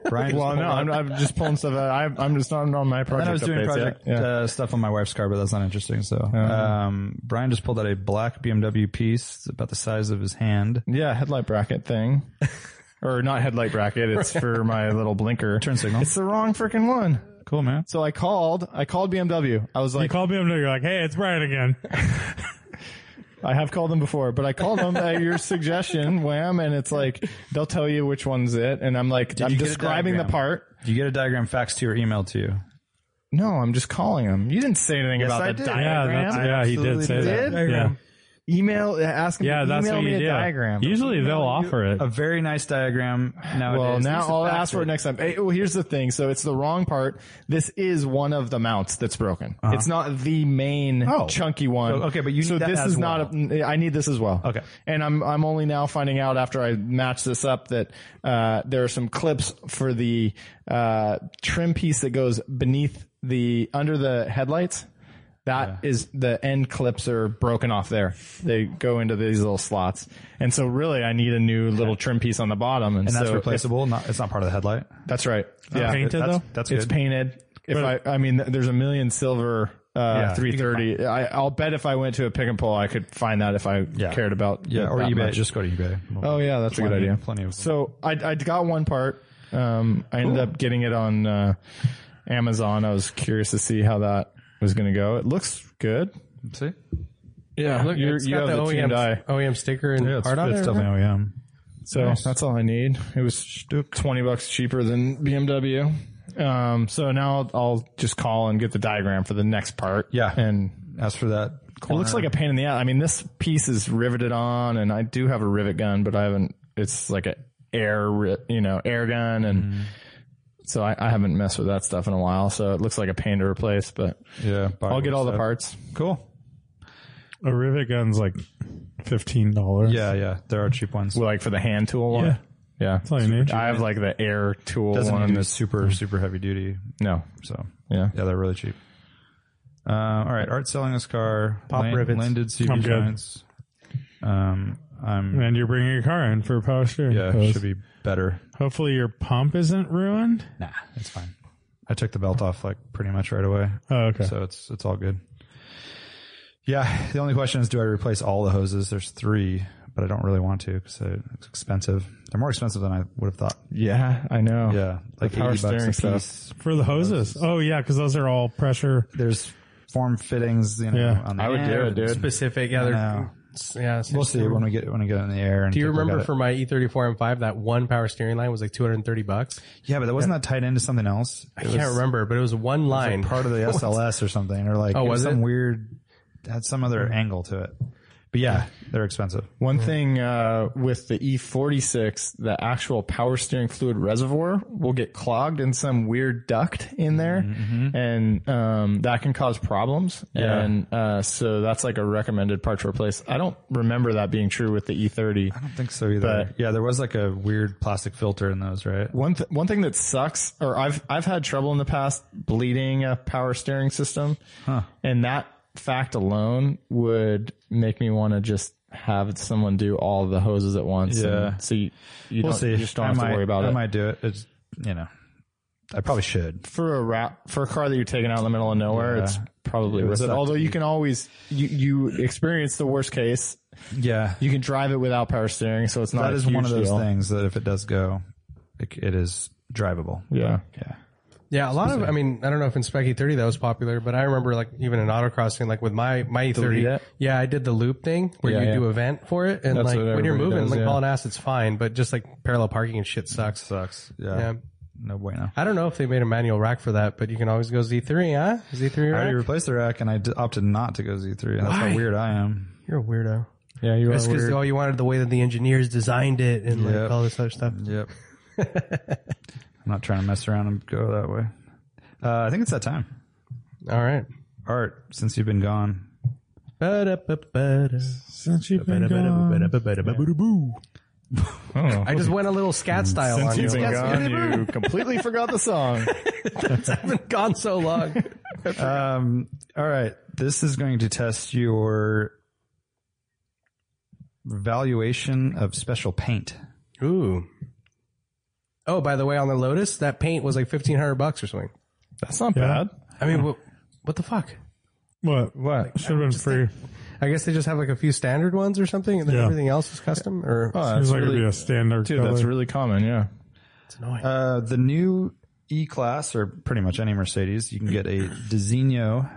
C: Brian,
E: Well, no, I'm, I'm just pulling stuff out. I'm, I'm just not on my
C: And
E: project.
C: I was doing
E: updates
C: project
E: yet. Yeah. Uh-huh.
C: uh, stuff on my wife's car, but that's not interesting. So, um, Brian just pulled out a black BMW piece about the size of his hand.
E: Yeah, headlight bracket thing.
C: [LAUGHS]
E: or not headlight bracket, it's for my little blinker.
C: Turn signal.
E: It's the wrong freaking one.
C: Cool, man.
E: So I called, I called BMW. I was
B: You
E: like,
B: called me up and you're like, hey, it's Brian again.
E: I have called them before, but I called them at your suggestion, [LAUGHS] wham, and it's like, they'll tell you which one's it. And I'm like,
C: you
E: I'm
C: get a
E: describing the
C: diagram?
E: part.
C: You get a diagram faxed to your email to you.
E: No, I'm just calling them. You didn't say anything about
C: I
E: the
C: did.
B: yeah,
E: diagram.
B: that's, yeah, he did
C: absolutely
B: say that.
E: did.
B: Yeah,
E: Email, uh, ask them
B: yeah
E: to
B: that's
E: email
B: what
E: me
B: you
E: a
B: did.
E: diagram.
B: Usually they'll offer it.
C: A very nice diagram. Nowadays.
E: Well, now
C: This is
E: I'll
C: faxed
E: ask for it next time. Hey, well, here's the thing. So it's the wrong part. This is one of the mounts that's broken. It's not the main
C: Uh-huh. Oh.
E: chunky one.
C: So- okay, but you
E: so
C: need that
E: this
C: as
E: is not. A, I need this as well.
C: Okay.
E: and I'm I'm only now finding out after I match this up that uh, there are some clips for the uh, trim piece that goes beneath the under the headlights. That is the end clips are broken off there. They go into these little slots. And so really I need a new little trim piece on the bottom. And,
C: And that's
E: so if-
C: replaceable. Not, it's not part of the headlight.
E: that's right. Yeah,
B: painted,
E: that's,
B: though?
C: That's
E: it's
C: good.
E: painted. If I, I mean, th- there's a million silver uh,
C: Yeah.
E: 330. I, I'll bet if I went to a pick and pull, I could find that if I
C: Yeah.
E: cared about.
C: Yeah,
E: it
C: or
E: that
C: eBay.
E: much.
C: Just go to eBay.
E: Oh yeah, that's a
C: Plenty-
E: good idea.
C: plenty of-
E: So I I got one part. Um, I ended up getting it on uh, Amazon. I was curious to see how that was going to go. It looks good.
C: See?
E: Yeah,
D: Look,
E: you're,
D: it's
E: you
D: got
E: have
D: the E
E: the, tuned eye.
D: OEM, OEM sticker and
C: it's
D: part on it.
C: it's
D: or whatever.
C: definitely OEM.
E: So that's all I need. It was twenty bucks cheaper than BMW. Um, so now I'll, I'll just call and get the diagram for the next part.
C: Yeah.
E: and
C: As for that,
E: it looks like a pain in the ass. I mean, this piece is riveted on, and I do have a rivet gun, but I haven't. It's like a air, ri- you know, air gun, and so I, I haven't messed with that stuff in a while. So it looks like a pain to replace, but
C: yeah.
E: I'll get all the parts.
C: Cool.
B: a rivet gun's like fifteen dollars.
C: Yeah, yeah. There are cheap ones.
E: Like for the hand tool one.
B: Yeah.
E: Yeah,
B: all you need.
E: I have like the air tool
C: doesn't
E: one.
C: need to be
E: that's-
C: super super heavy duty.
E: no,
C: So
E: yeah.
C: yeah, they're really cheap. Uh, all right, Art selling this car.
D: Pop
C: Lane,
D: rivets.
C: Lane did CV
B: I'm good.
C: Giants. Um, I'm
B: And you're bringing your car in for a power steering.
C: yeah,
B: hose.
C: should be better.
B: Hopefully your pump isn't ruined.
C: Nah, it's fine. I took the belt off like pretty much right away,
B: Oh, okay.
C: so it's it's all good. Yeah, the only question is, do I replace all the hoses? There's three, but I don't really want to because it's expensive. They're more expensive than I would have thought.
E: Yeah, I know.
C: Yeah, like
E: power
C: eighty bucks
E: steering
C: a piece.
E: stuff.
B: for the hoses. Oh yeah, because those are all pressure.
C: There's form fittings, you know.
B: Yeah.
C: on the
E: I would do
C: air.
E: it, dude.
D: Specific, yeah, they're,
C: know.
D: yeah.
C: We'll see when we get when we get in the air. And
D: Do you
C: take a look
D: remember
C: at it.
D: for my E E34 M5 that one power steering line was like 230 bucks?
C: Yeah, but that wasn't that tied into something else.
D: I can't remember, but it was one line.
C: Part
D: [LAUGHS]
C: of the SLS or something, or like
D: Oh,
C: it
D: was
C: some
D: it?
C: weird had some other angle to it. But yeah, they're expensive.
E: One thing uh, with the E46, the actual power steering fluid reservoir will get clogged in some weird duct in there,
C: Mm-hmm,
E: and um, that can cause problems. And uh, so that's like a recommended part to replace. I don't remember that being true with the E E30.
C: I don't think so either.
E: But-
C: yeah, there was like a weird plastic filter in those, right?
E: One th- one thing that sucks, or I've I've had trouble in the past bleeding a power steering system, and that fact alone would make me want to just have someone do all the hoses at once.
C: Yeah.
E: and so you, you
C: We'll
E: don't,
C: see.
E: You just don't
C: I
E: have
C: might,
E: to worry about
C: I
E: it.
C: might do it. It's you know, I probably should.
E: For a wrap, for a car that you're taking out in the middle of nowhere,
C: Yeah.
E: it's probably
C: It would
E: worth it.
C: suck.
E: Although you can always you you experience the worst case.
C: Yeah,
E: You can drive it without power steering, so it's not.
C: that
E: a
C: is one
E: huge
C: of those
E: deal.
C: things that if it does go, it, it is drivable.
E: Yeah.
C: Yeah.
D: Yeah, a lot of. I mean, I don't know if in Spec E30 that was popular, but I remember like even in autocrossing, like with my my
E: lead
D: E30.
E: up?
D: Yeah, I did the loop thing where
E: Yeah,
D: you
E: yeah.
D: do a vent for it, and
E: That's
D: like
E: what
D: when you're
E: everybody
D: moving,
E: does,
D: like
E: yeah.
D: all an ass, it's fine. But just like parallel parking and shit sucks.
C: Sucks. Yeah.
D: Yeah.
C: No bueno.
D: I don't know if they made a manual rack for that, but you can always go Z3, huh? Z3
C: I already
D: rack.
C: replaced the rack, and I d- opted not to go Z3. That's how
D: Why?
C: weird I am.
D: You're a weirdo.
E: Yeah, you are
D: That's because
E: weird.
D: oh, you wanted the way that the engineers designed it and
C: Yep.
D: like all this other stuff.
C: [LAUGHS] Yep. I'm not trying to mess around and go that way. Uh, I think it's that time.
D: All right.
C: Art, since you've been gone,
E: Since you've been
D: I just went a little
E: Mm,
D: scat style on you. [LAUGHS] Yes,
E: gone, you completely forgot the song.
D: I haven't gone so long.
C: Um, all right. This is going to test your valuation of special paint.
D: Ooh. Oh, by the way, on the Lotus, that paint was like fifteen hundred bucks or something.
E: That's not bad.
D: I mean, what, what the fuck?
B: What? What? Should have been free.
D: I guess they just have like a few standard ones or something, and then
B: Yeah.
D: everything else is custom. Or
B: Seems like it'd be a standard.
E: Dude,
B: color.
E: that's really common, yeah.
C: Uh, the new E Class, or pretty much any Mercedes, you can get a Designo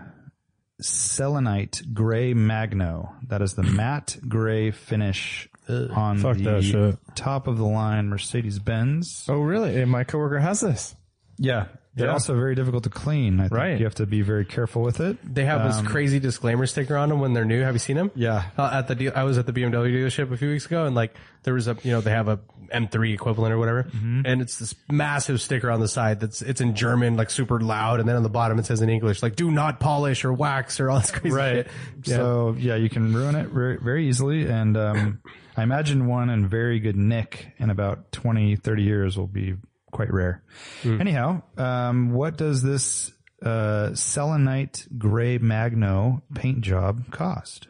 C: Selenite Gray Magno. That is the matte gray finish on
B: fuck that
C: the
B: shit.
C: top of the line Mercedes Benz.
E: Oh, really? Hey, my coworker has this.
C: Yeah. They're
E: Yeah.
C: also very difficult to clean. I think
E: Right.
C: you have to be very careful with it.
D: they have this crazy disclaimer sticker on them when they're new. Have you seen them?
C: Yeah.
D: Uh, at the deal, I was at the BMW dealership a few weeks ago, and like there was a you know they have a M3 equivalent or whatever, and it's this massive sticker on the side that's it's in German like super loud, and then on the bottom it says in English like "Do not polish or wax" or all this crazy shit.
C: So yeah, you can ruin it very, very easily. And [COUGHS] um, I imagine one in very good nick in about 20, 30 years will be quite rare. Anyhow, um, what does this uh, selenite gray magno paint job cost?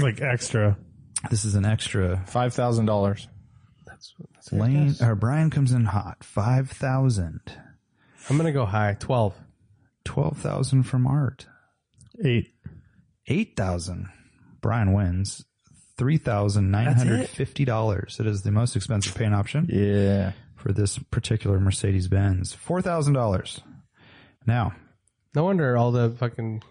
B: like extra.
C: This is an extra.
E: Five thousand dollars.
C: Lane or Brian comes in hot. 5,000.
D: I'm gonna go high twelve.
C: 12,000 from art.
B: Eight.
C: 8,000. Brian wins. $3,950. It is the most expensive paint option.
E: Yeah.
C: for this particular Mercedes Benz. Four thousand dollars. Now,
D: No wonder all the fucking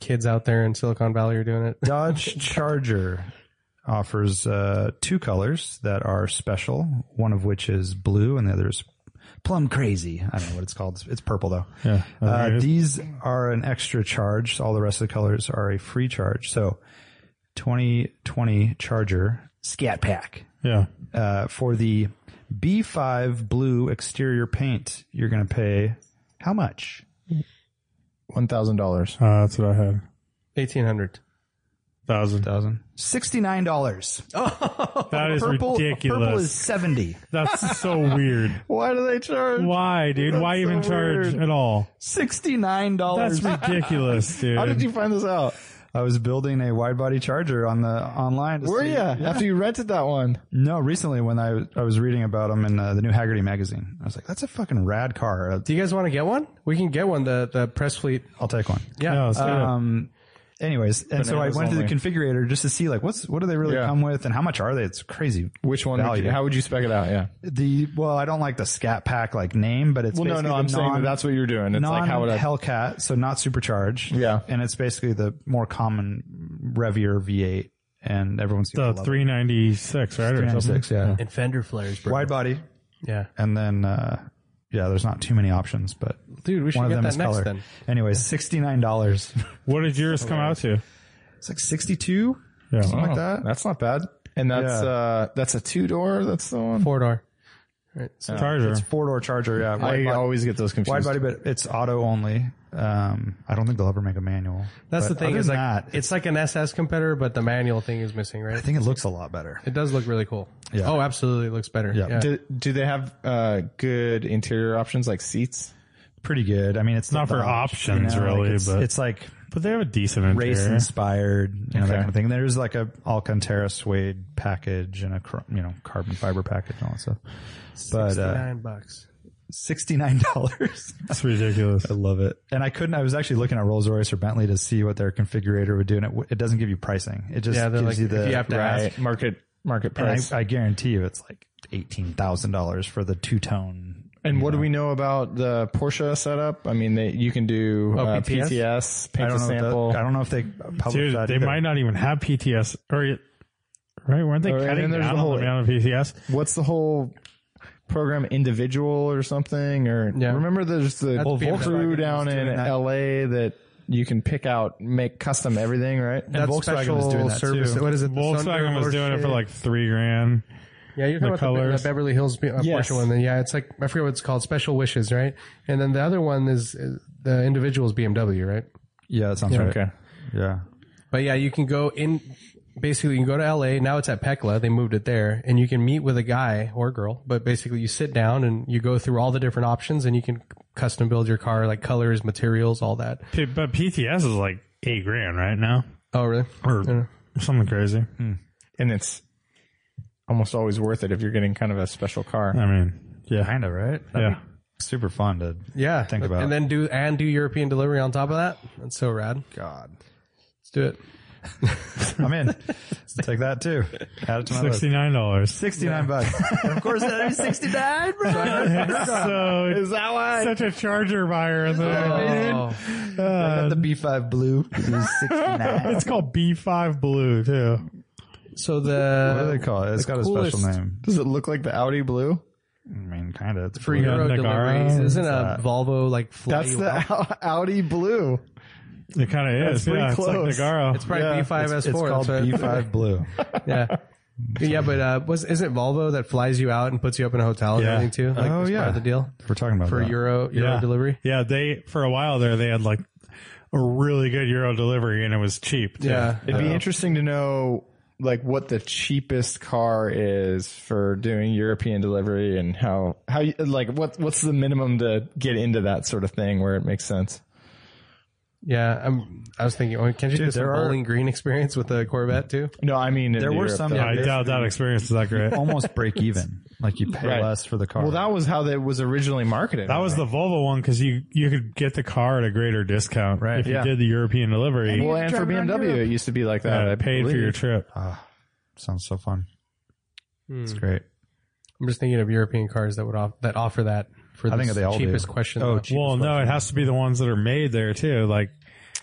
D: kids out there in Silicon Valley are doing it. [LAUGHS]
C: Dodge Charger offers uh, two colors that are special. One of which is blue, and the other is plum crazy. I don't know what it's called. It's- It's purple though. Yeah,
B: Oh,
C: uh, these are an extra charge. All the rest of the colors are a free charge. So, twenty twenty Charger Scat Pack.
B: Yeah.
C: uh, for the B5 blue exterior paint, you're going to pay how much?
E: One thousand dollars.
B: Uh, that's what I had.
D: Eighteen hundred.
B: Thousand.
C: Thousand sixty-nine dollars.
B: That is
C: purple,
B: ridiculous.
C: purple is seventy.
B: That's so weird.
E: Why do they charge?
B: Why, dude? Why
E: That's
B: even
E: so
B: charge
E: weird.
B: at all?
C: [LAUGHS] Sixty-nine dollars.
B: That's ridiculous, dude.
E: [LAUGHS] How did you find this out?
C: I was building a wide-body charger on the online. to
E: Were
C: see-
E: you after you rented that one?
C: No, recently when I I was reading about them in uh, the New Haggerty magazine, I was like, "That's a fucking rad car.
D: Do you guys want to get one? We can get one. The the press fleet.
C: I'll take one."
D: Yeah.
B: No, it's good.
E: Uh,
C: Um, anyways, and so I
E: Bananas
C: went to
E: only.
C: the configurator just to see like what's what do they really
E: Yeah.
C: come with and how much are they? It's crazy.
E: Which one? Would
C: Value.
E: you, how would you spec it out? Yeah.
C: The well, I don't like the Scat Pack like name, but it's
E: Well, no,
C: basically
E: no.
C: the
E: I'm saying that
C: non-
E: that's what you're doing. It's
C: non
E: like how would I? [LAUGHS]
C: Hellcat, so not supercharged.
E: Yeah.
C: and it's basically the more common Revier V8, and everyone's
B: the Oh, three ninety six, right? Or something.
C: six, yeah,
D: And fender flares, bro.
C: wide body,
D: Yeah.
C: and then uh, yeah, there's not too many options, but
D: Dude, we should
C: one
D: get
C: of them
D: that
C: is
D: next
C: color.
D: then.
C: Anyways, sixty nine dollars.
B: What did yours come out to?
C: it's like sixty two.
B: Yeah.
C: Something
E: Oh,
C: like that.
E: That's not bad. And that's
C: Yeah.
E: uh that's a two door. That's the one.
D: Four door. Right. So
B: Charger.
C: It's four door charger. Yeah,
E: I
C: wide, body,
E: always get those confused.
C: wide body, but it's auto only. Um, I don't think they'll ever make a manual.
D: That's
C: But
D: the thing
C: other
D: is
C: than
D: like
C: that,
D: it's like an SS competitor, but the manual thing is missing, right?
C: I think it looks a lot better.
D: it does look really cool.
C: Yeah.
D: Oh, absolutely, it looks better.
C: Yeah.
E: Do, do they have uh good interior options like seats?
C: pretty good. I mean, it's
B: Not
C: the
B: for
C: Dodge,
B: options,
C: like,
B: really,
C: it's,
B: but-
C: it's like
B: But they have a decent interior.
C: race inspired, you know, that
E: Okay.
C: kind of thing. There's like a Alcantara suede package and a cr- you know carbon fiber package and all that stuff. But uh,
D: Nine bucks.
C: sixty nine dollars. [LAUGHS]
B: That's ridiculous.
C: I love it. And I couldn't. I was actually looking at Rolls Royce or Bentley to see what their configurator would do, and it, w- it doesn't give you pricing. It just
D: Yeah, they're like
C: gives you the
D: if you have to ask.
E: Market market
C: and
E: price.
C: I, I guarantee you, it's like eighteen thousand dollars for the two tone.
E: And what do we know about the Porsche setup? I mean, they, you can do uh,
D: PTS?
E: PTS?
C: I
E: paint a
C: don't know. if
E: sample.
C: that- I don't know if they publish
B: Dude,
C: that.
B: they
C: either.
B: might not even have PTS or it- right? Weren't they
E: Or- and
B: cutting
E: then there's
B: down
E: the
B: on
E: whole-
B: the amount of PTS?
E: What's the whole program? Individual or something? Or
D: Yeah.
E: remember, there's the
D: That's
E: whole
D: BMW.
E: crew down in
C: that.
E: LA that you can pick out, make custom everything, right?
D: That
C: Volkswagen was
D: special
C: doing that
D: service.
C: too.
D: What is it? the
B: Volkswagen
D: sunroof
B: was
D: or
B: doing it for
D: shit?
B: like three grand.
D: Yeah, you're talking
B: the
D: about the,
B: colors.
D: the Beverly Hills uh,
E: Yes.
D: Porsche one. Then yeah, it's like I uh, forget what it's called, Special Wishes, right? And then the other one is, is the individual's BMW, right?
C: Yeah, that sounds right.
E: Okay.
C: Yeah.
D: But yeah, you can go in. Basically, you can go to LA. Now it's at Pecla. They moved it there, and you can meet with a guy or girl. But basically, you sit down and you go through all the different options, and you can custom build your car, like colors, materials, all that.
B: P- but PTS is like eight grand right now,
D: Oh, really?
B: or something crazy.
E: And it's almost always worth it if you're getting kind of a special car.
B: I mean, yeah,
C: Kind of, right?
B: yeah.
C: Super fun to
D: Yeah.
C: think about.
D: And then do and do European delivery on top of that. That's so rad.
C: God.
D: Let's do it.
C: I'm in. [LAUGHS] Take that too. Add it to my list.
B: Sixty nine dollars.
C: 69 bucks.
B: [LAUGHS]
C: And of course, that'd be 69,
B: [LAUGHS]
C: bro.
B: so is that why such a charger buyer there?
D: Oh.
C: I got the B5 blue. It was 69.
B: It's called B five blue too.
D: So
C: What do
D: the
C: they call it? It's got a
D: coolest-
C: special name.
E: [LAUGHS] Does it look like the Audi Blue?
C: I mean, kind of. It's
D: for
C: blue.
D: Euro
B: Nagara,
D: deliveries
B: what's
D: isn't a Volvo like fly
E: That's
D: you
E: the
D: out?
E: Au-
C: [LAUGHS]
E: Audi Blue.
B: It kind of is.
E: pretty
B: Yeah, it's like
E: close.
B: Nagara.
D: It's probably B five S
C: [LAUGHS] It's
D: four.
C: called B5 [LAUGHS] blue.
D: Yeah. [LAUGHS] Yeah, but uh, was isn't Volvo that flies you out and puts you up in a hotel and
B: Yeah.
D: everything too? Like,
C: Oh,
D: as
C: yeah.
D: part of the deal
C: We're talking about
D: for
C: that.
D: Euro Euro
B: yeah.
D: delivery.
B: Yeah, they for a while there they had like a really good Euro delivery and it was cheap. too.
D: Yeah, Uh,
E: It'd be interesting to know like what the cheapest car is for doing European delivery and how how you, like what what's the minimum to get into that sort of thing where it makes sense.
D: yeah. I'm, I was thinking, oh, can't you do some
C: there are-
D: Bowling Green experience with the Corvette too?
E: No, I mean
C: There were some-
B: I doubt that experience is that
C: [LAUGHS]
B: great.
C: Almost break even. Like you pay
E: Right.
C: less for the car.
E: Well, that was how that was originally marketed.
B: That was the Volvo one because you you could get the car at a greater discount
C: Right,
B: if
E: yeah.
B: you did the European delivery.
E: well, and for BMW, it used to be like that.
B: Yeah,
E: I
B: paid for
E: believe.
B: your trip.
C: sounds so fun.
B: Hmm.
C: It's great.
D: I'm just thinking of European cars that would off, that offer that for the
C: I think they all do.
D: cheapest question.
C: Oh,
D: option.
B: Well, no, it has to be the ones that are made there too. Like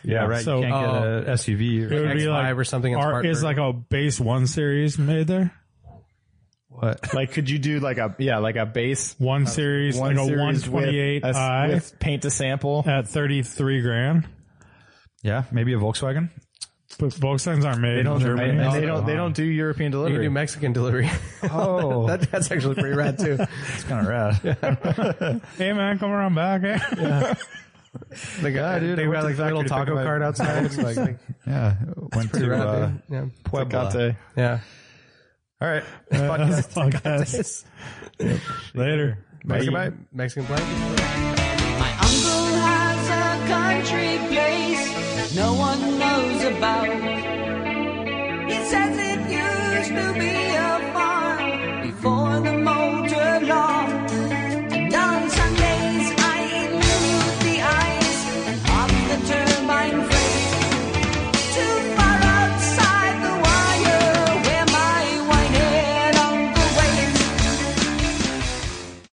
C: Yeah, right.
B: So- uh,
C: you can't get a
B: it
C: SUV or
B: would be
D: X5
B: like
D: or something that's
B: Are,
D: part-
B: is like a base one series made there.
C: what?
E: Like, could you do like a yeah, like a base
B: One series,
E: one
B: like a one
E: series
B: twenty eight
E: with, a-
B: i
E: with paint to sample?
B: at thirty three grand.
C: Yeah, maybe a Volkswagen.
B: But Volkswagens aren't made in Germany.
E: and they don't they don't do
D: you
E: European
D: can
E: delivery.
D: do Mexican delivery. [LAUGHS]
C: Oh, [LAUGHS]
D: that, that's actually pretty rad too.
C: that's kind of rad.
B: Hey man, come around back. eh? [LAUGHS]
D: They got,
C: dude, I
D: they
C: went
D: got
C: to
D: like
C: the
D: a little
C: factory to pick
D: taco
C: up my-
D: cart outside. It's like, like
C: [LAUGHS] Yeah, went to
D: rad,
C: uh,
D: dude. yeah,
C: Puebla.
E: Tecate.
D: [LAUGHS] yeah.
C: All right,
E: [LAUGHS]
B: Podcast. Later.
C: Bye.
D: Mexican blanket.
G: My uncle has a country place no one knows about. He says it used to be